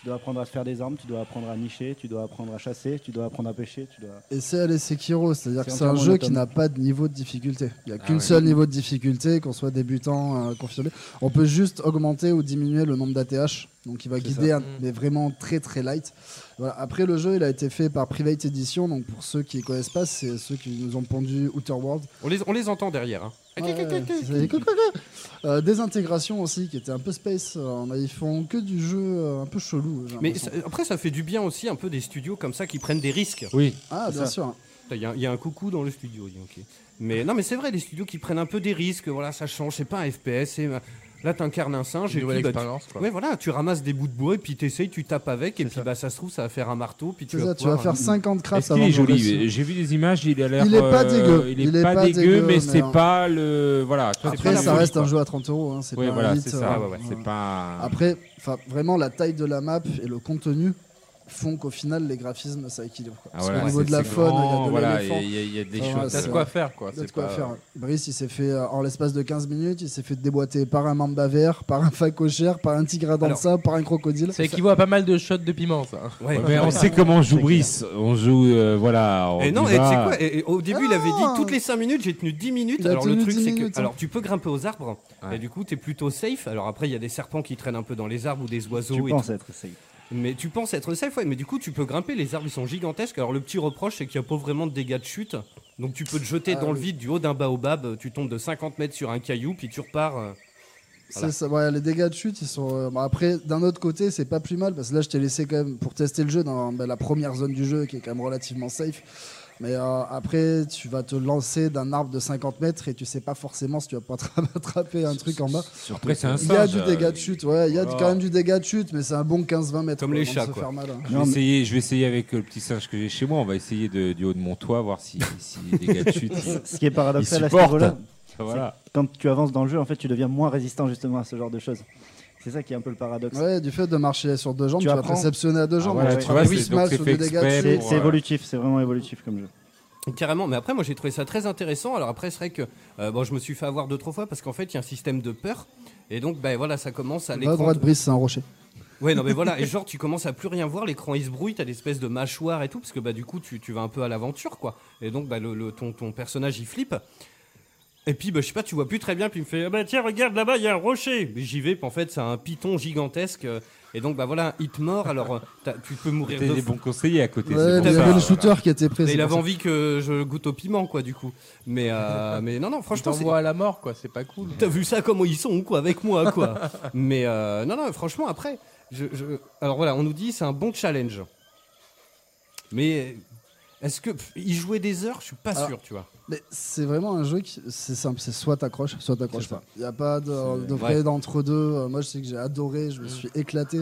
Speaker 8: Tu dois apprendre à te faire des armes, tu dois apprendre à nicher, tu dois apprendre à chasser, tu dois apprendre à pêcher, tu dois.
Speaker 6: Et c'est aller Sekiro, c'est-à-dire
Speaker 8: C'est
Speaker 6: que c'est un
Speaker 8: entièrement
Speaker 6: jeu
Speaker 8: monotone.
Speaker 6: qui n'a pas de niveau de difficulté. Il n'y a
Speaker 8: Ah
Speaker 6: qu'une
Speaker 8: ouais.
Speaker 6: seule niveau de difficulté, qu'on soit débutant, euh, confirmé. On peut juste augmenter ou diminuer le nombre d'ATH. Donc il va guider,
Speaker 8: ça.
Speaker 6: un- mais vraiment très très light. Voilà. Après, le jeu, il a été fait par Private Edition. Donc pour ceux qui ne connaissent pas, c'est ceux qui nous ont pondu Outer World.
Speaker 4: On les, on les entend derrière. hein.
Speaker 6: Ouais,
Speaker 4: ah,
Speaker 6: c'est- coucou, coucou. Euh, des intégrations aussi qui étaient un peu space. euh, mais ils font que du jeu euh, un peu chelou. j'ai
Speaker 4: Mais
Speaker 6: l'impression.
Speaker 4: ça- après, ça fait du bien aussi un peu des studios comme ça qui prennent des risques.
Speaker 5: Oui.
Speaker 6: Ah, bien sûr.
Speaker 4: Il y, a- il y a un coucou dans le studio, dis donc. Mais non, mais c'est vrai, les studios qui prennent un peu des risques, voilà, ça change, c'est pas un FPS, c'est. Là, t'incarnes un singe
Speaker 7: Une
Speaker 4: et
Speaker 7: nouvelle
Speaker 4: puis, bah, tu-
Speaker 7: expérience, quoi.
Speaker 4: ouais, voilà, tu ramasses des bouts de bois et puis t'essayes, tu tapes avec et puis bah ça se trouve ça va faire un marteau puis tu
Speaker 6: C'est
Speaker 4: vas,
Speaker 6: ça, tu vas
Speaker 4: pouvoir- euh,
Speaker 6: faire 50 crafts
Speaker 5: Est-ce qu'il est
Speaker 6: avant de
Speaker 5: joli
Speaker 6: réussir.
Speaker 5: J'ai vu des images, il a l'air.
Speaker 6: Il est pas
Speaker 5: euh,
Speaker 6: dégueu.
Speaker 5: Il est, pas, dégueu, mais c'est
Speaker 6: hein.
Speaker 5: pas le. Voilà. c'est pas
Speaker 6: Après,
Speaker 5: la
Speaker 6: ça
Speaker 5: folie,
Speaker 6: reste un
Speaker 5: quoi.
Speaker 6: jeu à 30 euros. hein, c'est
Speaker 5: Ouais,
Speaker 6: pas un
Speaker 5: voilà,
Speaker 6: hit,
Speaker 5: c'est ça.
Speaker 6: euh,
Speaker 5: ouais, ouais, c'est pas.
Speaker 6: Après, enfin, vraiment, la taille de la map et le contenu font qu'au final, les graphismes, ça équilibre. quoi.
Speaker 5: Ah,
Speaker 6: Parce
Speaker 5: voilà,
Speaker 6: qu'au niveau
Speaker 5: c'est-
Speaker 6: de la
Speaker 5: c'est
Speaker 6: faune, il y
Speaker 5: grand,
Speaker 6: a de
Speaker 7: Bah,
Speaker 5: voilà,
Speaker 6: l'éléphant.
Speaker 5: il y a- il y a des
Speaker 6: Enfin,
Speaker 5: choses. T'as
Speaker 6: voilà,
Speaker 5: de
Speaker 6: Ah, c'est-
Speaker 5: quoi faire, quoi,
Speaker 6: t'as
Speaker 5: c'est
Speaker 6: de quoi
Speaker 5: pas-
Speaker 6: faire. Brice, il s'est fait, euh, en l'espace de 15 minutes, il s'est fait déboîter par un mamba vert, par un facochère, par un tigre à dents de
Speaker 7: Alors,
Speaker 6: sable, par un crocodile.
Speaker 7: Ça équivaut à pas mal de shots de piment, ça.
Speaker 5: Ouais, mais on sait comment on joue Brice. On joue. euh, voilà. on
Speaker 7: Oh,
Speaker 4: Et non,
Speaker 5: y
Speaker 4: et tu sais
Speaker 5: va.
Speaker 4: quoi et- et Au début, il avait dit toutes les 5 minutes, j'ai tenu 10 minutes.
Speaker 6: Ah. Il a
Speaker 4: Alors, le
Speaker 6: tenu
Speaker 4: truc,
Speaker 6: 10
Speaker 4: c'est
Speaker 6: minutes,
Speaker 4: que.
Speaker 6: hein.
Speaker 4: Alors, tu peux grimper aux arbres, et du coup, t'es plutôt safe. Alors, après, il y a des serpents qui traînent un peu dans les arbres ou des oiseaux.
Speaker 8: Tu
Speaker 4: et
Speaker 8: penses
Speaker 4: tout.
Speaker 8: être safe.
Speaker 4: Mais tu penses être safe, ouais, mais du coup, tu peux grimper. Les arbres, ils sont gigantesques. Alors, le petit reproche, c'est qu'il n'y a pas vraiment de dégâts de chute. Donc, tu peux te jeter
Speaker 6: Ah
Speaker 4: dans le
Speaker 6: oui.
Speaker 4: vide du haut d'un baobab. Tu tombes de 50 mètres sur un caillou, puis tu repars. euh, voilà.
Speaker 6: C'est ça, ouais, les dégâts de chute, ils sont. euh, bah, après, d'un autre côté, c'est ben, pas plus mal parce que là, je t'ai laissé quand même pour tester le jeu dans bah, la première zone du jeu qui est quand même relativement safe. Mais euh, après, tu vas te lancer d'un arbre de 50 mètres et tu sais pas forcément si tu vas pas attra- attraper un truc en bas.
Speaker 5: Après, c'est un
Speaker 6: Il y a
Speaker 5: singe,
Speaker 6: du
Speaker 5: euh,
Speaker 6: dégât de chute, ouais, il y a du-
Speaker 5: voilà.
Speaker 6: quand même du dégât de chute, mais c'est un bon 15-20 mètres.
Speaker 4: Comme les
Speaker 6: avant de
Speaker 4: chats,
Speaker 6: se
Speaker 4: quoi.
Speaker 6: faire mal, hein.
Speaker 5: Je vais, essayer, je vais essayer avec euh, le petit singe que j'ai chez moi. On va essayer de, du haut de mon toit, voir si, si les dégâts de chute. ils-
Speaker 8: Ce qui est
Speaker 5: ils
Speaker 8: paradoxal à ce
Speaker 5: supportent.
Speaker 8: niveau-là,
Speaker 5: Voilà.
Speaker 8: c'est que quand tu avances dans le jeu, en fait, tu deviens moins résistant justement à ce genre de choses. C'est ça qui est un peu le paradoxe.
Speaker 6: Ouais, du fait de marcher sur deux jambes, tu, vas
Speaker 8: apprends.
Speaker 6: perceptionner à deux jambes.
Speaker 8: voilà,
Speaker 6: donc
Speaker 8: tu
Speaker 6: feras
Speaker 8: vois,
Speaker 6: plus
Speaker 8: c'est-
Speaker 6: mal
Speaker 8: donc
Speaker 6: sur des dégâts de chute.
Speaker 8: C'est
Speaker 4: pour,
Speaker 8: c'est
Speaker 4: euh,
Speaker 8: évolutif, c'est vraiment évolutif comme jeu.
Speaker 4: Carrément, mais après moi j'ai trouvé ça très intéressant. Alors après c'est vrai que euh, bon je me suis fait avoir deux trois fois parce qu'en fait il y a un système de peur et donc ben voilà ça commence à
Speaker 6: Va
Speaker 4: l'écran.
Speaker 6: à droite, brise, c'est un rocher.
Speaker 4: Ouais non mais voilà et genre tu commences à plus rien voir, l'écran il se brouille, t'as l'espèce de mâchoire et tout parce que bah du coup tu, tu vas un peu à l'aventure quoi. Et donc bah le, le- ton ton personnage il flippe. Et puis bah je sais pas tu vois plus très bien puis il me fait ah bah tiens regarde là-bas il y a un rocher. Mais J'y vais puis en fait c'est un python gigantesque euh, et donc bah voilà un hit mort alors euh, t'as- tu peux mourir
Speaker 5: T'es
Speaker 4: de
Speaker 5: des bons conseillers à côté.
Speaker 6: Ouais,
Speaker 5: c'est
Speaker 6: il
Speaker 5: pour
Speaker 6: y
Speaker 5: ça,
Speaker 6: avait le
Speaker 5: voilà.
Speaker 6: shooter qui était prêt.
Speaker 4: Mais
Speaker 6: c'est
Speaker 4: il
Speaker 6: pour
Speaker 4: avait
Speaker 6: ça.
Speaker 4: envie que je goûte au piment, quoi, du coup. Mais, euh, mais non, non, franchement.
Speaker 7: t'envoie
Speaker 4: à la mort, quoi, c'est pas cool. T'as vu ça, comment ils sont, quoi, avec moi, quoi. mais euh, non, non, franchement, après. Je, je- Alors voilà, on nous dit c'est un bon challenge. Mais est-ce que. pff, y jouer des heures, je suis pas
Speaker 6: Alors,
Speaker 4: sûr, tu vois.
Speaker 6: Mais c'est vraiment un jeu qui c'est simple, c'est soit t'accroches, soit t'accroches
Speaker 4: C'est ça.
Speaker 6: pas. Il n'y a pas de,
Speaker 4: C'est-
Speaker 6: de
Speaker 4: ouais.
Speaker 6: vrai d'entre deux. Euh, Moi, je sais que j'ai adoré, je me suis éclaté.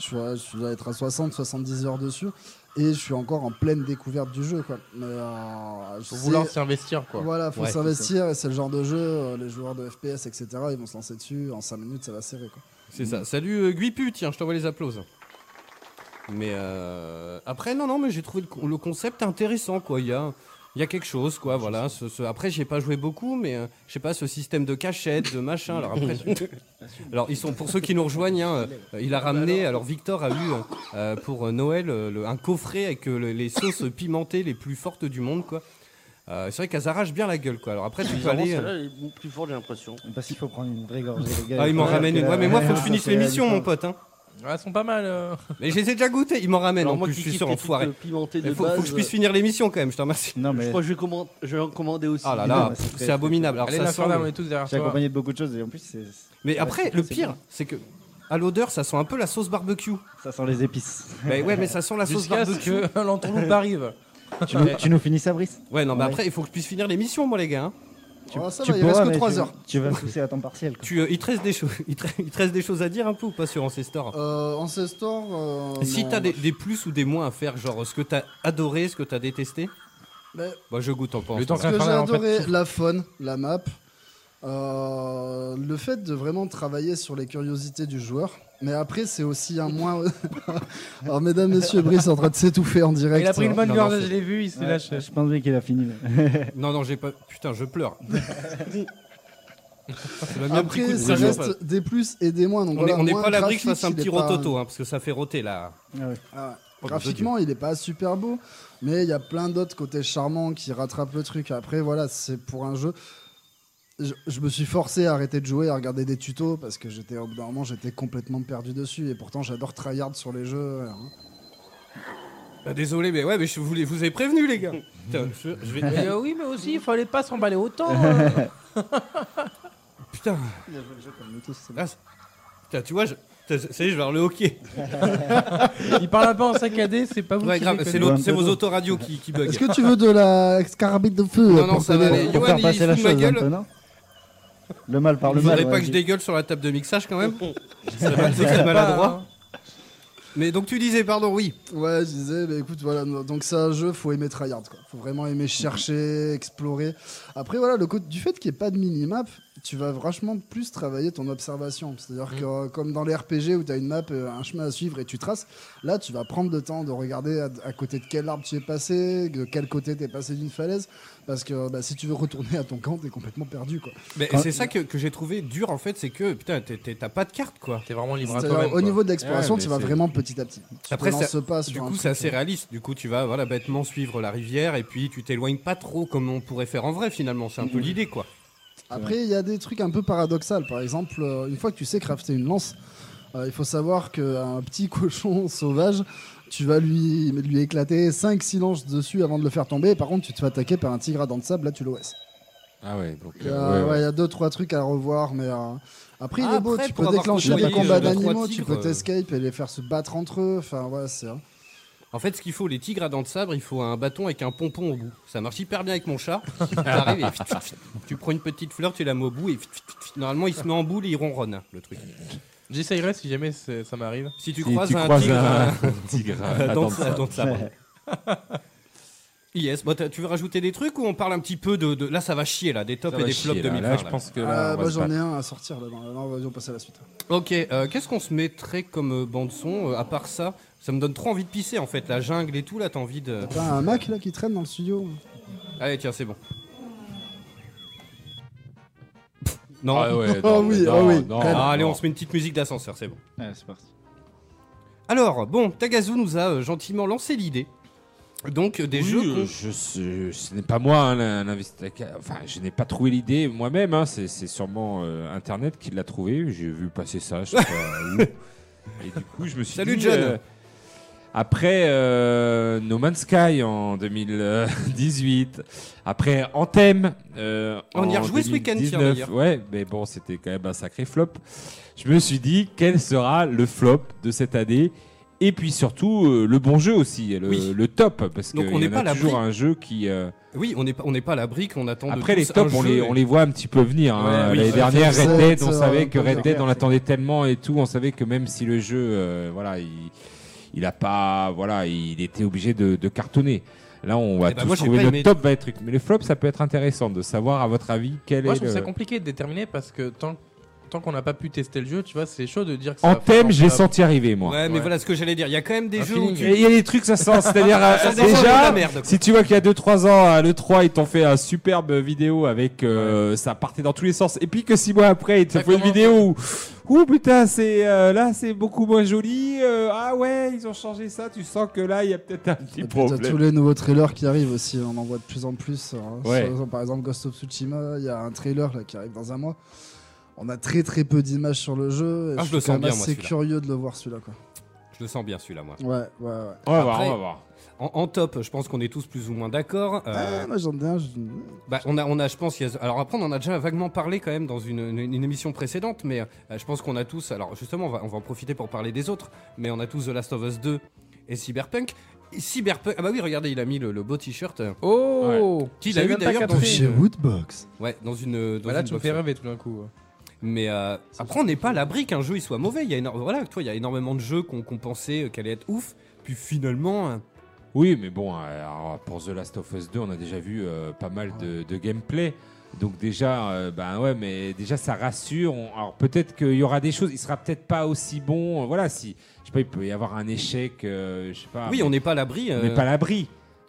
Speaker 6: Je suis, à- je suis à être à 60, 70 heures dessus. Et je suis encore en pleine découverte du jeu. Quoi. Mais, euh, je
Speaker 7: Faut
Speaker 6: sais-
Speaker 7: vouloir s'investir, quoi.
Speaker 6: Voilà, faut
Speaker 7: Ouais, c'est
Speaker 6: s'investir. Et c'est le genre de jeu, euh, les joueurs de FPS, etc., ils vont se lancer dessus. En 5 minutes, ça va serrer. Quoi.
Speaker 4: C'est ça. Salut euh, Guipu, tiens, je t'envoie les applauses. Mais euh, après, non, non, mais j'ai trouvé le, con- le concept intéressant, quoi. Il y a, il y a quelque chose, quoi. Voilà. Ce, ce- Après, j'ai pas joué beaucoup, mais euh, je sais pas ce système de cachette, de machin. Alors après, tu- alors ils sont pour ceux qui nous rejoignent. hein, euh, il a ramené. Alors Victor a eu euh, euh, pour euh, Noël euh, le- un coffret avec euh, le- les sauces pimentées les plus fortes du monde, quoi. Euh, c'est vrai qu'elles arrachent bien la gueule, quoi. Alors après, tu peux
Speaker 13: Bizarrement,
Speaker 4: aller. euh,
Speaker 13: celle-là, elle est beaucoup plus forte, j'ai l'impression.
Speaker 8: Parce qu'il faut prendre une vraie gorgée, les
Speaker 4: Ah, il m'en ramène une. Ouais, mais moi, faut que je finisse l'émission, mon pote. Hein.
Speaker 7: Ah, elles sont pas mal. euh.
Speaker 4: Mais je les ai déjà goûté, il m'en ramène
Speaker 7: Alors
Speaker 4: en
Speaker 7: moi
Speaker 4: plus,
Speaker 7: qui
Speaker 4: je suis
Speaker 7: kiffe
Speaker 4: sûr,
Speaker 7: les
Speaker 4: enfoiré.
Speaker 13: trucs, euh, pimentés de
Speaker 4: Mais faut, faut que je
Speaker 13: base,
Speaker 4: puisse
Speaker 13: euh,
Speaker 4: finir l'émission quand même, je te remercie.
Speaker 13: Je crois que je vais, commander- je vais en commander aussi.
Speaker 4: Ah là là, c'est abominable. Alors, ça sent le-
Speaker 8: C'est accompagné de beaucoup de choses et en plus, c'est.
Speaker 4: Mais
Speaker 8: ouais,
Speaker 4: après,
Speaker 8: c'est-
Speaker 4: le
Speaker 8: c'est
Speaker 4: pire,
Speaker 8: bon.
Speaker 4: c'est que à l'odeur, ça sent un peu la sauce barbecue.
Speaker 8: Ça sent les épices.
Speaker 4: Mais ouais, mais ça sent la sauce
Speaker 7: Jusqu'à ce
Speaker 4: barbecue.
Speaker 7: que l'entourloupe arrive.
Speaker 8: Tu nous, tu nous finis ça, Brice
Speaker 4: Ouais, non, mais
Speaker 8: Ouais.
Speaker 4: après, il faut que je puisse finir l'émission, moi, les gars. hein.
Speaker 6: Oh, ça
Speaker 8: tu
Speaker 6: va, il reste
Speaker 8: pourras,
Speaker 6: que
Speaker 8: mais
Speaker 6: 3
Speaker 8: tu-
Speaker 6: heures.
Speaker 8: Tu vas pousser à temps partiel.
Speaker 4: Tu, euh, il, te reste des choses, il, te, il te reste des choses à dire un peu ou pas sur
Speaker 7: Oh,
Speaker 4: Ancestor
Speaker 6: Euh, Ancestor. euh,
Speaker 4: Si
Speaker 6: non,
Speaker 4: t'as des, des plus ou des moins à faire, genre euh, ce que t'as adoré, ce que t'as détesté
Speaker 6: Mais-
Speaker 4: Bah, je goûte en pense.
Speaker 7: temps
Speaker 6: Parce que j'ai adoré la faune, la map, euh, le fait de vraiment travailler sur les curiosités du joueur. Mais après, c'est aussi un moins. Alors, mesdames, messieurs, Brice est en train de s'étouffer en direct.
Speaker 7: Il a pris une bonne
Speaker 6: Non,
Speaker 7: gorge,
Speaker 6: non,
Speaker 7: je l'ai vu, il s'est
Speaker 8: Ouais,
Speaker 7: lâché.
Speaker 8: Je pense bien qu'il a fini. là.
Speaker 4: Non, non, j'ai pas. Putain, je pleure. Ça m'a mis un petit Ah, coup
Speaker 6: Après,
Speaker 4: de
Speaker 6: ça
Speaker 4: pression.
Speaker 6: reste des plus et des moins. Donc,
Speaker 4: on n'est
Speaker 6: voilà,
Speaker 4: pas
Speaker 6: moins
Speaker 4: pas à l'abri que je
Speaker 6: graphique,
Speaker 4: fasse un
Speaker 6: il est
Speaker 4: petit
Speaker 6: pas-
Speaker 4: rototo, hein, parce que ça fait roter là.
Speaker 8: Ah ouais.
Speaker 6: Ah,
Speaker 4: Oh,
Speaker 6: graphiquement, il n'est pas super beau, mais il y a plein d'autres côtés charmants qui rattrapent le truc. Après, voilà, c'est pour un jeu. Je, je me suis forcé à arrêter de jouer, à regarder des tutos, parce que j'étais au bout d'un moment, j'étais complètement perdu dessus. Et pourtant, j'adore tryhard sur les jeux. hein.
Speaker 4: Bah, désolé, mais ouais, mais je vous, l'ai- vous ai prévenu, les gars. Putain, je, je vais-
Speaker 7: Mais, euh, oui, mais aussi, il fallait pas s'emballer autant. euh.
Speaker 4: Putain.
Speaker 8: Il a joué le jeu comme nous tous. c'est bon.
Speaker 4: Ah, c'est- putain, tu vois, je... putain, c'est- ça y est, je vais vers le hockey.
Speaker 7: Il parle un peu en saccadé, c'est pas vous
Speaker 4: Ouais,
Speaker 7: qui
Speaker 4: grave,
Speaker 7: les
Speaker 4: c'est
Speaker 7: connaissez.
Speaker 4: l'autre- c'est vos autoradios qui, qui bug.
Speaker 6: Est-ce que tu veux de la carabine de feu euh,
Speaker 4: Non, non,
Speaker 6: pour
Speaker 4: ça va
Speaker 6: t'aider
Speaker 4: aller.
Speaker 8: Pour
Speaker 4: Johan,
Speaker 8: faire
Speaker 4: il
Speaker 8: passer la
Speaker 4: fout de ma
Speaker 8: chose un
Speaker 4: gueule.
Speaker 8: peu, non Le mal par
Speaker 4: Vous
Speaker 8: le mal.
Speaker 4: voudrez
Speaker 8: ouais,
Speaker 4: pas que
Speaker 8: dis-
Speaker 4: je dégueule sur la table de mixage quand même Ça va être très
Speaker 7: hein.
Speaker 4: maladroit. Mais donc tu disais, pardon, oui.
Speaker 6: Ouais, je disais, bah, écoute, voilà, no- donc c'est un jeu, faut aimer tryhard, quoi. Faut vraiment aimer chercher, explorer. Après, voilà, le côté du fait qu'il n'y ait pas de minimap, tu vas vachement plus travailler ton observation. C'est-à-dire
Speaker 4: Mm.
Speaker 6: que, euh, comme dans les RPG où tu as une map, euh, un chemin à suivre et tu traces, là, tu vas prendre le temps de regarder à, à côté de quel arbre tu es passé, de quel côté tu es passé d'une falaise, parce que bah, si tu veux retourner à ton camp, t'es complètement perdu, quoi.
Speaker 4: Mais c'est ça que, que j'ai trouvé dur en fait, c'est que putain, t'es- t'es- t'as pas de carte quoi.
Speaker 7: T'es vraiment libre à
Speaker 6: C'est-à-dire,
Speaker 7: toi-même.
Speaker 6: au niveau de l'exploration,
Speaker 4: Ouais,
Speaker 6: tu
Speaker 4: mais
Speaker 6: vas
Speaker 4: c'est-
Speaker 6: vraiment petit à petit. Tu
Speaker 4: Après,
Speaker 6: te
Speaker 4: ça-
Speaker 6: lances pas sur
Speaker 4: du
Speaker 6: un
Speaker 4: coup,
Speaker 6: truc,
Speaker 4: c'est assez
Speaker 6: euh,
Speaker 4: réaliste. Du coup, tu vas voilà, bêtement suivre la rivière et puis tu t'éloignes pas trop comme on pourrait faire en vrai finalement. C'est un peu l'idée quoi.
Speaker 6: Après, il y a des trucs un peu paradoxaux. Par exemple, euh, une fois que tu sais crafter une lance, euh, il faut savoir qu'un petit cochon sauvage, tu vas lui, lui éclater 5-6 lances dessus avant de le faire tomber. Par contre, tu te fais attaquer par un tigre à dents de sable, là tu l'OS.
Speaker 5: Ah ouais, donc.
Speaker 6: Il y a- ouais,
Speaker 5: euh,
Speaker 6: Il
Speaker 5: ouais, ouais.
Speaker 6: y a 2-3 trucs à revoir, mais euh, après, il
Speaker 4: Ah,
Speaker 6: est beau.
Speaker 4: après,
Speaker 6: tu
Speaker 4: pour
Speaker 6: peux
Speaker 4: avoir
Speaker 6: déclencher
Speaker 4: côtoyé
Speaker 6: des combats
Speaker 4: deux, trois euh.
Speaker 6: d'animaux, tu
Speaker 4: tigres,
Speaker 6: peux t'escape et les faire se battre entre eux. Enfin, voilà, c'est. hein.
Speaker 4: En fait, ce qu'il faut, les tigres à dents de sabre, il faut un bâton avec un pompon au bout. Ça marche hyper bien avec mon chat. T'arrives et fit, fit, fit. tu prends une petite fleur, tu la mets au bout et fit, fit, fit. normalement, il se met en boule et il ronronne, le truc.
Speaker 7: J'essayerai si jamais c'est- ça m'arrive.
Speaker 4: Si tu Si croises tu un croises tigre, un euh, tigre à à dents de sabre.
Speaker 7: dents de sabre.
Speaker 4: Yes, bon, t'as- tu veux rajouter des trucs ou on parle un petit peu de. de- Là, ça va chier, là, des tops
Speaker 5: Ça
Speaker 4: et
Speaker 5: va
Speaker 4: des
Speaker 5: chier,
Speaker 4: flops
Speaker 5: là.
Speaker 4: 2020.
Speaker 5: Là, je pense que là,
Speaker 6: Ah,
Speaker 5: on va
Speaker 6: bah,
Speaker 5: se
Speaker 6: j'en ai
Speaker 5: battre.
Speaker 6: un à sortir là-bas. Non, vas-y, on passe à la suite.
Speaker 4: Ok, euh, qu'est-ce qu'on se mettrait comme euh, bande-son euh, à part ça Ça me donne trop envie de pisser en fait, la jungle et tout, là, t'as envie de.
Speaker 6: T'as un Mac là qui traîne dans le studio
Speaker 4: Allez, tiens, c'est bon. Non,
Speaker 6: Ah ouais, non, Ah oui, mais ah non, oui, non, calme.
Speaker 4: allez,
Speaker 6: non.
Speaker 4: on se met une petite musique d'ascenseur, c'est bon.
Speaker 8: Ouais, c'est parti.
Speaker 4: Alors, bon, Tagazu nous a euh, gentiment lancé l'idée. Donc, euh, des
Speaker 5: Oui,
Speaker 4: jeux.
Speaker 5: euh,
Speaker 4: qu'on-
Speaker 5: je sais- ce n'est pas moi, hein, l'in- l'investigateur. Enfin, je n'ai pas trouvé l'idée moi-même. hein. C'est c'est sûrement euh, Internet qui l'a trouvé. J'ai vu passer ça. je sais pas où. Et du coup, je me suis
Speaker 4: Salut,
Speaker 5: dit, euh,
Speaker 4: John.
Speaker 5: après euh, No Man's Sky en 2018, après Anthem. euh,
Speaker 4: On y a
Speaker 5: en
Speaker 4: rejoué ce week-end, tiens,
Speaker 5: 2019.
Speaker 4: d'ailleurs.
Speaker 5: Ouais, mais bon, c'était quand même un sacré flop. Je me suis dit, quel sera le flop de cette année et puis surtout euh, le bon jeu aussi, le,
Speaker 4: Oui.
Speaker 5: le top, parce
Speaker 4: Donc,
Speaker 5: qu'il
Speaker 4: on
Speaker 5: y
Speaker 4: n'est
Speaker 5: en
Speaker 4: pas à
Speaker 5: a
Speaker 4: l'abri.
Speaker 5: toujours un jeu qui. euh,
Speaker 4: Oui, on n'est pas, on n'est pas à la brique, on attend de
Speaker 5: Après
Speaker 4: tous
Speaker 5: les
Speaker 4: un
Speaker 5: tops, on
Speaker 4: jeu
Speaker 5: les,
Speaker 4: et-
Speaker 5: on les voit un petit peu venir. hein.
Speaker 4: oui,
Speaker 5: L'année
Speaker 4: ça,
Speaker 5: dernière,
Speaker 4: ça,
Speaker 5: Red
Speaker 4: ça,
Speaker 5: Dead, on
Speaker 4: ça,
Speaker 7: hein,
Speaker 5: savait
Speaker 4: ça,
Speaker 5: que
Speaker 4: ça,
Speaker 5: Red
Speaker 4: ça,
Speaker 5: Dead,
Speaker 4: ça,
Speaker 5: on
Speaker 4: ça.
Speaker 5: l'attendait tellement et tout, on savait que même si le jeu, euh, voilà, il, il a pas, voilà, il était obligé de, de cartonner. Là, on va
Speaker 7: Eh ben,
Speaker 5: tous
Speaker 7: moi, j'ai
Speaker 5: trouver
Speaker 7: pas
Speaker 5: notre
Speaker 7: aimé.
Speaker 5: top va être truc, mais les flops, ça peut être intéressant de savoir à votre avis quel
Speaker 7: Moi,
Speaker 5: est
Speaker 7: je trouve ça
Speaker 5: le.
Speaker 7: compliqué de déterminer parce que tant, tant qu'on n'a pas pu tester le jeu, tu vois, c'est chaud de dire que ça
Speaker 5: En
Speaker 7: va faire un
Speaker 5: thème, j'ai
Speaker 7: flop.
Speaker 5: senti arriver moi.
Speaker 4: Ouais, mais voilà ce que j'allais dire. Il y a quand même des
Speaker 5: Un
Speaker 4: jeux
Speaker 5: feeling.
Speaker 4: où tu-
Speaker 5: Et Il y a des trucs, ça sent. C'est-à-dire,
Speaker 4: Ça sent
Speaker 5: euh,
Speaker 4: vraiment de
Speaker 5: déjà,
Speaker 4: la merde, quoi.
Speaker 5: si tu vois qu'il y a 2-3 ans, à l'E3, ils t'ont fait un superbe vidéo avec euh, ça partait dans tous les sens. Et puis que 6 mois après, ils te font une vidéo où, ouh putain, c'est euh, là, c'est beaucoup moins joli. euh, ah ouais, ils ont changé ça. Tu sens que là, il y a peut-être un petit
Speaker 6: T'as
Speaker 5: problème.
Speaker 6: tous les nouveaux trailers qui arrivent aussi, on en voit de plus en plus. hein.
Speaker 5: Ouais.
Speaker 6: Sur- par exemple, Ghost of Tsushima, il y a un trailer là, qui arrive dans un mois. On a très très peu d'images sur le jeu. et
Speaker 4: Ah, je
Speaker 6: je suis
Speaker 4: le
Speaker 6: quand
Speaker 4: sens
Speaker 6: même
Speaker 4: bien, moi,
Speaker 6: assez
Speaker 4: celui-là.
Speaker 6: curieux de le voir celui-là. Quoi.
Speaker 4: Je le sens bien celui-là, moi.
Speaker 6: Ouais, ouais, ouais.
Speaker 4: On En, en top, je pense qu'on est tous plus ou moins d'accord. Euh,
Speaker 6: Ah, moi j'en ai un. je-
Speaker 4: bah, on a, on a, je pense, il y a- alors après on en a déjà vaguement parlé quand même dans une, une- une émission précédente, mais euh, je pense qu'on a tous, alors justement, on va, on va en profiter pour parler des autres, mais on a tous The Last of Us 2 et Cyberpunk. Et Cyberpunk, ah bah oui, regardez, il a mis le, le beau t-shirt. euh,
Speaker 7: Oh
Speaker 4: Qu'il
Speaker 7: J'ai
Speaker 4: a eu
Speaker 7: même pas
Speaker 4: d'ailleurs dans
Speaker 7: capté.
Speaker 4: une-
Speaker 6: Woodbox.
Speaker 4: Ouais, dans une. Dans
Speaker 7: Bah là,
Speaker 4: une
Speaker 7: tu me
Speaker 4: box.
Speaker 7: fais rêver tout d'un coup. ouais.
Speaker 4: Mais euh, après, on n'est pas à l'abri qu'un jeu il soit mauvais. Il y a énorme, voilà, toi, il y a énormément de jeux qu'on qu'on pensait qu'elle allait être ouf, puis finalement. euh,
Speaker 5: Oui, mais bon, euh, alors, pour The Last of Us 2, on a déjà vu euh, pas mal de, de gameplay. Donc déjà, euh, ben ouais, mais déjà ça rassure. On- alors peut-être qu'il y aura des choses. Il sera peut-être pas aussi bon. euh, Voilà, si je sais pas, il peut y avoir un échec. euh, je sais pas.
Speaker 4: Oui,
Speaker 5: mais-
Speaker 4: on n'est pas à l'abri,
Speaker 5: On
Speaker 4: euh.
Speaker 5: n'est pas à l'abri.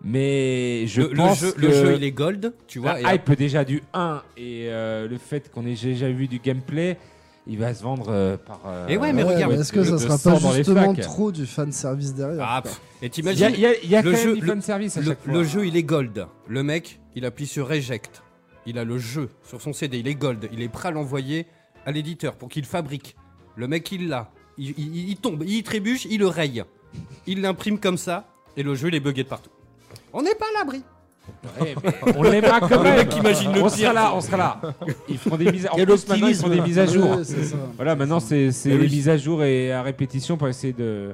Speaker 5: Mais je
Speaker 4: Le- le
Speaker 5: pense
Speaker 4: jeu-
Speaker 5: que Ah,
Speaker 4: le jeu, il est gold, tu vois,
Speaker 5: La
Speaker 4: et-
Speaker 5: hype déjà du 1 et euh, le fait qu'on ait déjà vu du gameplay, il va se vendre euh, par. euh,
Speaker 6: Eh
Speaker 4: Et ouais, mais regarde,
Speaker 6: Est-ce que
Speaker 5: de-
Speaker 6: ça
Speaker 5: de
Speaker 6: sera
Speaker 5: sang
Speaker 6: pas
Speaker 5: dans les
Speaker 6: justement
Speaker 5: flaques.
Speaker 6: trop du fan service derrière
Speaker 4: Ah,
Speaker 6: quoi.
Speaker 4: pff, et t'imagines
Speaker 5: Il y a- il y a
Speaker 4: le
Speaker 5: quand même
Speaker 4: jeu,
Speaker 5: du
Speaker 4: le-
Speaker 5: fanservice à
Speaker 4: le-
Speaker 5: chaque fois.
Speaker 4: Le jeu, il est gold. Le mec, il appuie sur reject. Il a le jeu sur son CD, il est gold. Il est prêt à l'envoyer à l'éditeur pour qu'il fabrique. Le mec, il l'a. Il, il- il tombe, il trébuche, il le raye. Il l'imprime comme ça et le jeu, il est bugué de partout. On n'est pas à l'abri.
Speaker 5: On l'aimera quand même.
Speaker 4: Le mec imagine le
Speaker 5: on
Speaker 4: pire.
Speaker 5: sera là, on sera là. Ils feront des mises. En
Speaker 4: Il y a
Speaker 5: plus, maintenant, ils
Speaker 4: l'optimisme,
Speaker 5: font des
Speaker 4: là.
Speaker 5: mises à jour.
Speaker 4: Ouais, c'est ça.
Speaker 5: voilà, maintenant c'est c'est
Speaker 4: Mais
Speaker 5: les
Speaker 4: oui.
Speaker 5: mises à jour et à répétition pour essayer de.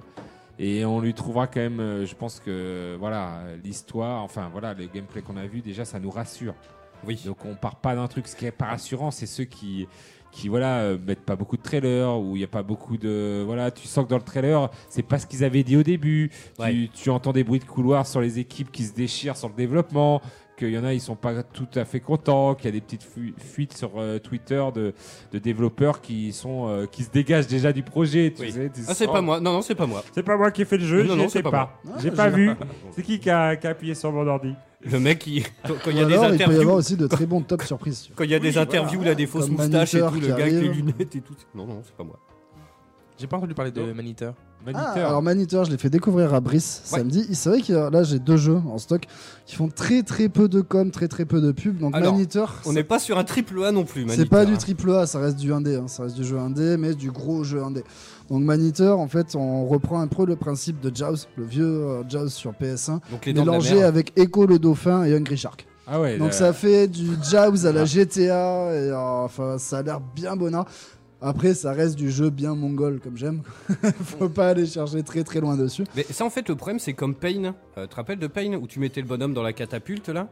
Speaker 5: Et on lui trouvera quand même. euh, Je pense que voilà l'histoire. Enfin voilà le gameplay qu'on a vu déjà, ça nous rassure.
Speaker 4: Oui.
Speaker 5: Donc on part pas d'un truc. Ce qui est pas rassurant, c'est ceux qui qui voilà euh, mettent pas beaucoup de trailers ou il y a pas beaucoup de voilà tu sens que dans le trailer c'est pas ce qu'ils avaient dit au début Tu-
Speaker 4: Ouais.
Speaker 5: tu, entends des bruits de couloir sur les équipes qui se déchirent sur le développement qu'il y en a ils sont pas tout à fait contents qu'il y a des petites fu- fuites sur euh, Twitter de, de développeurs qui sont euh, qui se dégagent déjà du projet tu sais, tu
Speaker 4: Ah, c'est
Speaker 5: sens-
Speaker 6: Oh.
Speaker 4: pas moi. Non, non, c'est pas moi.
Speaker 5: C'est pas moi qui ai fait le jeu,
Speaker 4: Non,
Speaker 5: j'y
Speaker 4: non,
Speaker 5: étais
Speaker 4: c'est pas
Speaker 5: pas.
Speaker 4: moi.
Speaker 5: J'ai
Speaker 4: Ah,
Speaker 5: pas
Speaker 4: je-
Speaker 5: vu. C'est qui qui a, qui a appuyé sur mon ordi
Speaker 4: Le mec, qui quand quand il y a
Speaker 6: Ou
Speaker 4: des
Speaker 6: alors, il peut y
Speaker 4: interviews.
Speaker 6: avoir aussi de très bons top surprises.
Speaker 4: Quand il y a des interviews, là, des fausses
Speaker 6: Comme
Speaker 4: moustaches et tout,
Speaker 6: Maniteur
Speaker 4: le
Speaker 6: qui
Speaker 4: gars avec les
Speaker 6: arrive.
Speaker 4: lunettes et tout. Non, non, c'est pas moi.
Speaker 7: J'ai pas entendu parler de Maniteur.
Speaker 6: Ah, alors Maniteur, je l'ai fait découvrir à Brice
Speaker 7: Ouais.
Speaker 6: samedi. Il- C'est vrai que là j'ai deux jeux en stock qui font très très peu de com, très très peu de pub. Donc
Speaker 4: Alors,
Speaker 6: Maniteur,
Speaker 4: on n'est pas sur un triple A non plus,
Speaker 6: c'est pas
Speaker 4: Maniteur,
Speaker 6: du
Speaker 4: hein.
Speaker 6: triple A, ça reste du 1D, hein, ça reste du jeu 1D, mais du gros jeu 1D. Donc Maniteur, en fait, on reprend un peu le principe de Jaws, le vieux euh, Jaws sur PS1,
Speaker 4: Donc, les dents de la
Speaker 6: mélangé
Speaker 4: mer.
Speaker 6: avec Echo le dauphin et Hungry Shark.
Speaker 5: Ah ouais,
Speaker 6: Donc
Speaker 5: là-
Speaker 4: Ah.
Speaker 6: euh, ça fait du Jaws à la GTA, et, euh, enfin ça a l'air bien bonnard. Après, ça reste du jeu bien mongol, comme j'aime. Faut pas aller chercher très très loin dessus.
Speaker 4: Mais ça, en fait, le problème, c'est comme Pain. Euh, tu te rappelles de Pain où tu mettais le bonhomme dans la catapulte là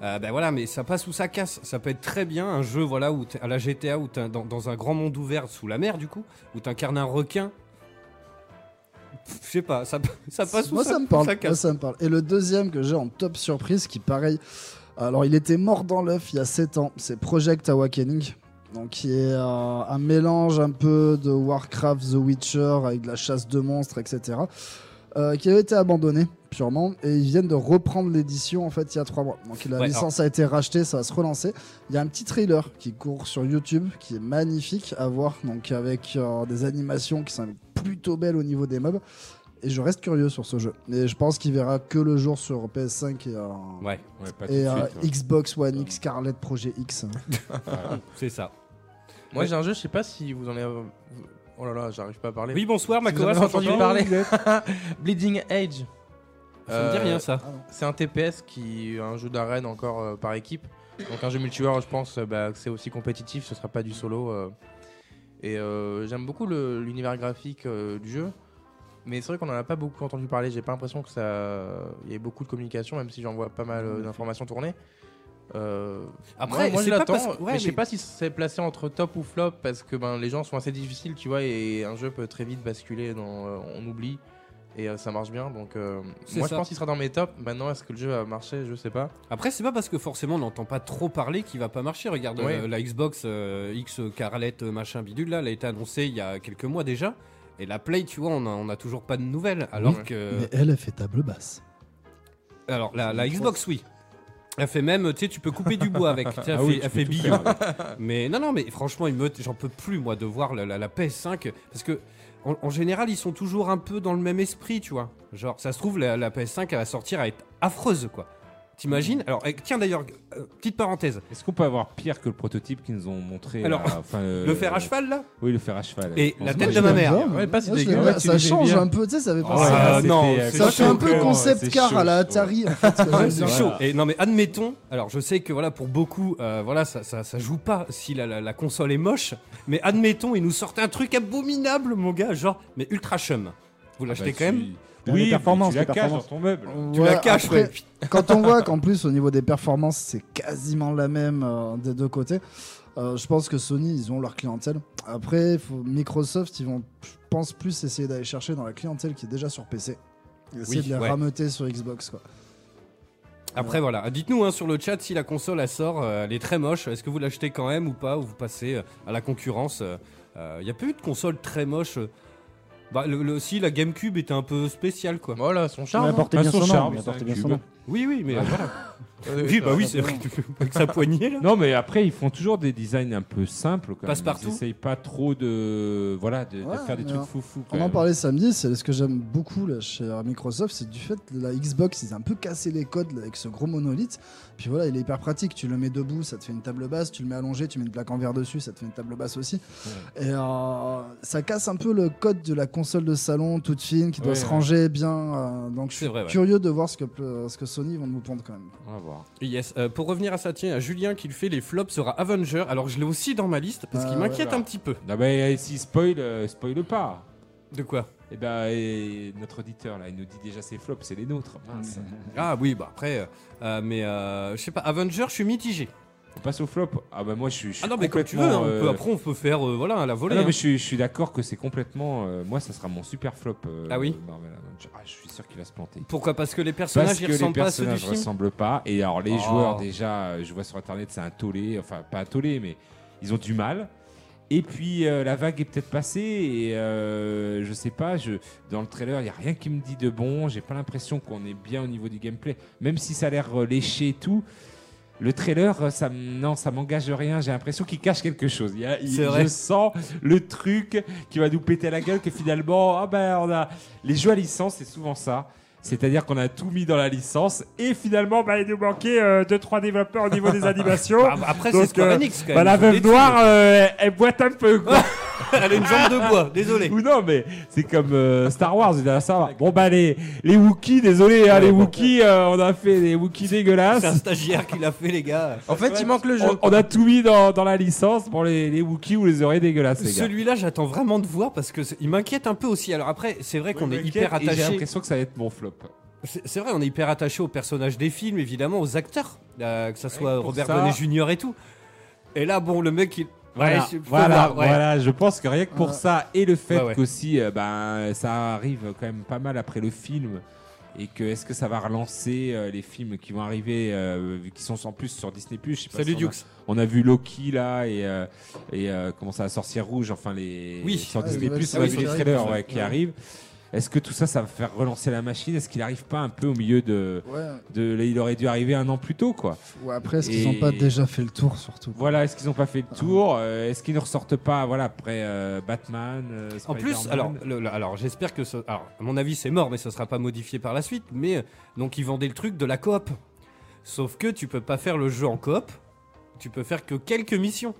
Speaker 7: Ah
Speaker 4: Euh, Ben voilà, mais ça passe ou ça casse. Ça peut être très bien un jeu, voilà, où t'es- à la GTA, où t'es dans, dans un grand monde ouvert sous la mer, du coup, où t'incarnes un requin. Pff, Je sais pas, ça, p- ça passe ou
Speaker 6: Moi,
Speaker 4: ça,
Speaker 6: ça me parle.
Speaker 4: ou ça
Speaker 6: Moi,
Speaker 4: casse.
Speaker 6: ça me parle. Et le deuxième que j'ai en top surprise, qui pareil. Alors, il était mort dans l'œuf il y a 7 ans. C'est Project Awakening. Donc, qui est euh, un mélange un peu de Warcraft, The Witcher, avec de la chasse de monstres, etc. euh, qui avait été abandonné, purement. Et ils viennent de reprendre l'édition, en fait, il y a 3 mois. Donc, la
Speaker 4: Ouais,
Speaker 6: licence a été rachetée, ça va se relancer. Il y a un petit trailer qui court sur YouTube, qui est magnifique à voir. Donc, avec euh, des animations qui sont plutôt belles au niveau des mobs. Et je reste curieux sur ce jeu. Et je pense qu'il verra que le jour sur PS5 et, euh,
Speaker 4: Ouais, ouais, pas tout
Speaker 6: et
Speaker 4: de
Speaker 6: euh,
Speaker 4: suite, ouais.
Speaker 6: Xbox One X Scarlett Projet X.
Speaker 4: C'est ça.
Speaker 7: Moi
Speaker 4: Ouais.
Speaker 7: j'ai un jeu, je sais pas si vous en avez. vous- Oh là là, j'arrive pas à parler.
Speaker 4: Oui, bonsoir,
Speaker 7: Si vous
Speaker 4: Makoas,
Speaker 7: en avez entendu
Speaker 4: t'entends
Speaker 7: parler.
Speaker 4: Oui,
Speaker 7: Bleeding Euh, Age.
Speaker 4: Ça me dit rien, ça.
Speaker 7: C'est un TPS qui est un jeu d'arène encore euh, par équipe. Donc un jeu multijoueur, je pense, euh, bah, que c'est aussi compétitif, ce sera pas du solo. euh. Et euh, j'aime beaucoup le- l'univers graphique euh, du jeu. Mais c'est vrai qu'on en a pas beaucoup entendu parler. J'ai pas l'impression que ça, il y ait beaucoup de communication, même si j'en vois pas mal euh, d'informations tourner. Euh,
Speaker 4: Après,
Speaker 7: moi, moi je
Speaker 4: c'est pas
Speaker 7: l'attends,
Speaker 4: parce que- ouais,
Speaker 7: mais, je sais
Speaker 4: mais-
Speaker 7: pas si c'est placé entre top ou flop parce que ben les gens sont assez difficiles, tu vois, et un jeu peut très vite basculer dans euh, on oublie et euh, ça marche bien. Donc euh,
Speaker 4: C'est
Speaker 7: moi je
Speaker 4: ça.
Speaker 7: pense qu'il sera dans mes tops. Maintenant, est-ce que le jeu va marcher Je sais pas.
Speaker 4: Après, c'est pas parce que forcément on n'entend pas trop parler qu'il va pas marcher. Regarde
Speaker 7: Ouais.
Speaker 4: euh, la Xbox euh, X Carlette euh, machin bidule là, elle a été annoncée il y a quelques mois déjà. Et la Play, tu vois, on a, on a toujours pas de nouvelles. Alors que.
Speaker 6: Mais elle a fait table basse.
Speaker 4: Alors la, la
Speaker 6: Une
Speaker 4: Xbox, oui. Elle fait même, tu sais, tu peux couper du bois avec. Tu sais, Elle
Speaker 5: Ah
Speaker 4: fait,
Speaker 5: oui, tu
Speaker 4: elle
Speaker 5: peux
Speaker 4: fait
Speaker 5: tout
Speaker 4: billon.
Speaker 5: faire
Speaker 4: mais non, non, mais franchement, il me- j'en peux plus, moi, de voir la, la- la PS5. Parce que, en, en général, ils sont toujours un peu dans le même esprit, tu vois. Genre, ça se trouve, la, la PS5, elle va sortir à être affreuse, quoi. T'imagines Alors, eh, tiens d'ailleurs, euh, petite parenthèse.
Speaker 5: Est-ce qu'on peut avoir pire que le prototype qu'ils nous ont montré
Speaker 4: Alors,
Speaker 5: là, enfin, euh,
Speaker 4: le fer à cheval, là
Speaker 5: Oui, le fer à cheval.
Speaker 4: Et
Speaker 5: je
Speaker 4: la
Speaker 5: pense
Speaker 4: tête
Speaker 5: que-
Speaker 4: de ma mère. Ah, euh,
Speaker 6: Ouais, pas si
Speaker 5: Moi, je
Speaker 6: dégueu.
Speaker 5: l'aime bien,
Speaker 6: Ça
Speaker 5: tu l'aimes
Speaker 6: change
Speaker 5: bien.
Speaker 6: un peu, tu sais, ça fait
Speaker 5: Oh,
Speaker 6: pas ça.
Speaker 5: c'était-
Speaker 4: non,
Speaker 5: c'était
Speaker 6: Ça fait un peu
Speaker 5: chaud,
Speaker 6: concept
Speaker 5: c'est
Speaker 6: car
Speaker 5: chaud.
Speaker 6: à la Atari. En fait, ce que je veux
Speaker 4: c'est
Speaker 6: dire.
Speaker 4: chaud. Et non mais admettons, alors je sais que voilà pour beaucoup, euh, voilà ça, ça, ça joue pas si la, la- la console est moche, mais admettons ils nous sortent un truc abominable mon gars, genre mais ultra chum.
Speaker 7: Ah
Speaker 4: Vous l'achetez
Speaker 5: bah,
Speaker 4: quand même
Speaker 5: tu- Oui, mais tu performances, la les caches performances. dans ton meuble.
Speaker 4: Tu
Speaker 6: Ouais,
Speaker 4: la caches,
Speaker 6: après,
Speaker 4: ouais.
Speaker 6: Quand on voit qu'en plus, au niveau des performances, c'est quasiment la même euh, des deux côtés, euh, je pense que Sony, ils ont leur clientèle. Après, faut- Microsoft, ils vont, je pense, plus essayer d'aller chercher dans la clientèle qui est déjà sur PC. Essayer
Speaker 4: Oui,
Speaker 6: de la
Speaker 4: ouais.
Speaker 6: rameuter sur Xbox, quoi.
Speaker 4: Après voilà, dites-nous hein, sur le chat si la console elle sort, euh, elle est très moche, est-ce que vous l'achetez quand même ou pas, ou vous passez euh, à la concurrence Il n'y a pas eu de console très moche. euh. Bah, le, le- si la GameCube était un peu spéciale quoi.
Speaker 7: Bah, Voilà, son charme. hein.
Speaker 4: Elle
Speaker 7: Elle portait bien son nom, elle portait bien son nom.
Speaker 4: Oui, oui, mais
Speaker 7: Ouais.
Speaker 4: voilà.
Speaker 7: Ouais,
Speaker 4: oui,
Speaker 7: ça
Speaker 4: bah
Speaker 7: va,
Speaker 4: oui,
Speaker 7: ça
Speaker 4: c'est
Speaker 7: va.
Speaker 4: vrai, avec sa poignée là.
Speaker 5: Non, mais après, ils font toujours des designs un peu simples. Quand même.
Speaker 4: Passe-partout.
Speaker 5: Ils essayent pas trop de, voilà, de, de
Speaker 6: Ouais,
Speaker 5: faire des
Speaker 6: mais
Speaker 5: trucs
Speaker 6: on-
Speaker 5: foufous. quand
Speaker 6: On en
Speaker 5: même.
Speaker 6: parlait samedi, c'est ce que j'aime beaucoup là, chez euh, Microsoft, c'est du fait que la Xbox, ils ont un peu cassé les codes là, avec ce gros monolithe. Puis voilà, il est hyper pratique, tu le mets debout, ça te fait une table basse, tu le mets allongé, tu mets une plaque en verre dessus, ça te fait une table basse aussi. Et euh, ça casse un peu le code de la console de salon toute fine qui doit
Speaker 5: Ouais,
Speaker 6: se
Speaker 5: ouais.
Speaker 6: ranger bien. euh, donc je
Speaker 4: C'est
Speaker 6: suis
Speaker 4: vrai, ouais.
Speaker 6: curieux de voir ce que, euh, ce que Sony vont nous pondre quand même.
Speaker 5: On va voir.
Speaker 4: Yes. Euh, pour revenir à ça, tiens, à Julien qui le fait, les flops sera Avenger. Alors je l'ai aussi dans ma liste parce qu'il
Speaker 6: Ah,
Speaker 4: m'inquiète
Speaker 5: voilà.
Speaker 4: un petit peu.
Speaker 5: Ah bah, et si spoil, euh, spoil pas.
Speaker 4: De quoi
Speaker 5: Eh ben, et notre auditeur là, il nous dit déjà ses flops, c'est les nôtres. Mince.
Speaker 4: Ah oui, bah après, euh, euh, mais euh, je sais pas, Avenger, je suis mitigé.
Speaker 5: On passe au flop. Ah bah moi, je suis. je suis
Speaker 4: Ah non, mais comme tu veux,
Speaker 5: complètement,
Speaker 4: hein, on peut-
Speaker 5: euh,
Speaker 4: après on peut faire euh, voilà, à la volée.
Speaker 5: Ah non,
Speaker 4: hein.
Speaker 5: mais je suis, je suis d'accord que c'est complètement. euh, moi, ça sera mon super flop. euh,
Speaker 4: Ah oui
Speaker 5: Marvel Avenger. Ah, je suis sûr qu'il va se planter.
Speaker 4: hein. Pourquoi Parce que les personnages,
Speaker 5: Parce
Speaker 4: ils
Speaker 5: que
Speaker 4: ressemblent
Speaker 5: les
Speaker 4: pas à ceux du
Speaker 5: personnages
Speaker 4: film
Speaker 5: ressemblent pas. Et alors, les
Speaker 4: Oh.
Speaker 5: joueurs, déjà, euh, je vois sur internet, c'est un tollé. Enfin, pas un tollé, mais ils ont du mal. Et puis, euh, la vague est peut-être passée. Et euh, je sais pas, je, dans le trailer, il n'y a rien qui me dit de bon. J'ai pas l'impression qu'on est bien au niveau du gameplay. Même si ça a l'air euh, léché et tout. Le trailer, euh, ça, m- non, ça m'engage rien. J'ai l'impression qu'il cache quelque chose. Il y a- il-
Speaker 4: C'est vrai.
Speaker 5: Je sens le truc qui va nous péter à la gueule que finalement, ah ben, on a les jeux à licence, c'est souvent ça. C'est-à-dire qu'on a tout mis dans la licence et finalement, bah, il nous manquait 2-3 développeurs au niveau des animations.
Speaker 4: Bah, après, c'est
Speaker 5: Donc,
Speaker 4: Square
Speaker 5: euh,
Speaker 4: Enix, quand
Speaker 5: bah,
Speaker 4: même,
Speaker 5: la
Speaker 4: faut les
Speaker 5: veuve noire, euh, elle, elle boite un peu. Quoi.
Speaker 4: Elle a une jambe de bois, désolé.
Speaker 5: Ou non, mais c'est comme euh, Star Wars, il y a Star Wars. Bon, bah, les, les Wookiees, désolé, hein, les Wookiees, euh, on a fait des Wookiees dégueulasses.
Speaker 4: C'est un stagiaire qui l'a fait, les gars.
Speaker 7: En fait, il manque le jeu.
Speaker 5: On, on a tout mis dans, dans la licence pour les, les Wookiees ou les oreilles dégueulasses, les gars.
Speaker 4: Celui-là, j'attends vraiment de voir parce que c'est- il m'inquiète un peu aussi. Alors après, c'est vrai qu'on est
Speaker 5: m'inquiète
Speaker 4: hyper
Speaker 5: et j'ai
Speaker 4: attaché.
Speaker 5: l'impression que ça va être mon flop.
Speaker 4: C'est c'est vrai, on est hyper attaché aux personnages des films, évidemment, aux acteurs, euh, que ça soit
Speaker 5: pour
Speaker 4: Robert
Speaker 5: ça-
Speaker 4: Downey Jr. et tout. Et là, bon, le mec, il.
Speaker 5: Voilà,
Speaker 4: Ouais, je- faut
Speaker 5: voilà,
Speaker 4: voir, ouais.
Speaker 5: voilà, je pense que rien que pour
Speaker 4: Ouais.
Speaker 5: ça et le fait
Speaker 4: Ouais, ouais.
Speaker 5: qu'aussi euh, ben, ça arrive quand même pas mal après le film et que est-ce que ça va relancer euh, les films qui vont arriver euh, vu qu'ils sont sans plus sur Disney Plus je sais pas
Speaker 4: Salut,
Speaker 5: si on a-
Speaker 4: Dukes.
Speaker 5: On, a vu Loki là et, euh, et euh, comment ça la sorcière rouge enfin les
Speaker 4: Oui.
Speaker 5: sur
Speaker 4: Ah, les
Speaker 5: Disney Plus
Speaker 4: nouvelles
Speaker 5: on a
Speaker 4: séries
Speaker 5: vu les
Speaker 4: qui
Speaker 5: trailers
Speaker 4: arrivent.
Speaker 5: ouais, qui
Speaker 4: Ouais.
Speaker 5: arrivent est-ce que tout ça, ça va faire relancer la machine Est-ce qu'il n'arrive pas un peu au milieu de,
Speaker 6: Ouais.
Speaker 5: de. Il aurait dû arriver un an plus tôt, quoi.
Speaker 6: Ou après, est-ce qu'ils n'ont
Speaker 5: Et-
Speaker 6: pas déjà fait le tour surtout
Speaker 5: voilà, est-ce qu'ils n'ont pas fait le tour Euh, Est-ce qu'ils ne ressortent pas voilà, après euh, Batman euh,
Speaker 4: En
Speaker 5: Spider-Man
Speaker 4: plus, alors, le- le- alors j'espère que. Ce, alors, à mon avis, c'est mort, mais ça sera pas modifié par la suite. Mais euh, donc, ils vendaient le truc de la coop. Sauf que tu peux pas faire le jeu en coop. Tu peux faire que quelques missions.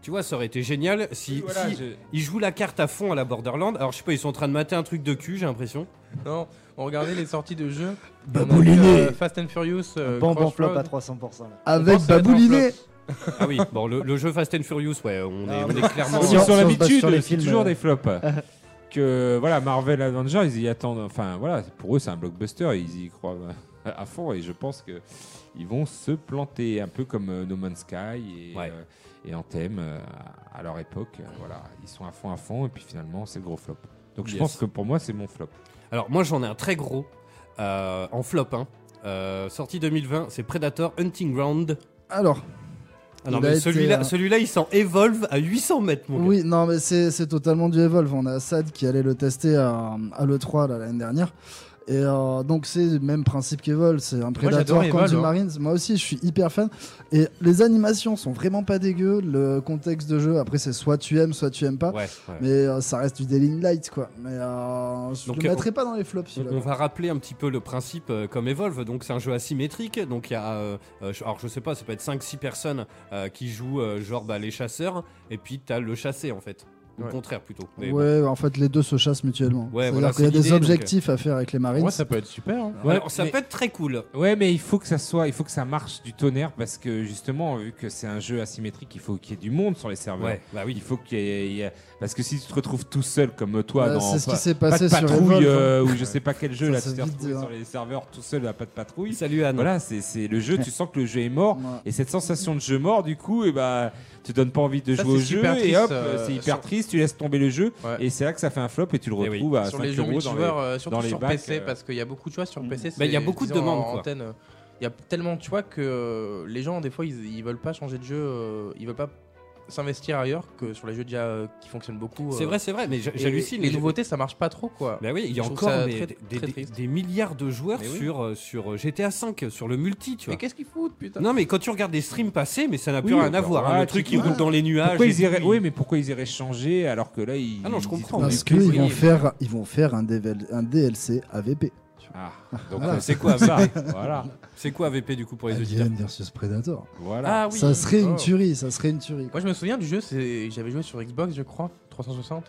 Speaker 4: Tu vois, ça aurait été génial si,
Speaker 7: Oui, voilà,
Speaker 4: si
Speaker 7: je-
Speaker 4: ils jouent la carte à fond à la Borderland. Alors, je sais pas, ils sont en train de mater un truc de cul, j'ai l'impression.
Speaker 7: Non, on regardait les sorties de jeux.
Speaker 4: Babouliné.
Speaker 7: Babouliné Fast and Furious. euh,
Speaker 8: Bon, bon
Speaker 7: Crossroad.
Speaker 8: flop à 300%. là.
Speaker 6: Avec
Speaker 7: Je pense que ça va être un
Speaker 6: Babouliné.
Speaker 4: Ah oui, bon, le, le jeu Fast and Furious, ouais, on est,
Speaker 8: Ah,
Speaker 4: on
Speaker 8: mais-
Speaker 4: est clairement.
Speaker 5: Ils ont
Speaker 8: sur-
Speaker 5: l'habitude,
Speaker 8: sur les
Speaker 5: c'est
Speaker 8: films,
Speaker 5: toujours
Speaker 8: euh.
Speaker 5: des flops. que voilà, Marvel Avengers, ils y attendent. Enfin, voilà, pour eux, c'est un blockbuster, ils y croient euh, à fond et je pense que ils vont se planter un peu comme euh, No Man's Sky et, euh, et Anthem euh, à leur époque. euh, Voilà, ils sont à fond à fond et puis finalement, c'est le gros flop. Donc je
Speaker 4: Yes.
Speaker 5: pense que pour moi, c'est mon flop.
Speaker 4: Alors moi j'en ai un très gros euh, en flop. Hein. Euh, sorti 2020, c'est Predator Hunting Ground.
Speaker 6: Alors.
Speaker 4: Ah non,
Speaker 6: Il a
Speaker 4: mais
Speaker 6: été,
Speaker 4: celui-là,
Speaker 6: euh,
Speaker 4: celui-là, il s'en évolve à 800 mètres, mon gars.
Speaker 6: Oui, non, mais c'est c'est totalement du Evolve. On a Sad qui allait le tester à, à l'E3 là, l'année dernière. Et euh, donc, c'est le même principe qu'Evolve. C'est un Predator
Speaker 7: j'adorais
Speaker 6: contre
Speaker 7: Evolve,
Speaker 6: du
Speaker 7: hein.
Speaker 6: Marines. Moi aussi, je suis hyper fan. Et les animations sont vraiment pas dégueu. Le contexte de jeu, après, c'est soit tu aimes, soit tu aimes pas.
Speaker 4: Ouais, ouais.
Speaker 6: Mais euh, ça reste du Dealing Light, quoi. Mais euh, je
Speaker 4: Donc,
Speaker 6: le
Speaker 4: euh,
Speaker 6: mettrais pas dans les flops,
Speaker 4: On,
Speaker 6: celui-là.
Speaker 4: on va rappeler un petit peu le principe euh, comme Evolve. Donc c'est un jeu asymétrique. Donc il y a, euh, euh, je- alors je sais pas, ça peut être 5-6 personnes euh, qui jouent euh, genre bah, les chasseurs et puis t'as le chassé en fait. Au
Speaker 7: Ouais.
Speaker 4: contraire plutôt. Mais
Speaker 6: Ouais,
Speaker 4: bon.
Speaker 6: en fait, les deux se chassent mutuellement.
Speaker 4: Ouais,
Speaker 6: C'est-à-dire
Speaker 4: voilà,
Speaker 6: qu'il y a
Speaker 4: c'est
Speaker 6: des
Speaker 4: l'idée, donc,
Speaker 6: objectifs à faire avec les Marines.
Speaker 7: Ouais, ça peut être super. hein.
Speaker 4: Alors, ça peut être très cool.
Speaker 5: Ouais, mais il faut que ça soit, il faut que ça marche du tonnerre parce que justement, vu que c'est un jeu asymétrique, il faut qu'il y ait du monde sur les serveurs.
Speaker 4: Ouais, bah oui.
Speaker 5: Il faut qu'il y ait, il y a- parce que si tu te retrouves tout seul comme toi,
Speaker 6: Euh,
Speaker 5: dans
Speaker 6: c'est ce qui
Speaker 5: pas-
Speaker 6: s'est
Speaker 5: pas
Speaker 6: passé
Speaker 5: de
Speaker 6: sur
Speaker 5: patrouille
Speaker 6: Evolve,
Speaker 5: euh,
Speaker 6: hein.
Speaker 5: ou je sais pas quel jeu
Speaker 6: Ça
Speaker 5: là,
Speaker 6: s'est
Speaker 5: tu t'es
Speaker 6: vite
Speaker 5: retrouvé
Speaker 6: dit, hein.
Speaker 5: sur les serveurs tout seul à pas de patrouille.
Speaker 4: Salut Anne.
Speaker 5: Voilà, c'est c'est le jeu. Tu sens que le jeu est mort et cette sensation de jeu mort, du coup, et bah, te donne pas envie de
Speaker 7: Ça,
Speaker 5: jouer au
Speaker 7: c'est
Speaker 5: jeu
Speaker 7: super
Speaker 5: et
Speaker 7: triste,
Speaker 5: hop,
Speaker 7: euh,
Speaker 5: c'est hyper
Speaker 7: sur-
Speaker 5: triste. Tu laisses tomber le jeu
Speaker 7: Ouais.
Speaker 5: et c'est là que ça fait un flop et tu le
Speaker 4: Eh oui.
Speaker 5: retrouves à
Speaker 7: sur
Speaker 5: 5
Speaker 7: les jeux
Speaker 5: euros dans les,
Speaker 7: multijoueurs, euh, surtout
Speaker 5: dans les
Speaker 7: sur
Speaker 5: bacs,
Speaker 7: PC,
Speaker 5: euh.
Speaker 7: parce qu'il y a beaucoup de choix sur PC.
Speaker 4: Bah, il y a
Speaker 7: c'est-
Speaker 4: beaucoup de
Speaker 7: disons,
Speaker 4: demandes,
Speaker 7: en
Speaker 4: quoi.
Speaker 7: antenne, euh, Il y a tellement de choix que euh, les gens, des fois, ils, ils veulent pas changer de jeu, euh, ils veulent pas s'investir ailleurs que sur les jeux déjà euh, qui fonctionnent beaucoup.
Speaker 4: C'est
Speaker 7: euh,
Speaker 4: vrai, c'est vrai, mais j'a-
Speaker 7: et
Speaker 4: j'hallucine.
Speaker 7: Les
Speaker 4: Les-
Speaker 7: nouveautés, ça marche pas trop, quoi.
Speaker 4: Bah oui, il y
Speaker 7: Je
Speaker 4: a
Speaker 7: trouve
Speaker 4: encore
Speaker 7: ça
Speaker 4: mais
Speaker 7: très-
Speaker 4: des,
Speaker 7: très
Speaker 4: des-
Speaker 7: triste.
Speaker 4: des milliards de joueurs
Speaker 7: Mais oui.
Speaker 4: sur, euh, sur GTA V, sur le multi, tu vois.
Speaker 7: Mais qu'est-ce qu'ils foutent, putain
Speaker 4: Non, mais quand tu regardes des streams passer, mais ça n'a plus
Speaker 5: Oui,
Speaker 4: rien à
Speaker 5: alors
Speaker 4: voir.
Speaker 5: là,
Speaker 4: hein. le
Speaker 5: tu
Speaker 4: truc
Speaker 5: te
Speaker 4: qui
Speaker 5: dis, ah,
Speaker 4: roule dans les nuages.
Speaker 5: Pourquoi
Speaker 4: et
Speaker 5: ils iraient...
Speaker 4: tout,
Speaker 5: Oui, mais pourquoi ils iraient changer alors que là ils.
Speaker 4: Ah non, je
Speaker 5: ils
Speaker 4: comprends,
Speaker 5: disent,
Speaker 6: Parce
Speaker 5: mais
Speaker 6: qu'ils
Speaker 5: oui,
Speaker 6: vont,
Speaker 5: oui.
Speaker 6: faire- ils vont faire un, DVL un DLC AVP.
Speaker 5: Ah, donc
Speaker 6: Voilà.
Speaker 5: euh, c'est quoi ça Voilà.
Speaker 4: C'est quoi VP du coup pour les auditeurs
Speaker 6: Alien versus Predator.
Speaker 5: Voilà.
Speaker 7: Ah oui.
Speaker 6: Ça serait
Speaker 7: Oh.
Speaker 6: une tuerie, ça serait une tuerie.
Speaker 7: Moi, je me souviens du jeu, c'est- j'avais joué sur Xbox, je crois, 360.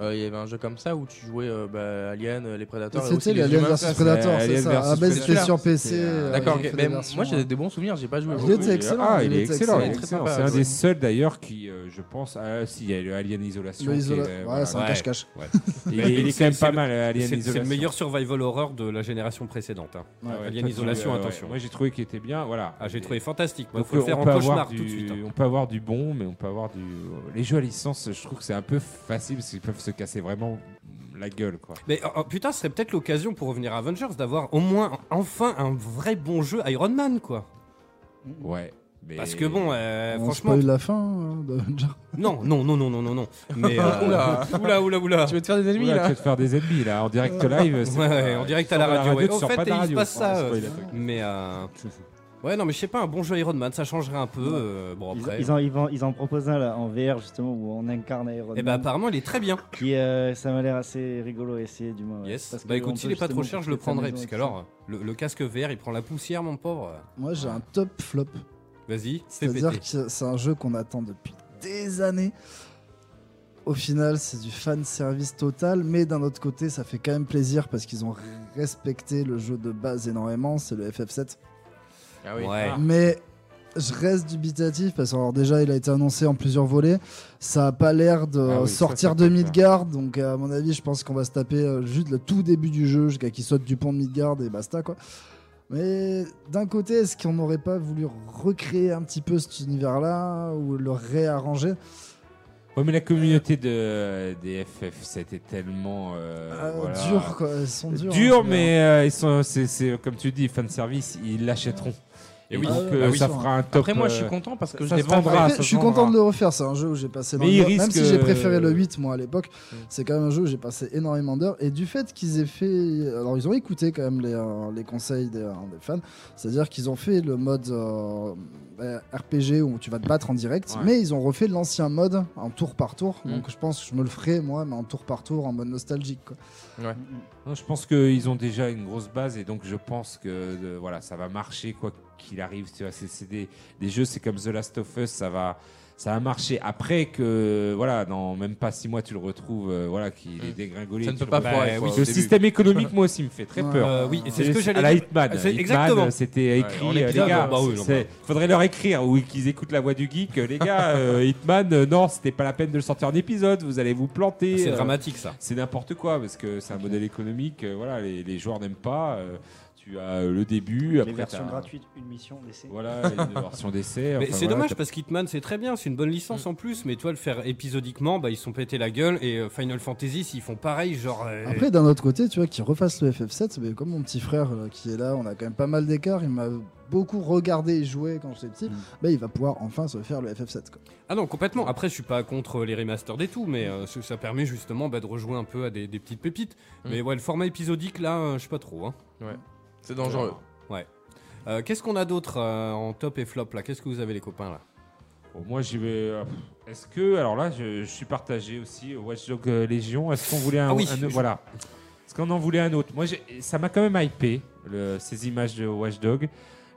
Speaker 7: Euh, Il y avait un jeu comme ça où tu jouais euh, bah, Alien, euh, les Predators. et
Speaker 6: C'était
Speaker 7: aussi les
Speaker 6: l'Alien
Speaker 7: humains.
Speaker 6: versus
Speaker 7: Ça,
Speaker 6: Predator,
Speaker 5: Alien
Speaker 6: c'est ça.
Speaker 5: versus
Speaker 6: Ah, ben
Speaker 5: Predator.
Speaker 6: c'était sur
Speaker 5: C'est,
Speaker 6: PC.
Speaker 5: euh,
Speaker 6: euh,
Speaker 7: D'accord,
Speaker 6: ils ont
Speaker 7: ok.
Speaker 6: fait
Speaker 7: Mais
Speaker 6: des versions,
Speaker 7: moi j'ai
Speaker 4: hein.
Speaker 6: ouais.
Speaker 7: des bons souvenirs, j'ai pas joué.
Speaker 6: Ah,
Speaker 7: beaucoup.
Speaker 6: il était excellent,
Speaker 5: Ah, il,
Speaker 6: il
Speaker 5: est
Speaker 6: était
Speaker 5: excellent.
Speaker 6: excellent,
Speaker 5: il est
Speaker 7: très
Speaker 5: excellent.
Speaker 7: sympa,
Speaker 5: C'est un
Speaker 7: ouais.
Speaker 5: des seuls d'ailleurs qui, euh, je pense, ah si, il y a le Alien Isolation.
Speaker 6: Le
Speaker 5: qui est,
Speaker 6: isola-
Speaker 5: euh,
Speaker 6: ouais,
Speaker 5: voilà,
Speaker 6: c'est
Speaker 5: ouais.
Speaker 6: un cache-cache.
Speaker 5: Ouais.
Speaker 4: Mais
Speaker 5: Il est- il est
Speaker 4: c'est-
Speaker 5: quand même
Speaker 4: c'est
Speaker 5: pas
Speaker 4: le-
Speaker 5: mal euh,
Speaker 4: C'est
Speaker 5: Alien
Speaker 4: c'est
Speaker 5: Isolation.
Speaker 4: le meilleur survival horror de la génération précédente. hein.
Speaker 5: Ah ouais,
Speaker 4: Alien
Speaker 5: toi, tu-
Speaker 4: Isolation,
Speaker 5: euh, ouais.
Speaker 4: attention.
Speaker 5: Moi j'ai trouvé qu'il était bien. Voilà.
Speaker 4: Ah, j'ai trouvé
Speaker 5: Et-
Speaker 4: fantastique. Il
Speaker 5: donc,
Speaker 4: faut le
Speaker 5: euh,
Speaker 4: faire
Speaker 5: on
Speaker 4: en
Speaker 5: peut avoir
Speaker 4: cauchemar
Speaker 5: du-
Speaker 4: tout de suite. hein.
Speaker 5: On peut avoir du bon, mais on peut avoir du. euh, Les jeux à licence, je trouve que c'est un peu facile parce qu'ils peuvent se casser vraiment la gueule, quoi.
Speaker 4: Mais oh, oh, putain, ce serait peut-être l'occasion pour revenir à Avengers d'avoir au moins enfin un vrai bon jeu Iron Man, quoi.
Speaker 5: Ouais. mais-
Speaker 4: Parce que bon, euh,
Speaker 6: On
Speaker 4: franchement,
Speaker 6: spoil la fin hein, d'Avenger.
Speaker 4: non, non, non, non, non, non, non. Mais euh,
Speaker 7: Oula.
Speaker 4: oula, oula, oula.
Speaker 7: Tu veux te faire des ennemis
Speaker 5: Oula,
Speaker 7: là
Speaker 5: tu vas te faire des ennemis là en direct live. c'est
Speaker 4: Ouais,
Speaker 5: pas-
Speaker 4: ouais, en direct
Speaker 5: tu
Speaker 4: à la
Speaker 5: sors de
Speaker 4: radio. ouais.
Speaker 5: tu
Speaker 4: Au
Speaker 5: sors
Speaker 4: fait,
Speaker 5: pas de la
Speaker 4: il se
Speaker 5: radio.
Speaker 4: passe ça.
Speaker 5: Ouais,
Speaker 4: euh,
Speaker 5: spoil la truc.
Speaker 4: mais euh, ouais, non, mais je sais pas, un bon jeu Iron Man, ça changerait un peu. euh, bon
Speaker 8: Ils,
Speaker 4: après.
Speaker 8: ils en, ils, vont- ils en proposent un là, en VR justement où on incarne Iron
Speaker 4: Et
Speaker 8: Man.
Speaker 4: bah apparemment, il est très bien.
Speaker 8: qui, euh, ça m'a l'air assez rigolo à essayer du moins. ouais.
Speaker 4: Yes.
Speaker 8: Parce
Speaker 4: Bah
Speaker 8: que
Speaker 4: écoute,
Speaker 8: on
Speaker 4: s'il
Speaker 8: peut
Speaker 4: est pas trop
Speaker 8: justement
Speaker 4: cher, je le
Speaker 8: profiter de sa
Speaker 4: prendrai.
Speaker 8: maison
Speaker 4: Parce
Speaker 8: et tout
Speaker 4: qu'alors, le, le casque VR, il prend la poussière, mon pauvre.
Speaker 6: Moi, j'ai un top flop.
Speaker 4: Vas-y, fais péter.
Speaker 6: C'est-à-dire que c'est un jeu qu'on attend depuis des années. Au final, c'est du fan service total, mais d'un autre côté, ça fait quand même plaisir parce qu'ils ont respecté le jeu de base énormément, c'est le FF7.
Speaker 7: Ah oui.
Speaker 12: Ouais.
Speaker 6: Mais je reste dubitatif parce que alors déjà il a été annoncé en plusieurs volets. Ça a pas l'air de
Speaker 12: Ah oui,
Speaker 6: sortir
Speaker 12: ça, ça
Speaker 6: de
Speaker 12: peut faire.
Speaker 6: Midgard, donc à mon avis je pense qu'on va se taper euh, juste le tout début du jeu jusqu'à qu'il saute du pont de Midgard et basta quoi. Mais d'un côté est-ce qu'on n'aurait pas voulu recréer un petit peu cet univers là ou le réarranger
Speaker 5: Ouais, mais la communauté de, des FF, c'était tellement. euh,
Speaker 6: Euh,
Speaker 5: voilà.
Speaker 6: dur, quoi. Ils sont durs, hein.
Speaker 5: mais euh, ils sont, c'est- c'est, comme tu dis, fanservice, ils l'achèteront.
Speaker 7: Et oui.
Speaker 5: donc,
Speaker 7: Ah
Speaker 5: euh,
Speaker 7: oui,
Speaker 5: ça
Speaker 7: sûr.
Speaker 5: fera un top.
Speaker 7: Après, moi, je suis
Speaker 5: euh,
Speaker 7: content parce que
Speaker 5: ça
Speaker 7: je
Speaker 5: se
Speaker 7: l'ai pas
Speaker 5: vendra. ça
Speaker 6: Après,
Speaker 5: se
Speaker 6: Ah, je suis
Speaker 5: vendra.
Speaker 6: content de le refaire, c'est un jeu où j'ai passé
Speaker 5: Mais il
Speaker 6: énormément Même
Speaker 5: risque,
Speaker 6: si j'ai
Speaker 5: euh,
Speaker 6: préféré le 8 moi à l'époque, c'est quand même un jeu où j'ai passé énormément d'heures. Et du fait qu'ils aient fait. Alors ils ont écouté quand même les, euh, les conseils des, euh, des fans, c'est-à-dire qu'ils ont fait le mode euh, euh, RPG où tu vas te battre en direct,
Speaker 12: Ouais.
Speaker 6: mais ils ont refait l'ancien mode en tour par tour.
Speaker 5: Mm.
Speaker 6: Donc je pense que je me le ferai moi, mais en tour par tour, en mode nostalgique. Quoi.
Speaker 5: Non, je pense qu'ils ont déjà une grosse base et donc je pense que euh, voilà, ça va marcher quoi qu'il arrive. Tu vois, C'est c'est des, des jeux, c'est comme The Last of Us, ça va, ça va marcher. Après que voilà, dans même pas six mois, tu le retrouves, euh, voilà, qu'il est dégringolé.
Speaker 7: Mm. Ça ne
Speaker 5: Tu
Speaker 7: peut
Speaker 5: le
Speaker 7: pas
Speaker 5: retrouves.
Speaker 7: foirer,
Speaker 5: Bah,
Speaker 7: quoi,
Speaker 5: oui,
Speaker 7: au
Speaker 5: Le
Speaker 7: début.
Speaker 5: système économique, moi aussi, me fait très peur.
Speaker 7: Euh, oui, et c'est ce que j'allais
Speaker 5: à la
Speaker 7: dire.
Speaker 5: Hitman.
Speaker 7: C'est
Speaker 5: Hitman,
Speaker 7: exactement.
Speaker 5: C'était
Speaker 7: Ouais,
Speaker 5: écrit,
Speaker 7: en
Speaker 5: euh, les
Speaker 7: épisode,
Speaker 5: gars.
Speaker 7: bah oui,
Speaker 5: c'est-
Speaker 7: donc,
Speaker 5: c'est- faudrait leur écrire ou qu'ils écoutent la voix du geek. euh, Les gars, euh, Hitman, euh, non, c'était pas la peine de le sortir en épisode. Vous allez vous planter.
Speaker 4: Ah,
Speaker 7: Ah,
Speaker 4: C'est
Speaker 5: euh,
Speaker 4: dramatique, ça.
Speaker 5: C'est n'importe quoi parce que c'est un modèle économique. euh, voilà, les, les joueurs n'aiment pas. euh, tu as euh, le début.
Speaker 8: Les
Speaker 5: après,
Speaker 8: versions
Speaker 5: t'as-
Speaker 8: gratuites, une mission, d'essai.
Speaker 5: Voilà, une version d'essai.
Speaker 4: Mais
Speaker 5: enfin,
Speaker 4: c'est
Speaker 5: voilà,
Speaker 4: dommage
Speaker 5: t'as-
Speaker 4: parce qu'Hitman c'est très bien, c'est une bonne licence en plus, mais toi le faire épisodiquement, bah ils se sont pété la gueule et euh, Final Fantasy s'ils font pareil, genre. euh,
Speaker 6: Après, d'un autre côté, tu vois, qu'ils refassent le FF7, mais comme mon petit frère là, qui est là, on a quand même pas mal d'écart, il m'a beaucoup regardé et joué quand j'étais petit, bah, il va pouvoir enfin se faire le FF7. quoi.
Speaker 4: Ah non, complètement. Après, je suis pas contre les remasters des tout, mais euh, ça ça permet justement bah, de rejoindre un peu à des, des petites pépites.
Speaker 5: Mm.
Speaker 4: Mais ouais, le format épisodique là, euh, je sais pas trop. Hein.
Speaker 7: Ouais. C'est dangereux.
Speaker 4: Ouais. Euh, Qu'est-ce qu'on a d'autre euh, en top et flop là Qu'est-ce que vous avez les copains là
Speaker 5: Bon, moi, j'y vais. euh, Est-ce que. Alors là, je, je suis partagé aussi. euh, Watch Dogs euh, Légion. Est-ce qu'on voulait un,
Speaker 4: Ah oui,
Speaker 5: un-
Speaker 4: je-
Speaker 5: Voilà. Est-ce qu'on en voulait un autre Moi, j'ai- ça m'a quand même hypé, le- ces images de Watch Dogs.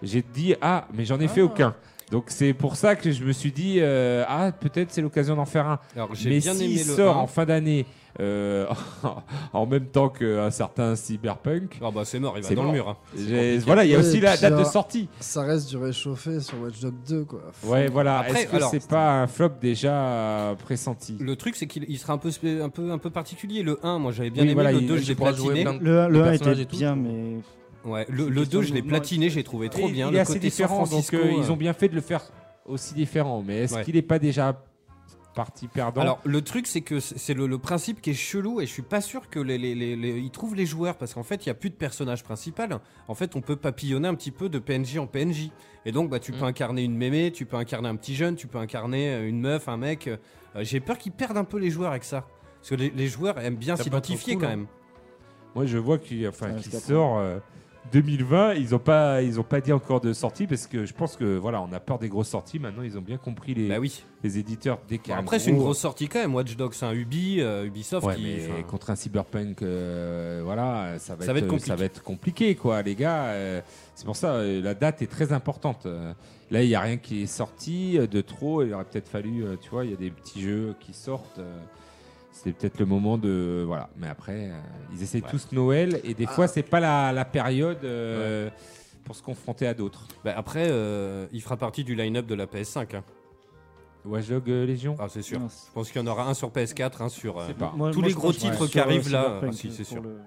Speaker 5: J'ai dit, ah, mais j'en ai fait
Speaker 4: Ah.
Speaker 5: aucun. Donc, c'est pour ça que je me suis dit, euh, ah, peut-être c'est l'occasion d'en faire un.
Speaker 4: Alors, j'ai
Speaker 5: mais
Speaker 4: bien
Speaker 5: s'il
Speaker 4: aimé le
Speaker 5: sort
Speaker 4: un.
Speaker 5: en fin d'année. euh, en même temps qu'un certain cyberpunk.
Speaker 4: Ah bah c'est mort, il va
Speaker 5: C'est
Speaker 4: dans le
Speaker 5: mort.
Speaker 4: mur, hein. C'est
Speaker 5: J'ai-
Speaker 4: compliqué.
Speaker 5: Voilà, il y a
Speaker 6: Ouais,
Speaker 5: aussi
Speaker 6: et
Speaker 5: la
Speaker 6: puis,
Speaker 5: date de
Speaker 6: euh,
Speaker 5: sortie.
Speaker 6: Ça reste du réchauffé sur Watch Dogs 2, quoi.
Speaker 5: Ouais, voilà.
Speaker 4: Après,
Speaker 5: Est-ce que
Speaker 4: alors-
Speaker 5: c'est pas un flop déjà euh, pressenti
Speaker 4: Le truc, c'est qu'il il sera un peu, spé- un, peu, un peu particulier. Le 1, moi j'avais bien
Speaker 5: Oui,
Speaker 4: aimé.
Speaker 5: voilà,
Speaker 4: le
Speaker 5: il-
Speaker 4: 2, je
Speaker 5: tu
Speaker 4: l'ai
Speaker 5: pourras
Speaker 4: platiné.
Speaker 5: jouer plein de-
Speaker 8: Le,
Speaker 5: Les
Speaker 8: le 1
Speaker 5: personnages
Speaker 8: était
Speaker 5: et tout,
Speaker 8: bien, mais.
Speaker 4: Ouais, le, le 2, je l'ai platiné, j'ai trouvé trop
Speaker 5: Et
Speaker 4: bien.
Speaker 5: Il
Speaker 4: le
Speaker 5: est
Speaker 4: côté
Speaker 5: assez
Speaker 4: San
Speaker 5: différent, donc
Speaker 4: Francisco,
Speaker 5: euh, ils
Speaker 4: euh,
Speaker 5: ont bien fait de le faire aussi différent. Mais est-ce
Speaker 4: Ouais.
Speaker 5: qu'il n'est pas déjà parti perdant
Speaker 4: Alors le truc c'est que c'est c'est le, le principe qui est chelou et je suis pas sûr que les, les, les- les- ils trouvent les joueurs parce qu'en fait il y a plus de personnage principal. En fait on peut papillonner un petit peu de PNJ en PNJ et donc bah tu
Speaker 5: Mm.
Speaker 4: peux incarner une mémé, tu peux incarner un petit jeune, tu peux incarner euh, une meuf, un mec. Euh, J'ai peur qu'ils perdent un peu les joueurs avec ça parce que les, les joueurs aiment bien
Speaker 5: Ça peut être
Speaker 4: s'identifier
Speaker 5: cool,
Speaker 4: quand
Speaker 5: hein.
Speaker 4: même.
Speaker 5: Moi, je vois qu'il enfin,
Speaker 4: Ouais,
Speaker 5: qu'il
Speaker 4: c'est
Speaker 5: sort euh, 2020. Ils n'ont pas, ils ont pas dit encore de sortie parce que je pense que voilà, on a peur des grosses sorties. Maintenant, ils ont bien compris les, les éditeurs dès qu'il y a un
Speaker 4: Bah Après c'est une
Speaker 5: hein. gros-
Speaker 4: grosse sortie quand même. Watch Dogs, c'est un Ubi, euh, Ubisoft.
Speaker 5: Ouais,
Speaker 4: qui-
Speaker 5: mais
Speaker 4: enfin,
Speaker 5: contre un cyberpunk, euh, voilà, ça va,
Speaker 4: Ça va
Speaker 5: être,
Speaker 4: être compliqué.
Speaker 5: ça va être compliqué, quoi, les gars. euh, c'est pour ça, euh, la date est très importante. Euh, là, il n'y a rien qui est sorti euh, de trop. Il aurait peut-être fallu, euh, tu vois, il y a des petits jeux qui sortent. euh, c'est peut-être le moment de voilà, mais après euh, ils essayent
Speaker 4: Ouais.
Speaker 5: tous Noël et
Speaker 4: Ah.
Speaker 5: des fois c'est pas la, la période euh, pour se confronter à d'autres.
Speaker 4: bah, après euh, il fera partie du line-up de la PS5. hein.
Speaker 5: Watch Dogs euh, Légion.
Speaker 4: Ah, c'est sûr.
Speaker 5: Non,
Speaker 4: Je pense qu'il y en aura un sur PS4, un sur euh,
Speaker 5: C'est pas.
Speaker 4: tous
Speaker 5: Moi,
Speaker 4: les
Speaker 5: je
Speaker 4: gros
Speaker 5: pense, ouais,
Speaker 4: titres qui
Speaker 5: sur, euh,
Speaker 4: arrivent là.
Speaker 5: Cyberpunk,
Speaker 4: ah, si, c'est
Speaker 5: pour
Speaker 4: sûr.
Speaker 5: le-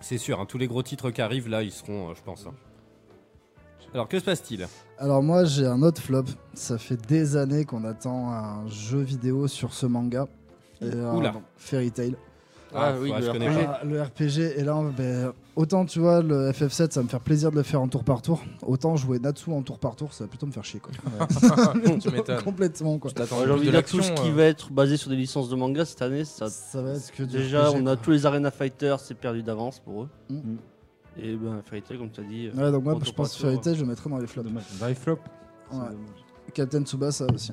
Speaker 4: C'est sûr, hein, tous les gros titres qui arrivent là, ils seront, euh, je pense. hein. Alors que se passe-t-il
Speaker 6: Alors moi j'ai un autre flop. Ça fait des années qu'on attend un jeu vidéo sur ce manga. Et, euh,
Speaker 4: Oula.
Speaker 6: bon, Fairy Tail.
Speaker 4: Ah, Ah, oui, ouais, le je connais RPG. pas.
Speaker 6: Ah, le RPG. Et là, ben, autant tu vois, le FF7, ça me fait plaisir de le faire en tour par tour. Autant jouer Natsu en tour par tour, ça va plutôt me faire chier. Quoi.
Speaker 7: Ah, Tu m'étonnes.
Speaker 6: Complètement. Quoi.
Speaker 7: Tu t'attends
Speaker 13: J'ai envie de dire, tout ce
Speaker 3: hein.
Speaker 13: qui va être basé sur des licences de manga cette année, ça,
Speaker 6: va être que du
Speaker 13: déjà
Speaker 6: RPG,
Speaker 13: on a
Speaker 6: quoi.
Speaker 13: tous les Arena Fighters, c'est perdu d'avance pour eux. Et ben Fairy Tail, comme tu as dit.
Speaker 6: Mm. Ouais, donc moi,
Speaker 13: en
Speaker 6: je pense que
Speaker 13: température,
Speaker 6: Fairy Tail, je le mettrais dans les flops.
Speaker 4: Ah.
Speaker 5: Dans les flops
Speaker 6: Ouais. Captain Tsubasa aussi.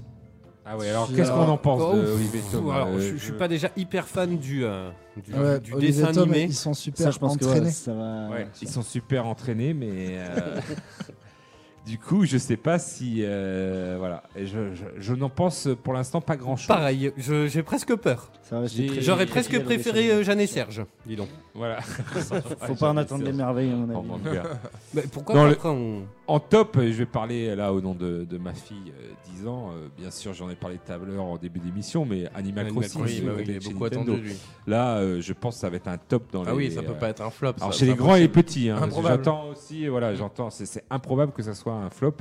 Speaker 5: Ah ouais, alors qu'est-ce qu'on en pense
Speaker 4: Oh,
Speaker 5: de
Speaker 4: ouf,
Speaker 5: Olivier
Speaker 4: ouf,
Speaker 5: Tom,
Speaker 4: alors,
Speaker 5: euh,
Speaker 4: je, je suis pas déjà hyper fan du, euh, du,
Speaker 6: Ouais,
Speaker 4: du
Speaker 6: Olivier
Speaker 4: dessin
Speaker 6: Tom,
Speaker 4: animé.
Speaker 6: ils sont super Ça, je pense que, ouais, entraînés. ça va-
Speaker 5: Ouais, ils sont super entraînés, mais euh, Du coup, je sais pas si. euh, voilà. Et je je- je n'en pense pour l'instant pas grand chose.
Speaker 4: Pareil, je- j'ai presque peur.
Speaker 5: J'ai-
Speaker 4: J'aurais presque préféré euh, Jeanne et Serge, dis donc.
Speaker 5: Voilà.
Speaker 8: Faut pas en attendre des merveilles, à mon
Speaker 7: Oh,
Speaker 8: avis.
Speaker 5: En tout cas.
Speaker 4: Mais pourquoi
Speaker 5: Dans
Speaker 4: pas
Speaker 5: le-
Speaker 4: après, on-
Speaker 5: En top, euh, je vais parler euh, là au nom de, de ma fille euh, 10 ans. euh, bien sûr, j'en ai parlé tableur en début d'émission, mais Animal
Speaker 7: Animal
Speaker 5: Crossing,
Speaker 7: Crossing,
Speaker 5: euh,
Speaker 7: bah oui,
Speaker 5: de
Speaker 7: il est
Speaker 5: chez
Speaker 7: beaucoup
Speaker 5: Nintendo.
Speaker 7: attendu, lui.
Speaker 5: Là, euh, je pense que ça va être un top dans
Speaker 7: Ah
Speaker 5: les. euh,
Speaker 7: oui, ça peut pas être un flop,
Speaker 5: Alors
Speaker 7: ça,
Speaker 5: chez
Speaker 7: c'est
Speaker 5: les grands et les
Speaker 7: impossible.
Speaker 5: petits, hein, parce que
Speaker 7: Improbable.
Speaker 5: j'attends aussi. Voilà, j'entends. C'est c'est improbable que ça soit un flop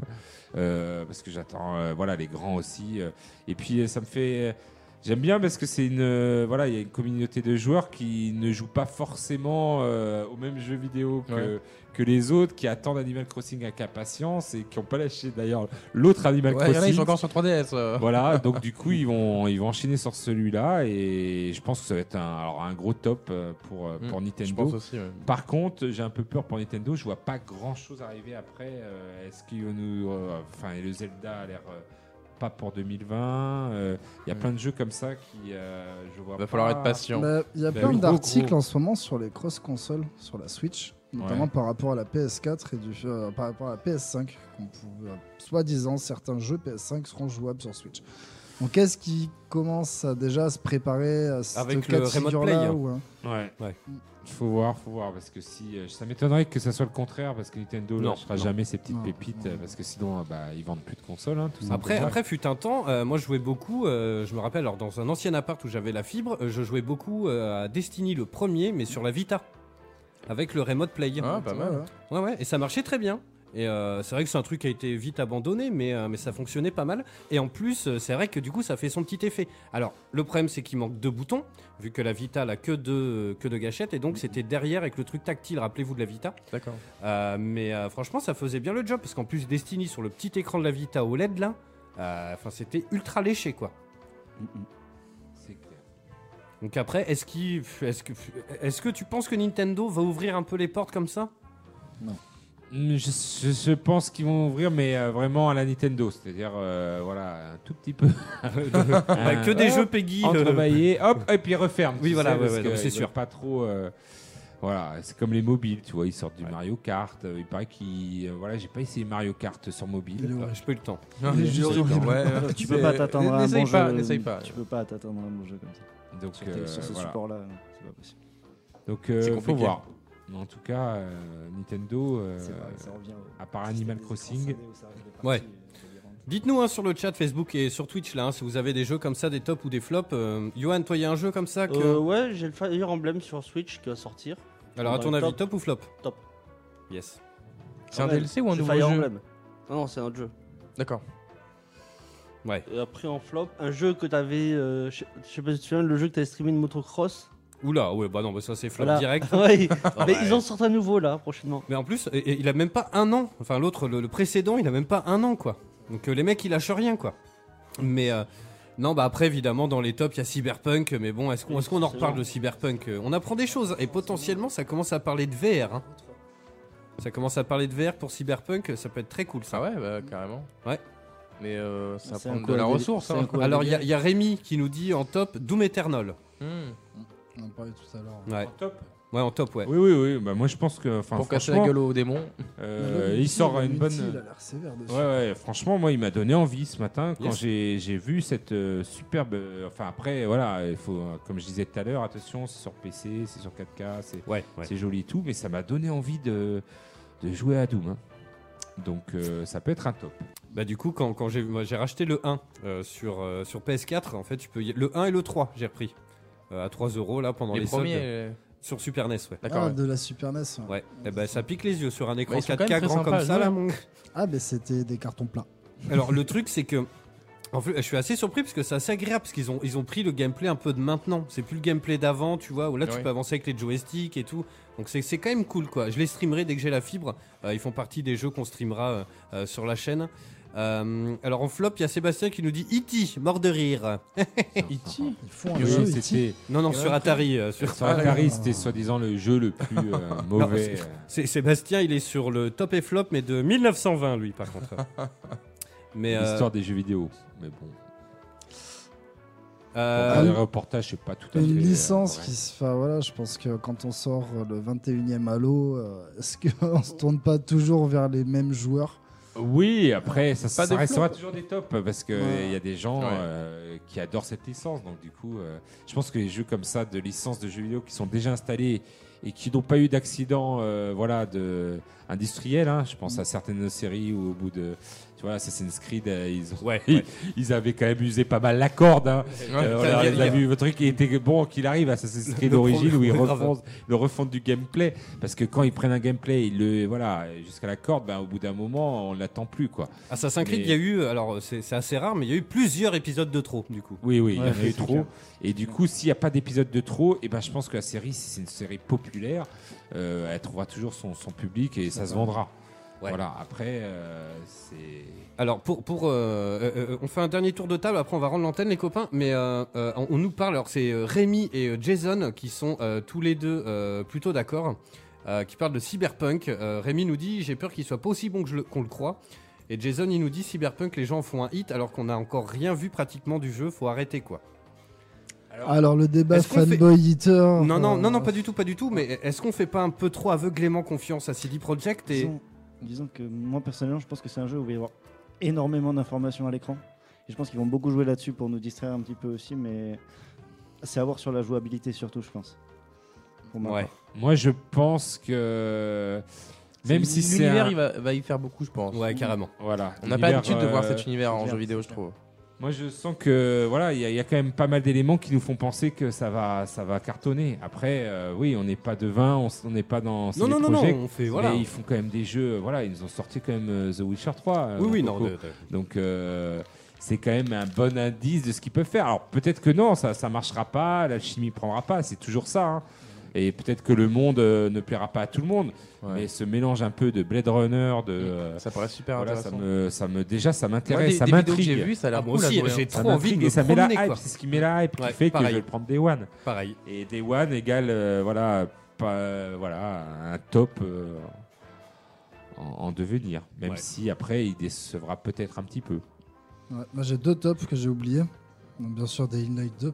Speaker 5: euh, parce que j'attends. euh, voilà, les grands aussi. euh, et puis euh, ça me fait. euh, J'aime bien parce que c'est une euh, voilà il y a une communauté de joueurs qui ne jouent pas forcément euh, aux mêmes jeux vidéo que,
Speaker 7: Ouais.
Speaker 5: que les autres qui attendent Animal Crossing avec impatience et qui n'ont pas lâché d'ailleurs l'autre Animal
Speaker 7: Ouais, il y en a,
Speaker 5: Crossing.
Speaker 7: ils sont encore sur 3DS, euh.
Speaker 5: Voilà donc du coup ils vont ils vont enchaîner sur celui-là et je pense que ça va être un, alors, un gros top euh, pour euh,
Speaker 7: Mm,
Speaker 5: pour
Speaker 7: je
Speaker 5: Nintendo.
Speaker 7: pense aussi, ouais.
Speaker 5: Par contre, j'ai un peu peur pour Nintendo. Je vois pas grand chose arriver après. Euh, Est-ce qu'ils vont nous. euh, Enfin, et le Zelda a l'air euh, pas pour 2020. Euh, Il y a plein de jeux comme ça qui. euh, je vois
Speaker 7: Mm. Va falloir être patient.
Speaker 6: Bah, Il y a plein d'articles en ce moment sur les cross-consoles, sur la Switch, notamment
Speaker 5: Ouais.
Speaker 6: par rapport à la PS4 et du, euh, par rapport à la PS5. qu'on pouvait- euh, Soi-disant, certains jeux PS5 seront jouables sur Switch. Donc, est-ce qui commence à déjà se préparer à ce
Speaker 4: Avec
Speaker 6: cas
Speaker 4: le
Speaker 6: de
Speaker 4: Remote
Speaker 6: figure-là,
Speaker 4: Play, hein.
Speaker 6: ou, hein
Speaker 5: Ouais. Faut voir, faut voir. Parce que si. euh, ça m'étonnerait que ça soit le contraire. Parce que Nintendo ne
Speaker 4: Non,
Speaker 5: lâchera
Speaker 4: non.
Speaker 5: jamais ses petites
Speaker 4: Non,
Speaker 5: pépites. euh, Parce que sinon, euh, bah, ils vendent plus de consoles. hein, tout
Speaker 4: Après,
Speaker 5: simplement.
Speaker 4: après fut un temps, euh, moi je jouais beaucoup, euh, je me rappelle, alors dans un ancien appart où j'avais la fibre, euh, je jouais beaucoup euh, à Destiny le premier, mais sur la Vita, avec le Remote Play.
Speaker 7: Ah,
Speaker 5: bah
Speaker 7: pas
Speaker 6: hein.
Speaker 7: mal.
Speaker 4: Ouais, ouais, et ça marchait très bien. Et euh, c'est vrai que c'est un truc qui a été vite abandonné, mais, euh, mais ça fonctionnait pas mal. Et en plus, euh, c'est vrai que du coup, ça fait son petit effet. Alors, le problème, c'est qu'il manque deux boutons, vu que la Vita n'a que deux, que deux gâchettes, et donc c'était derrière avec le truc tactile, rappelez-vous de la Vita.
Speaker 7: D'accord.
Speaker 4: Euh, mais euh, franchement, ça faisait bien le job parce qu'en plus Destiny sur le petit écran de la Vita OLED là, euh, enfin c'était ultra léché quoi.
Speaker 5: C'est clair.
Speaker 4: Donc après, est-ce qu'il- est-ce que, est-ce que tu penses que Nintendo va ouvrir un peu les portes comme ça
Speaker 5: Mm, Je, je- je pense qu'ils vont ouvrir, mais euh, vraiment à la Nintendo, c'est-à-dire euh, voilà un tout petit peu.
Speaker 4: Bah, que des jeux Peggy, euh.
Speaker 5: Entrebâillé, hop, et puis referme.
Speaker 4: Oui,
Speaker 5: tu
Speaker 4: voilà,
Speaker 5: sais,
Speaker 4: ouais,
Speaker 5: parce
Speaker 4: ouais,
Speaker 5: que
Speaker 4: non, c'est
Speaker 5: ils
Speaker 4: sûr.
Speaker 5: veulent Pas trop. euh, voilà, c'est comme les mobiles, tu vois, ils sortent du Mario Kart. euh, il paraît qu'ils. euh, voilà, j'ai pas essayé Mario Kart sur mobile.
Speaker 4: Il est horrible. Ah, J'ai pas eu le temps.
Speaker 5: Non,
Speaker 8: Il est
Speaker 5: j'ai
Speaker 8: juste
Speaker 5: pas eu le
Speaker 8: horrible.
Speaker 5: temps. Ouais.
Speaker 8: Tu peux pas t'attendre à un
Speaker 7: n'essaye
Speaker 8: bon
Speaker 7: pas,
Speaker 8: jeu.
Speaker 7: n'essaye pas.
Speaker 8: Tu peux pas t'attendre à un bon jeu comme ça.
Speaker 5: Donc,
Speaker 8: sur, tes-
Speaker 5: euh,
Speaker 8: sur ce
Speaker 5: voilà.
Speaker 8: support-là, non, c'est pas possible.
Speaker 5: Donc, euh,
Speaker 8: C'est
Speaker 5: faut
Speaker 8: compliqué.
Speaker 5: voir. Mais En tout cas, euh, Nintendo, euh,
Speaker 8: C'est vrai, ça revient au
Speaker 5: à part Animal Crossing.
Speaker 4: Ouais. Dites-nous hein, sur le chat Facebook et sur Twitch là, hein, si vous avez des jeux comme ça, des tops ou des flops. Euh, Johan, toi, il y a un jeu comme ça que.
Speaker 13: Euh, ouais, j'ai le Fire Emblem sur Switch qui va sortir.
Speaker 4: Alors, à
Speaker 13: Dans
Speaker 4: ton
Speaker 13: les
Speaker 4: avis,
Speaker 13: tops.
Speaker 4: top ou flop
Speaker 13: Top.
Speaker 4: Yes.
Speaker 7: C'est un DLC ou un
Speaker 13: Ah C'est
Speaker 7: nouveau
Speaker 13: Fire
Speaker 7: jeu
Speaker 13: Emblem. Non, non, c'est un jeu.
Speaker 7: D'accord.
Speaker 4: Ouais.
Speaker 13: Et après en flop, un jeu que t'avais, euh, je je sais pas si tu te souviens, le jeu que t'avais streamé de motocross.
Speaker 4: Oula, ouais, bah non, bah ça c'est flop
Speaker 13: Voilà.
Speaker 4: direct.
Speaker 13: Ouais.
Speaker 4: Ah
Speaker 13: Mais
Speaker 4: ouais.
Speaker 13: ils en sortent à nouveau là prochainement.
Speaker 4: Mais en plus, et- et il a même pas un an. Enfin, l'autre, le, le précédent, il a même pas un an, quoi. Donc euh, les mecs, ils lâchent rien, quoi. Mais euh, non, bah après, évidemment, dans les tops, il y a Cyberpunk. Mais bon, est-ce qu'on est-ce qu'on en reparle de Cyberpunk Euh, On apprend des choses. Et potentiellement, ça commence à parler de VR. hein. Ça commence à parler de VR pour Cyberpunk. Ça peut être très cool, ça.
Speaker 7: Ah ouais, bah carrément.
Speaker 4: Ouais.
Speaker 7: Mais euh, ça
Speaker 4: C'est
Speaker 7: prend
Speaker 4: un
Speaker 7: de
Speaker 4: coup à
Speaker 7: la
Speaker 4: délire.
Speaker 7: ressource.
Speaker 4: C'est
Speaker 7: hein.
Speaker 4: un coup à Alors, il y, a- il y a Rémi qui nous dit en top Doom Eternal.
Speaker 7: Hmm.
Speaker 6: On en parlait tout à l'heure.
Speaker 4: Ouais.
Speaker 5: En top
Speaker 4: Ouais, en top, ouais.
Speaker 5: Oui, oui, oui. Bah, moi, je pense que. enfin,
Speaker 7: Pour casser
Speaker 5: franchement,
Speaker 7: la gueule aux démons.
Speaker 5: euh,
Speaker 7: Mais le
Speaker 5: il sort
Speaker 7: Unity,
Speaker 5: une
Speaker 7: le
Speaker 5: bonne.
Speaker 7: Unity, il a l'air sévère dessus.
Speaker 5: Ouais, ouais. Franchement, moi, il m'a donné envie ce matin quand
Speaker 7: Yes.
Speaker 5: j'ai j'ai vu cette euh, superbe. euh, Enfin, après, voilà, il faut, euh, comme je disais tout à l'heure, attention, c'est sur PC, c'est sur 4K, c'est c'est joli et tout, mais ça m'a donné envie de, de jouer à Doom. hein. Donc, euh, ça peut être un top.
Speaker 4: Bah du coup quand, quand j'ai moi, j'ai racheté le 1 euh, sur, euh, sur PS4 en fait tu peux y- le 1 et le 3 j'ai repris euh, à 3 euros là pendant les,
Speaker 7: Les premiers,
Speaker 4: soldes.
Speaker 7: euh,
Speaker 4: sur Super NES ouais.
Speaker 6: Ah, de la Super NES. ouais.
Speaker 4: Ouais. Et bah, ça pique les yeux sur un écran
Speaker 7: Bah, ils sont quand
Speaker 4: 4K
Speaker 7: même très
Speaker 4: grand comme
Speaker 7: sympas à
Speaker 4: ça
Speaker 7: jouer.
Speaker 4: là.
Speaker 6: Ah, ben c'était des cartons plats.
Speaker 4: Alors le truc c'est que en fait, je suis assez surpris parce que c'est assez agréable parce qu'ils ont ils ont pris le gameplay un peu de maintenant. C'est plus le gameplay d'avant, tu vois, où là tu
Speaker 7: Ouais.
Speaker 4: peux avancer avec les joysticks et tout. Donc c'est c'est quand même cool quoi. Je les streamerai dès que j'ai la fibre. Euh, ils font partie des jeux qu'on streamera euh, euh, sur la chaîne. Euh, alors en flop, il y a Sébastien qui nous dit E.T. mort de rire. E.T.
Speaker 6: Ils
Speaker 5: font un Oui, jeu, c'était- E.T..
Speaker 4: Non non
Speaker 5: Il y en a
Speaker 4: sur
Speaker 5: un
Speaker 4: Atari,
Speaker 5: truc.
Speaker 4: euh, sur,
Speaker 5: Sur Atari, c'était soi-disant le jeu le plus, euh, mauvais.
Speaker 4: Non, c'est- c'est- Sébastien, il est sur le top et flop mais de 1920 lui par contre. mais euh,
Speaker 5: L'histoire des jeux vidéo. Mais bon.
Speaker 4: Euh,
Speaker 5: Enfin, le reportage, c'est pas tout à fait.
Speaker 6: Une
Speaker 5: euh,
Speaker 6: licence
Speaker 5: vrai.
Speaker 6: qui se. Enfin voilà, je pense que quand on sort euh, le 21 e Halo, euh, est-ce qu'on se tourne pas toujours vers les mêmes joueurs
Speaker 5: Oui, après, ça,
Speaker 7: Pas
Speaker 5: ça
Speaker 7: de
Speaker 5: restera
Speaker 7: flop.
Speaker 5: toujours des tops parce qu'il
Speaker 7: Ouais.
Speaker 5: y a des gens
Speaker 7: Ouais.
Speaker 5: euh, qui adorent cette licence. Donc, du coup, euh, je pense que les jeux comme ça, de licences de jeux vidéo qui sont déjà installés et qui n'ont pas eu d'accident euh, voilà, de... industriel, hein. je pense à certaines séries où, au bout de. Tu vois, Assassin's Creed, euh, ils, ont- ils, ils avaient quand même usé pas mal la corde. hein.
Speaker 7: Ouais,
Speaker 5: Euh,
Speaker 7: ça,
Speaker 5: voilà,
Speaker 7: il y a-
Speaker 5: ils
Speaker 7: il y a-
Speaker 5: avaient eu le truc qui était bon qu'il arrive à Assassin's
Speaker 7: Le-
Speaker 5: Creed
Speaker 7: le
Speaker 5: d'origine
Speaker 7: problème,
Speaker 5: où ils
Speaker 7: ouais, grave.
Speaker 5: refont le refondre du gameplay parce que quand ils prennent un gameplay ils le voilà jusqu'à la corde ben, au bout d'un moment on l'attend plus quoi
Speaker 4: Ah, Assassin's Creed,
Speaker 5: Mais-
Speaker 4: il y a eu, alors c'est c'est assez rare, mais il y a eu plusieurs épisodes de trop, du coup.
Speaker 5: oui oui il y
Speaker 4: Ouais,
Speaker 5: en a eu
Speaker 4: c'est
Speaker 5: trop
Speaker 4: clair.
Speaker 5: et du coup s'il n'y a pas d'épisode de trop et ben je pense que la série si c'est une série populaire euh, elle trouvera toujours son, son public et ça se vendra
Speaker 4: Ouais.
Speaker 5: voilà après euh, c'est
Speaker 4: Alors, pour, pour, euh, euh, euh, on fait un dernier tour de table, après on va rendre l'antenne, les copains. Mais euh, euh, on, on nous parle, alors c'est euh, Rémi et euh, Jason qui sont euh, tous les deux euh, plutôt d'accord, euh, qui parlent de cyberpunk. Euh, Rémi nous dit J'ai peur qu'il soit pas aussi bon que je le- qu'on le croit. Et Jason, il nous dit Cyberpunk, les gens en font un hit alors qu'on n'a encore rien vu pratiquement du jeu, faut arrêter quoi.
Speaker 6: Alors le débat
Speaker 4: Est-ce qu'on fait-
Speaker 6: fanboy eater.
Speaker 4: Non, non,
Speaker 6: euh,
Speaker 4: non, non, pas du tout, pas du tout. Mais est-ce qu'on fait pas un peu trop aveuglément confiance à CD Projekt et...
Speaker 8: Disons, disons que moi personnellement, je pense que c'est un jeu où il va y avoir énormément d'informations à l'écran. Et je pense qu'ils vont beaucoup jouer là-dessus pour nous distraire un petit peu aussi, mais c'est à voir sur la jouabilité surtout, je pense. Pour ma part.
Speaker 5: moi je pense que même si c'est
Speaker 7: L'univers,
Speaker 5: un-
Speaker 7: il va, va y faire beaucoup, je pense.
Speaker 4: Ouais, carrément.
Speaker 5: Voilà.
Speaker 7: On n'a
Speaker 5: L'univers,
Speaker 7: pas l'habitude de voir
Speaker 5: euh,
Speaker 7: cet univers en
Speaker 5: clair,
Speaker 7: jeu vidéo,
Speaker 5: c'est
Speaker 7: je trouve.
Speaker 5: Moi, je sens que voilà, il y, a- il y a quand même pas mal d'éléments qui nous font penser que ça va, ça va cartonner. Après, euh, oui, on n'est pas devin, on s- on n'est pas dans. CD
Speaker 4: non, non, non,
Speaker 5: Projekt,
Speaker 4: on fait- voilà.
Speaker 5: Mais ils font quand même des jeux. euh, Voilà, ils nous ont sorti quand même euh, The Witcher 3. euh,
Speaker 4: Oui, oui, non,
Speaker 5: Coco.
Speaker 4: de- de-
Speaker 5: Donc. euh, c'est quand même un bon indice de ce qu'ils peuvent faire. Alors peut-être que non, ça ça marchera pas, la chimie prendra pas, c'est toujours ça. hein. Et peut-être que le monde euh, ne plaira pas à tout le monde, mais ce mélange un peu de Blade Runner, de euh,
Speaker 7: ça paraît super
Speaker 5: Ça
Speaker 7: intéressant.
Speaker 5: me, ça me déjà ça
Speaker 7: Moi,
Speaker 5: m'intéresse,
Speaker 7: des-
Speaker 5: ça
Speaker 7: des vidéos que
Speaker 5: m'intrigue.
Speaker 7: j'ai vues, ça a l'air
Speaker 4: Ah, moi
Speaker 7: cool à
Speaker 4: aussi,
Speaker 7: jouer,
Speaker 4: j'ai
Speaker 7: hein.
Speaker 5: Ça
Speaker 4: trop envie de
Speaker 5: m'intrigue
Speaker 4: me
Speaker 5: et ça met la
Speaker 4: promener,
Speaker 5: hype.
Speaker 4: quoi.
Speaker 5: C'est ce qui met la hype
Speaker 4: Ouais,
Speaker 5: qui fait que je
Speaker 4: pareil.
Speaker 5: vais le prendre Day One.
Speaker 4: Pareil.
Speaker 5: Et Day One égale euh, voilà, pas, euh, voilà un top euh, en, en devenir. Même
Speaker 6: Ouais.
Speaker 5: si après il décevra peut-être un petit peu.
Speaker 6: ouais, moi, j'ai deux tops que j'ai oubliés. Donc, bien sûr, Day in Light 2.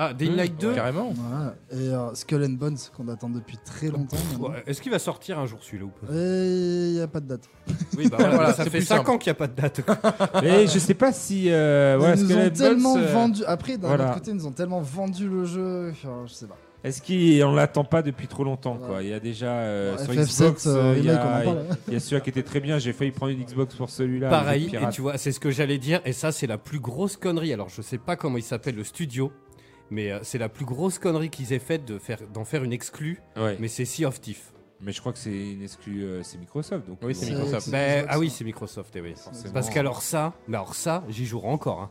Speaker 4: Ah, Day in Light 2
Speaker 6: Ouais, et euh, Skull and Bones qu'on attend depuis très longtemps. maintenant.
Speaker 4: Ouais, Est-ce qu'il va sortir un jour celui-là ou pas
Speaker 6: Et il n'y a pas de date.
Speaker 4: Oui, bah voilà, ça fait 5 ans qu'il n'y a pas de date.
Speaker 5: Mais je sais pas si. euh, voilà,
Speaker 6: ils nous
Speaker 5: Skull
Speaker 6: ont
Speaker 5: and
Speaker 6: tellement
Speaker 5: Bones, euh,
Speaker 6: vendu. Après, d'un
Speaker 5: voilà.
Speaker 6: autre côté, ils nous ont tellement vendu le jeu. Enfin, je sais pas.
Speaker 5: Est-ce qu'on l'attend pas depuis trop longtemps quoi Il y a déjà euh,
Speaker 6: Ouais,
Speaker 5: sur
Speaker 6: FF7,
Speaker 5: Xbox,
Speaker 6: euh,
Speaker 5: euh, il y a,
Speaker 6: remake, on en parle, hein.
Speaker 5: il y a celui-là qui était très bien. J'ai failli prendre une Xbox pour celui-là.
Speaker 4: Pareil,
Speaker 5: le
Speaker 4: et
Speaker 5: pirate.
Speaker 4: tu vois, c'est ce que j'allais dire, et ça, c'est la plus grosse connerie. Alors, je sais pas comment il s'appelle le studio, mais euh, c'est la plus grosse connerie qu'ils aient faite de faire, d'en faire une exclue.
Speaker 5: Ouais.
Speaker 4: Mais c'est Sea of Thief.
Speaker 5: Mais je crois que c'est une exclu, euh, c'est Microsoft. Donc euh,
Speaker 4: Oui, c'est
Speaker 5: on-
Speaker 4: Microsoft. Ben, ah oui, c'est Microsoft, eh oui.
Speaker 5: Forcément.
Speaker 4: Parce qu'alors ça, mais alors ça, j'y jouerai encore. hein.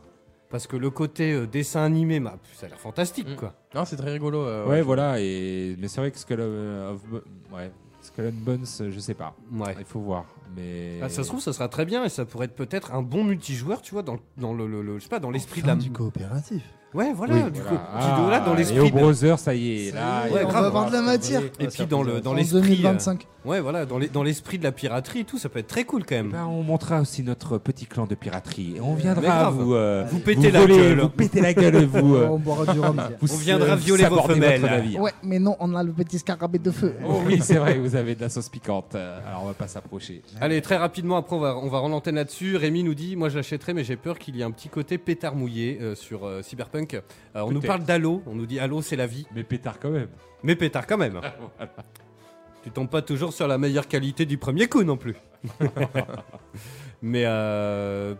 Speaker 4: Parce que le côté euh, dessin animé, bah, ça a l'air fantastique, quoi.
Speaker 7: Non, c'est très rigolo. euh,
Speaker 5: Ouais, voilà. Et mais c'est vrai que Skull, euh, of- of Bo- ouais, Skull and Bones, euh, je sais pas. Il faut voir. Mais
Speaker 4: Ah, ça se trouve, ça sera très bien et ça pourrait être peut-être un bon multijoueur, tu vois, dans, dans le, le- le- je sais pas, dans l'esprit de la.
Speaker 6: Du coopératif.
Speaker 4: Ouais, voilà,
Speaker 5: Oui,
Speaker 4: du
Speaker 5: voilà.
Speaker 4: coup, tu
Speaker 5: Ah,
Speaker 4: dois là dans
Speaker 5: et
Speaker 4: l'esprit.
Speaker 5: au
Speaker 4: de-
Speaker 5: browser, ça y est, là,
Speaker 4: Ouais,
Speaker 5: il y a-
Speaker 4: grave.
Speaker 5: on va avoir de la
Speaker 6: matière.
Speaker 4: Et puis dans le dans
Speaker 6: En
Speaker 4: l'esprit. euh,
Speaker 6: 2025.
Speaker 4: Ouais, voilà, dans les- dans l'esprit de la piraterie et tout, ça peut être très cool quand même.
Speaker 5: Ben, on montrera aussi notre petit clan de piraterie. Et on
Speaker 4: Mais
Speaker 5: viendra
Speaker 4: grave.
Speaker 5: vous, euh,
Speaker 4: Vous pétez la
Speaker 5: voler,
Speaker 4: gueule.
Speaker 5: Vous péter la gueule, vous. euh,
Speaker 6: On boira du rhum.
Speaker 5: vous,
Speaker 4: On viendra
Speaker 5: euh,
Speaker 4: violer vos
Speaker 5: saborder votre
Speaker 4: femelles.
Speaker 5: navire.
Speaker 9: Ouais, mais non, on a le petit scarabée de feu.
Speaker 5: Oh oui, c'est vrai, vous avez de la sauce piquante. euh, Alors on va pas s'approcher.
Speaker 4: Allez, très rapidement, après on va, on va rendre l'antenne là-dessus. Rémi nous dit Moi je l'achèterai, mais j'ai peur qu'il y ait un petit côté pétard mouillé euh, sur euh, Cyberpunk. Euh, on nous
Speaker 5: Peut-être.
Speaker 4: parle d'Halo, on nous dit Halo c'est la vie.
Speaker 5: Mais pétard quand même.
Speaker 4: Mais pétard quand même. Tu tombes pas toujours sur la meilleure qualité du premier coup non plus. mais euh,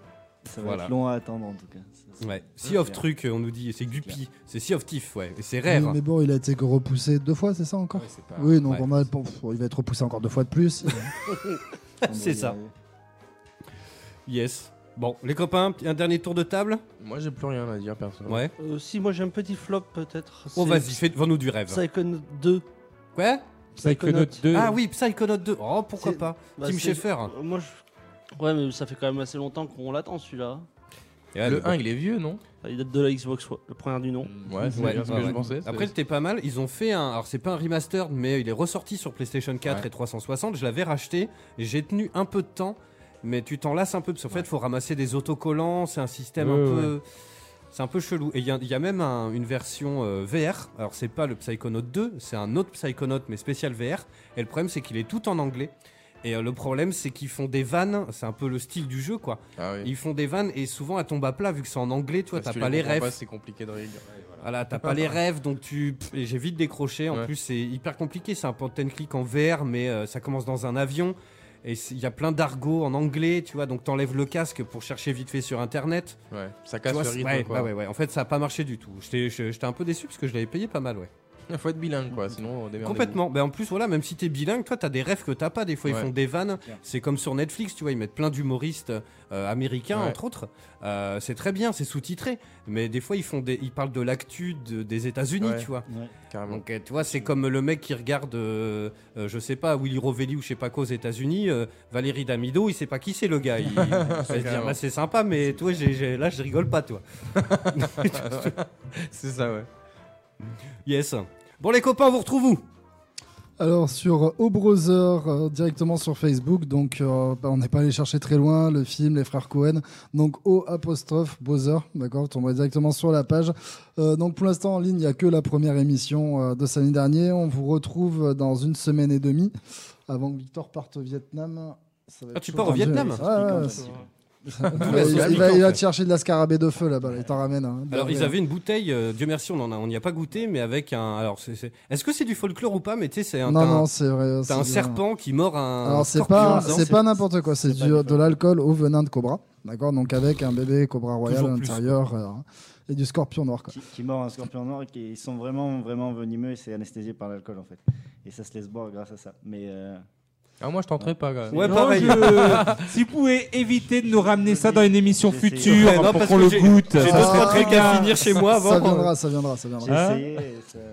Speaker 8: Ça va
Speaker 4: voilà.
Speaker 8: être long à attendre en tout cas. Ça,
Speaker 4: Ouais.
Speaker 8: c'est-
Speaker 4: Sea of Truc, on nous dit, c'est Guppy, c'est Sea of Tiff, ouais, et c'est
Speaker 6: Oui,
Speaker 4: rare.
Speaker 6: mais bon, il a été repoussé deux fois, c'est ça encore Oui, donc on a- bon, pff, il va être repoussé encore deux fois de plus.
Speaker 4: c'est ça. Yes. Bon, les copains, un dernier tour de table
Speaker 7: Moi j'ai plus rien à dire, perso.
Speaker 4: Ouais.
Speaker 3: Euh, si, moi j'ai un petit flop peut-être.
Speaker 4: Oh,
Speaker 3: C'est
Speaker 4: vas-y, fais- vends-nous du rêve.
Speaker 3: Psychonaut 2.
Speaker 4: Quoi
Speaker 5: Psychonaut 2.
Speaker 4: Ah oui, Psychonaut 2. Oh, pourquoi
Speaker 3: C'est-
Speaker 4: pas
Speaker 3: bah,
Speaker 4: Tim
Speaker 3: c'est-
Speaker 4: Schafer.
Speaker 3: Moi,
Speaker 13: euh, Ouais, mais ça fait quand même assez longtemps qu'on l'attend celui-là.
Speaker 7: Le 1, il est vieux, non
Speaker 13: Il date de la Xbox, le premier du nom.
Speaker 7: Ouais, c'est
Speaker 4: Ouais,
Speaker 7: bien ce
Speaker 4: ouais,
Speaker 7: que je
Speaker 4: ouais.
Speaker 7: pensais. c'est-
Speaker 4: Après, c'était pas mal. Ils ont fait un. Alors, c'est pas un remaster, mais il est ressorti sur PlayStation 4
Speaker 5: Ouais.
Speaker 4: et 360. Je l'avais racheté. J'ai tenu un peu de temps, mais tu t'en lasses un peu. Parce qu'en fait, faut ramasser des autocollants. C'est un système
Speaker 5: Ouais,
Speaker 4: un peu. C'est un peu chelou. Et il y, a- il y a même un- une version euh, VR. Alors, c'est pas le Psychonaut 2, c'est un autre Psychonaut, mais spécial VR. Et le problème, c'est qu'il est tout en anglais. Et euh, le problème, c'est qu'ils font des vannes, c'est un peu le style du jeu, quoi. Ils font des vannes et souvent à tombe à plat, vu que c'est en anglais, toi,
Speaker 7: Parce
Speaker 4: t'as
Speaker 7: que tu
Speaker 4: pas
Speaker 7: les
Speaker 4: les
Speaker 7: comprends
Speaker 4: rêves.
Speaker 7: pas, c'est compliqué de rire. Ouais,
Speaker 4: voilà, t'as pas les rêves, donc tu. pff, et J'ai vite décroché. En
Speaker 7: Ouais.
Speaker 4: plus, c'est hyper compliqué. C'est un point and click en VR, mais euh, ça commence dans un avion. Et c'est- il y a plein d'argot en anglais, tu vois. Donc t'enlèves le casque pour chercher vite fait sur internet.
Speaker 7: Ouais, ça
Speaker 4: Tu
Speaker 7: casse
Speaker 4: vois,
Speaker 7: le
Speaker 4: c'est-
Speaker 7: rythme,
Speaker 4: Ouais,
Speaker 7: quoi.
Speaker 4: ouais, ouais, ouais. En fait, ça a pas marché du tout. J'étais je- j'étais un peu déçu parce que je l'avais payé pas mal, ouais.
Speaker 7: Il faut être bilingue, quoi, sinon on démerde.
Speaker 4: Complètement. Ben en plus, voilà, même si t'es bilingue, toi, t'as des rêves que t'as pas. Des fois, ils
Speaker 7: Ouais.
Speaker 4: font des vannes.
Speaker 7: C'est clair.
Speaker 4: C'est comme sur Netflix, tu vois, ils mettent plein d'humoristes euh, américains,
Speaker 7: Ouais.
Speaker 4: entre autres. Euh, c'est très bien, c'est sous-titré. Mais des fois, ils font des, ils parlent de l'actu de- des États-Unis,
Speaker 7: Ouais.
Speaker 4: tu vois.
Speaker 7: Ouais. Carrément.
Speaker 4: Donc, euh, tu vois, c'est comme le mec qui regarde, euh, euh, je sais pas, Willy Rovelli ou je sais pas quoi aux États-Unis, euh, Valérie Damido, il sait pas qui c'est le gars. Il, il va se dire,
Speaker 7: Carrément.
Speaker 4: bah, c'est sympa, mais toi, j'ai- j'ai- là, je rigole pas, toi.
Speaker 7: c'est ça, ouais.
Speaker 4: Yes. Bon, les copains, on vous retrouve où
Speaker 6: Alors sur O Browser, euh, directement sur Facebook, donc euh, bah, on n'est pas allé chercher très loin, le film, les frères Cohen, donc O apostrophe Browser, d'accord, on va directement sur la page. Euh, donc pour l'instant en ligne, il n'y a que la première émission euh, de samedi dernier, on vous retrouve dans une semaine et demie, avant que Victor parte au Vietnam. ça va
Speaker 4: Ah,
Speaker 6: être
Speaker 4: tu
Speaker 6: chaud.
Speaker 4: pars au
Speaker 6: Enfin, je-
Speaker 4: Vietnam
Speaker 6: Ouais,
Speaker 4: Ça explique,
Speaker 6: ouais, ouais.
Speaker 4: hein, ça.
Speaker 6: Il
Speaker 4: Ça
Speaker 6: va- Il va, il va
Speaker 4: explique, en
Speaker 6: te chercher de la scarabée de feu là-bas, il t'en ramène. hein.
Speaker 4: Alors ils
Speaker 6: Ouais.
Speaker 4: avaient une bouteille, Bah, euh, Dieu merci, on en a- on n'y a pas goûté, mais avec un. Alors c'est, c'est- est-ce que c'est du folklore ou pas Mais tu sais, c'est un.
Speaker 6: Non,
Speaker 4: t'as un-
Speaker 6: non, c'est vrai,
Speaker 4: T'as
Speaker 6: c'est
Speaker 4: un
Speaker 6: bien.
Speaker 4: serpent qui mord un.
Speaker 6: Alors c'est
Speaker 4: scorpion
Speaker 6: pas
Speaker 4: dedans.
Speaker 6: c'est pas n'importe quoi, c'est du de l'alcool au venin de cobra, d'accord Donc avec un bébé cobra royal à
Speaker 8: Toujours plus.
Speaker 6: l'intérieur euh, et du scorpion noir quoi.
Speaker 8: Qui, qui mord un scorpion noir et qui ils sont vraiment, vraiment venimeux et c'est anesthésié par l'alcool en fait. Et ça se laisse boire grâce à ça. Mais. euh,
Speaker 7: Ah, moi, je tenterai pas, quand même.
Speaker 8: Ouais,
Speaker 5: Non,
Speaker 8: pareil.
Speaker 5: je- si vous pouvez éviter de nous ramener ça dans une émission
Speaker 8: J'essaie.
Speaker 5: future
Speaker 8: Ouais, non,
Speaker 5: pour
Speaker 8: parce
Speaker 5: qu'on
Speaker 8: que
Speaker 5: le
Speaker 8: j'ai-
Speaker 5: goûte. Ah,
Speaker 8: j'ai
Speaker 5: Ça
Speaker 8: d'autres
Speaker 5: serait
Speaker 8: trucs
Speaker 5: très
Speaker 8: à
Speaker 5: bien.
Speaker 8: finir chez moi avant.
Speaker 6: Ça viendra, ça viendra, ça viendra.
Speaker 8: J'ai essayé,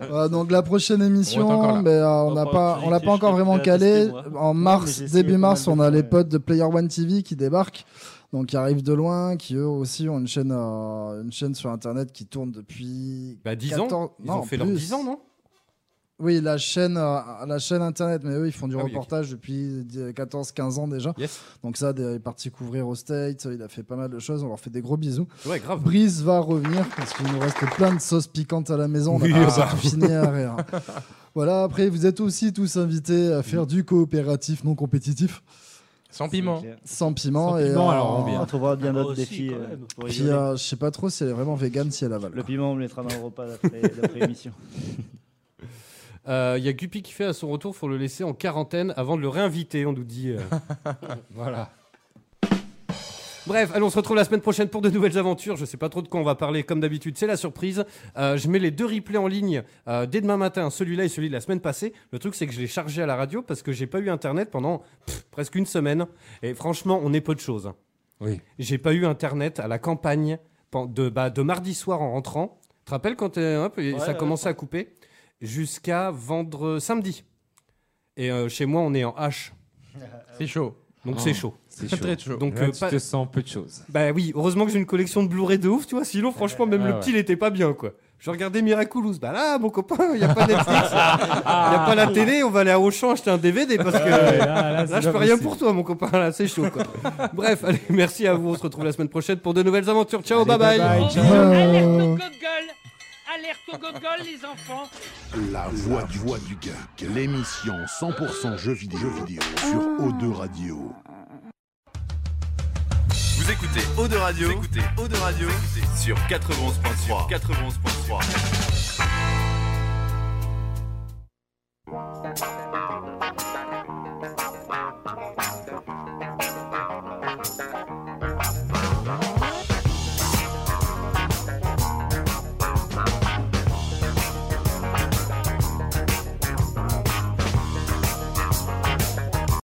Speaker 6: Voilà, donc la prochaine émission,
Speaker 8: encore là.
Speaker 6: mais euh, on n'a pas, on l'a pas encore vraiment calé. En mars, début mars, on a les potes de Player One TV qui débarquent, donc qui arrivent de loin, qui eux aussi ont une chaîne, euh, une chaîne sur internet qui tourne depuis
Speaker 4: Bah 10
Speaker 6: 14
Speaker 4: ans. Ils ont
Speaker 6: non,
Speaker 4: fait leurs
Speaker 6: plus.
Speaker 4: 10 ans, non
Speaker 6: Oui, la chaîne, euh, la chaîne internet, mais eux, ils font du
Speaker 4: Ah oui,
Speaker 6: reportage depuis 14-15 ans déjà. Donc ça, des- il est parti couvrir au States, il a fait pas mal de choses, on leur fait des gros bisous.
Speaker 4: Ouais, grave.
Speaker 6: Brice va revenir parce qu'il nous reste plein de sauces piquantes à la maison, on
Speaker 4: Oui,
Speaker 6: a
Speaker 4: bah.
Speaker 6: pas tout fini à rire. Voilà, après, vous êtes aussi tous invités à faire du coopératif non compétitif.
Speaker 7: Sans piment.
Speaker 6: Sans piment, et
Speaker 8: piment,
Speaker 6: euh, bah
Speaker 8: alors, on vient. On trouvera bien d'autres
Speaker 6: aussi,
Speaker 8: défis,
Speaker 6: quand
Speaker 8: euh,
Speaker 6: même.
Speaker 8: pour
Speaker 6: Puis,
Speaker 8: rigoler.
Speaker 6: euh, je sais pas trop si elle est vraiment végane, si elle avale.
Speaker 8: Le piment, on le mettra dans le repas d'après d'après émission.
Speaker 4: Il Euh, y a Guppy qui fait à son retour, faut le laisser en quarantaine avant de le réinviter, on nous dit. euh. voilà. Bref, allez, on se retrouve la semaine prochaine pour de nouvelles aventures. Je sais pas trop de quoi on va parler, comme d'habitude, c'est la surprise. Euh, je mets les deux replays en ligne euh, dès demain matin, celui-là et celui de la semaine passée. Le truc, c'est que je l'ai chargé à la radio parce que j'ai pas eu internet pendant pff, presque une semaine. Et franchement, on est peu de choses.
Speaker 5: Oui.
Speaker 4: J'ai pas eu internet à la campagne pen- de, bah, de mardi soir en rentrant. Tu te rappelles quand euh, hop, et
Speaker 13: Ouais,
Speaker 4: ça
Speaker 13: ouais,
Speaker 4: commençait à couper jusqu'à vendre samedi. Et euh, chez moi, on est en H.
Speaker 7: C'est chaud.
Speaker 4: Donc
Speaker 5: Oh,
Speaker 4: c'est chaud.
Speaker 5: c'est chaud.
Speaker 7: Très chaud.
Speaker 4: Donc
Speaker 5: Là,
Speaker 4: euh,
Speaker 5: tu
Speaker 4: pas-
Speaker 5: te sens peu de choses.
Speaker 4: Bah oui, heureusement que j'ai une collection de Blu-ray de ouf, tu vois. Sinon, franchement, même
Speaker 5: Ah
Speaker 4: le
Speaker 5: ouais.
Speaker 4: petit, il était pas bien, quoi. Je regardais Miraculous. Bah là, mon copain, il n'y a pas Netflix, il n'y a pas la télé, on va aller à Auchan acheter un DVD parce que
Speaker 13: Ouais, ouais, là, là,
Speaker 4: là,
Speaker 13: c'est
Speaker 4: je
Speaker 13: pas
Speaker 4: peux rien
Speaker 13: possible.
Speaker 4: pour toi, mon copain. Là, c'est chaud, quoi. Bref, allez, merci à vous. On se retrouve la semaine prochaine pour de nouvelles aventures. Ciao,
Speaker 2: Allez,
Speaker 4: bye bye.
Speaker 2: bye bye, ciao.
Speaker 1: Oh, Alerte au gogol Alerte au gogol, les enfants
Speaker 2: La voix du, voix du geek, l'émission 100% jeux vidéo, jeux vidéo sur O2 Radio.
Speaker 11: Vous écoutez Eau de Radio, vous écoutez Eau de Radio sur 91.3. 91.3.